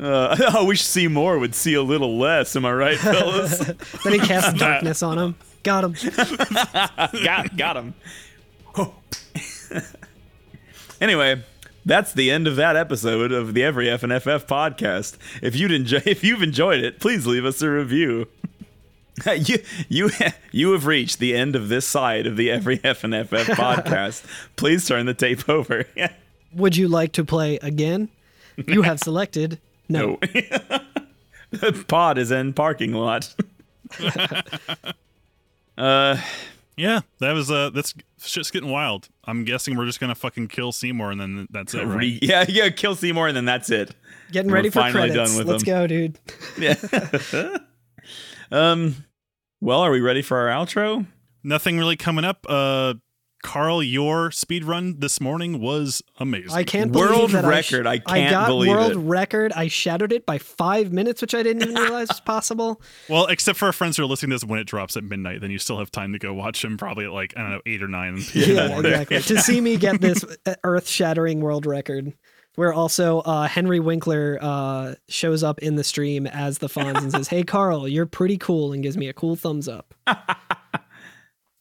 [SPEAKER 5] Uh, I wish Seymour would see a little less. Am I right, fellas?
[SPEAKER 4] then he
[SPEAKER 5] [laughs]
[SPEAKER 4] casts darkness on him. Got him.
[SPEAKER 5] got got him. [laughs] anyway, that's the end of that episode of the Every F and FF podcast. If you'd enjoy, if you've enjoyed it, please leave us a review. [laughs] you you [laughs] you have reached the end of this side of the Every F and [laughs] FF podcast. please turn the tape over. [laughs]
[SPEAKER 4] Would you like to play again? You have
[SPEAKER 5] [laughs]
[SPEAKER 4] selected no.
[SPEAKER 5] the pod is in parking lot.
[SPEAKER 3] Uh yeah, that was uh that's shit's getting wild. I'm guessing we're just going to fucking kill Seymour and then that's it, right?
[SPEAKER 5] Re- [laughs] yeah, yeah. Kill Seymour and then that's it.
[SPEAKER 4] Getting
[SPEAKER 5] We're
[SPEAKER 4] ready for
[SPEAKER 5] finally
[SPEAKER 4] credits.
[SPEAKER 5] done with
[SPEAKER 4] Let's
[SPEAKER 5] him.
[SPEAKER 4] go, dude.
[SPEAKER 5] Yeah. um. Well, are we ready for our outro?
[SPEAKER 3] Nothing really coming up. Uh Carl, your speed run this morning was amazing.
[SPEAKER 4] I can't believe
[SPEAKER 5] World
[SPEAKER 4] that
[SPEAKER 5] record. I
[SPEAKER 4] I, sh- I
[SPEAKER 5] can't
[SPEAKER 4] got
[SPEAKER 5] believe
[SPEAKER 4] world
[SPEAKER 5] it.
[SPEAKER 4] record. I shadowed it by five minutes, which I didn't
[SPEAKER 5] [laughs]
[SPEAKER 4] even realize was possible.
[SPEAKER 3] Well, except for our friends who are listening to this when it drops at midnight, then you still have time to go watch him probably at like, I don't know, eight or nine. in the
[SPEAKER 4] Yeah,
[SPEAKER 3] morning.
[SPEAKER 4] exactly. to see me get this uh, earth-shattering world record, where also uh, Henry Winkler uh, shows up in the stream as the Fonz and says, "Hey, Carl, you're pretty cool," and gives me a cool thumbs
[SPEAKER 5] [laughs]
[SPEAKER 4] up. it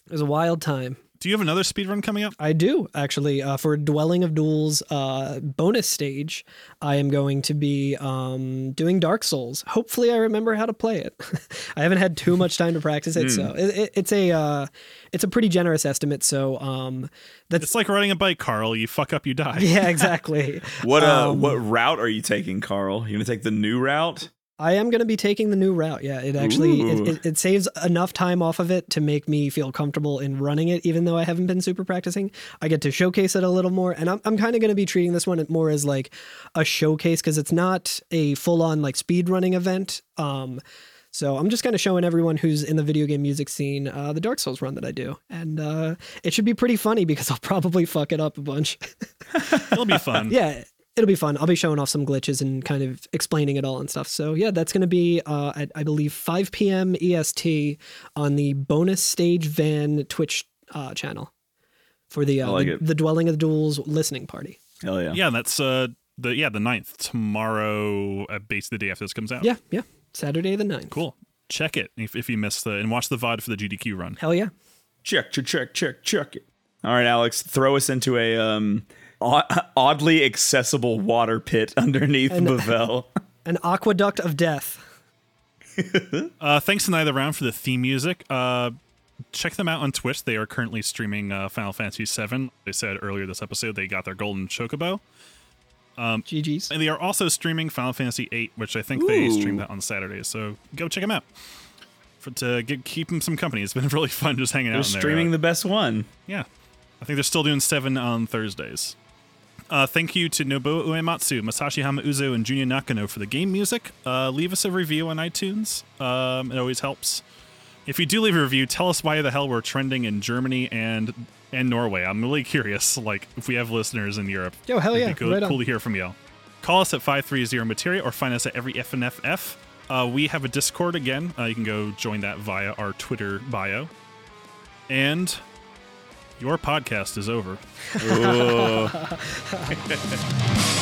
[SPEAKER 4] was a wild time.
[SPEAKER 3] [laughs] Do you have another speedrun coming up?
[SPEAKER 4] I do actually. Uh, for Dwelling of Duels uh, bonus stage, I am going to be um, doing Dark Souls. Hopefully, I remember how to play it. [laughs] I haven't had too much time to practice it, so
[SPEAKER 3] Hmm.
[SPEAKER 4] it, it, it's a uh, it's a pretty generous estimate. So um, [laughs] that's
[SPEAKER 3] It's like riding a bike, Carl. You fuck up, you die.
[SPEAKER 4] yeah, exactly.
[SPEAKER 5] What uh,
[SPEAKER 4] Um,
[SPEAKER 5] what route are you taking, Carl? You gonna take the new route?
[SPEAKER 4] I am going to be taking the new route. Yeah, it actually
[SPEAKER 5] Ooh.
[SPEAKER 4] it, it, it saves enough time off of it to make me feel comfortable in running it, even though I haven't been super practicing. I get to showcase it a little more, and I'm I'm kind of going to be treating this one more as like a showcase because it's not a full on like speed running event. Um, so I'm just kind of showing everyone who's in the video game music scene uh, the Dark Souls run that I do, and uh, it should be pretty funny because [laughs] I'll probably fuck it up a bunch.
[SPEAKER 3] It'll be fun.
[SPEAKER 4] [laughs] yeah it'll be fun i'll be showing off some glitches and kind of explaining it all and stuff so yeah that's going to be uh, at i believe 5 p.m est E on the bonus stage van twitch uh, channel for the,
[SPEAKER 3] I
[SPEAKER 4] uh,
[SPEAKER 3] like
[SPEAKER 4] the,
[SPEAKER 3] it.
[SPEAKER 4] the dwelling of the duels listening party
[SPEAKER 5] Hell yeah.
[SPEAKER 3] Yeah, that's uh the yeah, the ninth tomorrow uh, basically the day after this comes out.
[SPEAKER 4] yeah yeah saturday the 9th
[SPEAKER 3] Cool. Check it if, if you missed the and watch the VOD for the GDQ run.
[SPEAKER 4] hell yeah
[SPEAKER 5] Check, check, check, check, check it. All right, Alex, throw us into a um o- oddly accessible water pit [laughs] underneath
[SPEAKER 4] And-
[SPEAKER 5] Bavel.
[SPEAKER 4] an aqueduct of death
[SPEAKER 3] Uh, thanks to Neither Round for the theme music. Uh, check them out on Twitch. They are currently streaming uh, Final Fantasy VII. They said earlier this episode they got their golden chocobo. Um,
[SPEAKER 4] GG's.
[SPEAKER 3] And they are also streaming Final Fantasy VIII, which I think they stream
[SPEAKER 5] Ooh.
[SPEAKER 3] that on Saturdays. So go check them out for, to get, keep them some company. It's been [laughs] really fun just hanging
[SPEAKER 5] They're
[SPEAKER 3] out. in there.
[SPEAKER 5] streaming the best one.
[SPEAKER 3] Yeah. I think they're still doing seven on Thursdays. Uh, thank you to Nobuo Uematsu, Masashi Hamauzu, and Junya Nakano for the game music. Uh, leave us a review on iTunes. Um, it always helps. If you do leave a review, tell us why the hell we're trending in Germany and and Norway. I'm really [laughs] curious, like, if we have listeners in Europe.
[SPEAKER 4] Yo, hell
[SPEAKER 3] It'd
[SPEAKER 4] yeah,
[SPEAKER 3] Be cool,
[SPEAKER 4] right on.
[SPEAKER 3] cool to hear from y'all. Call us at 530 Materia or find us at every FNFF. Uh, we have a Discord again. Uh, you can go join that via our Twitter bio. And your podcast is over.
[SPEAKER 5] Ooh.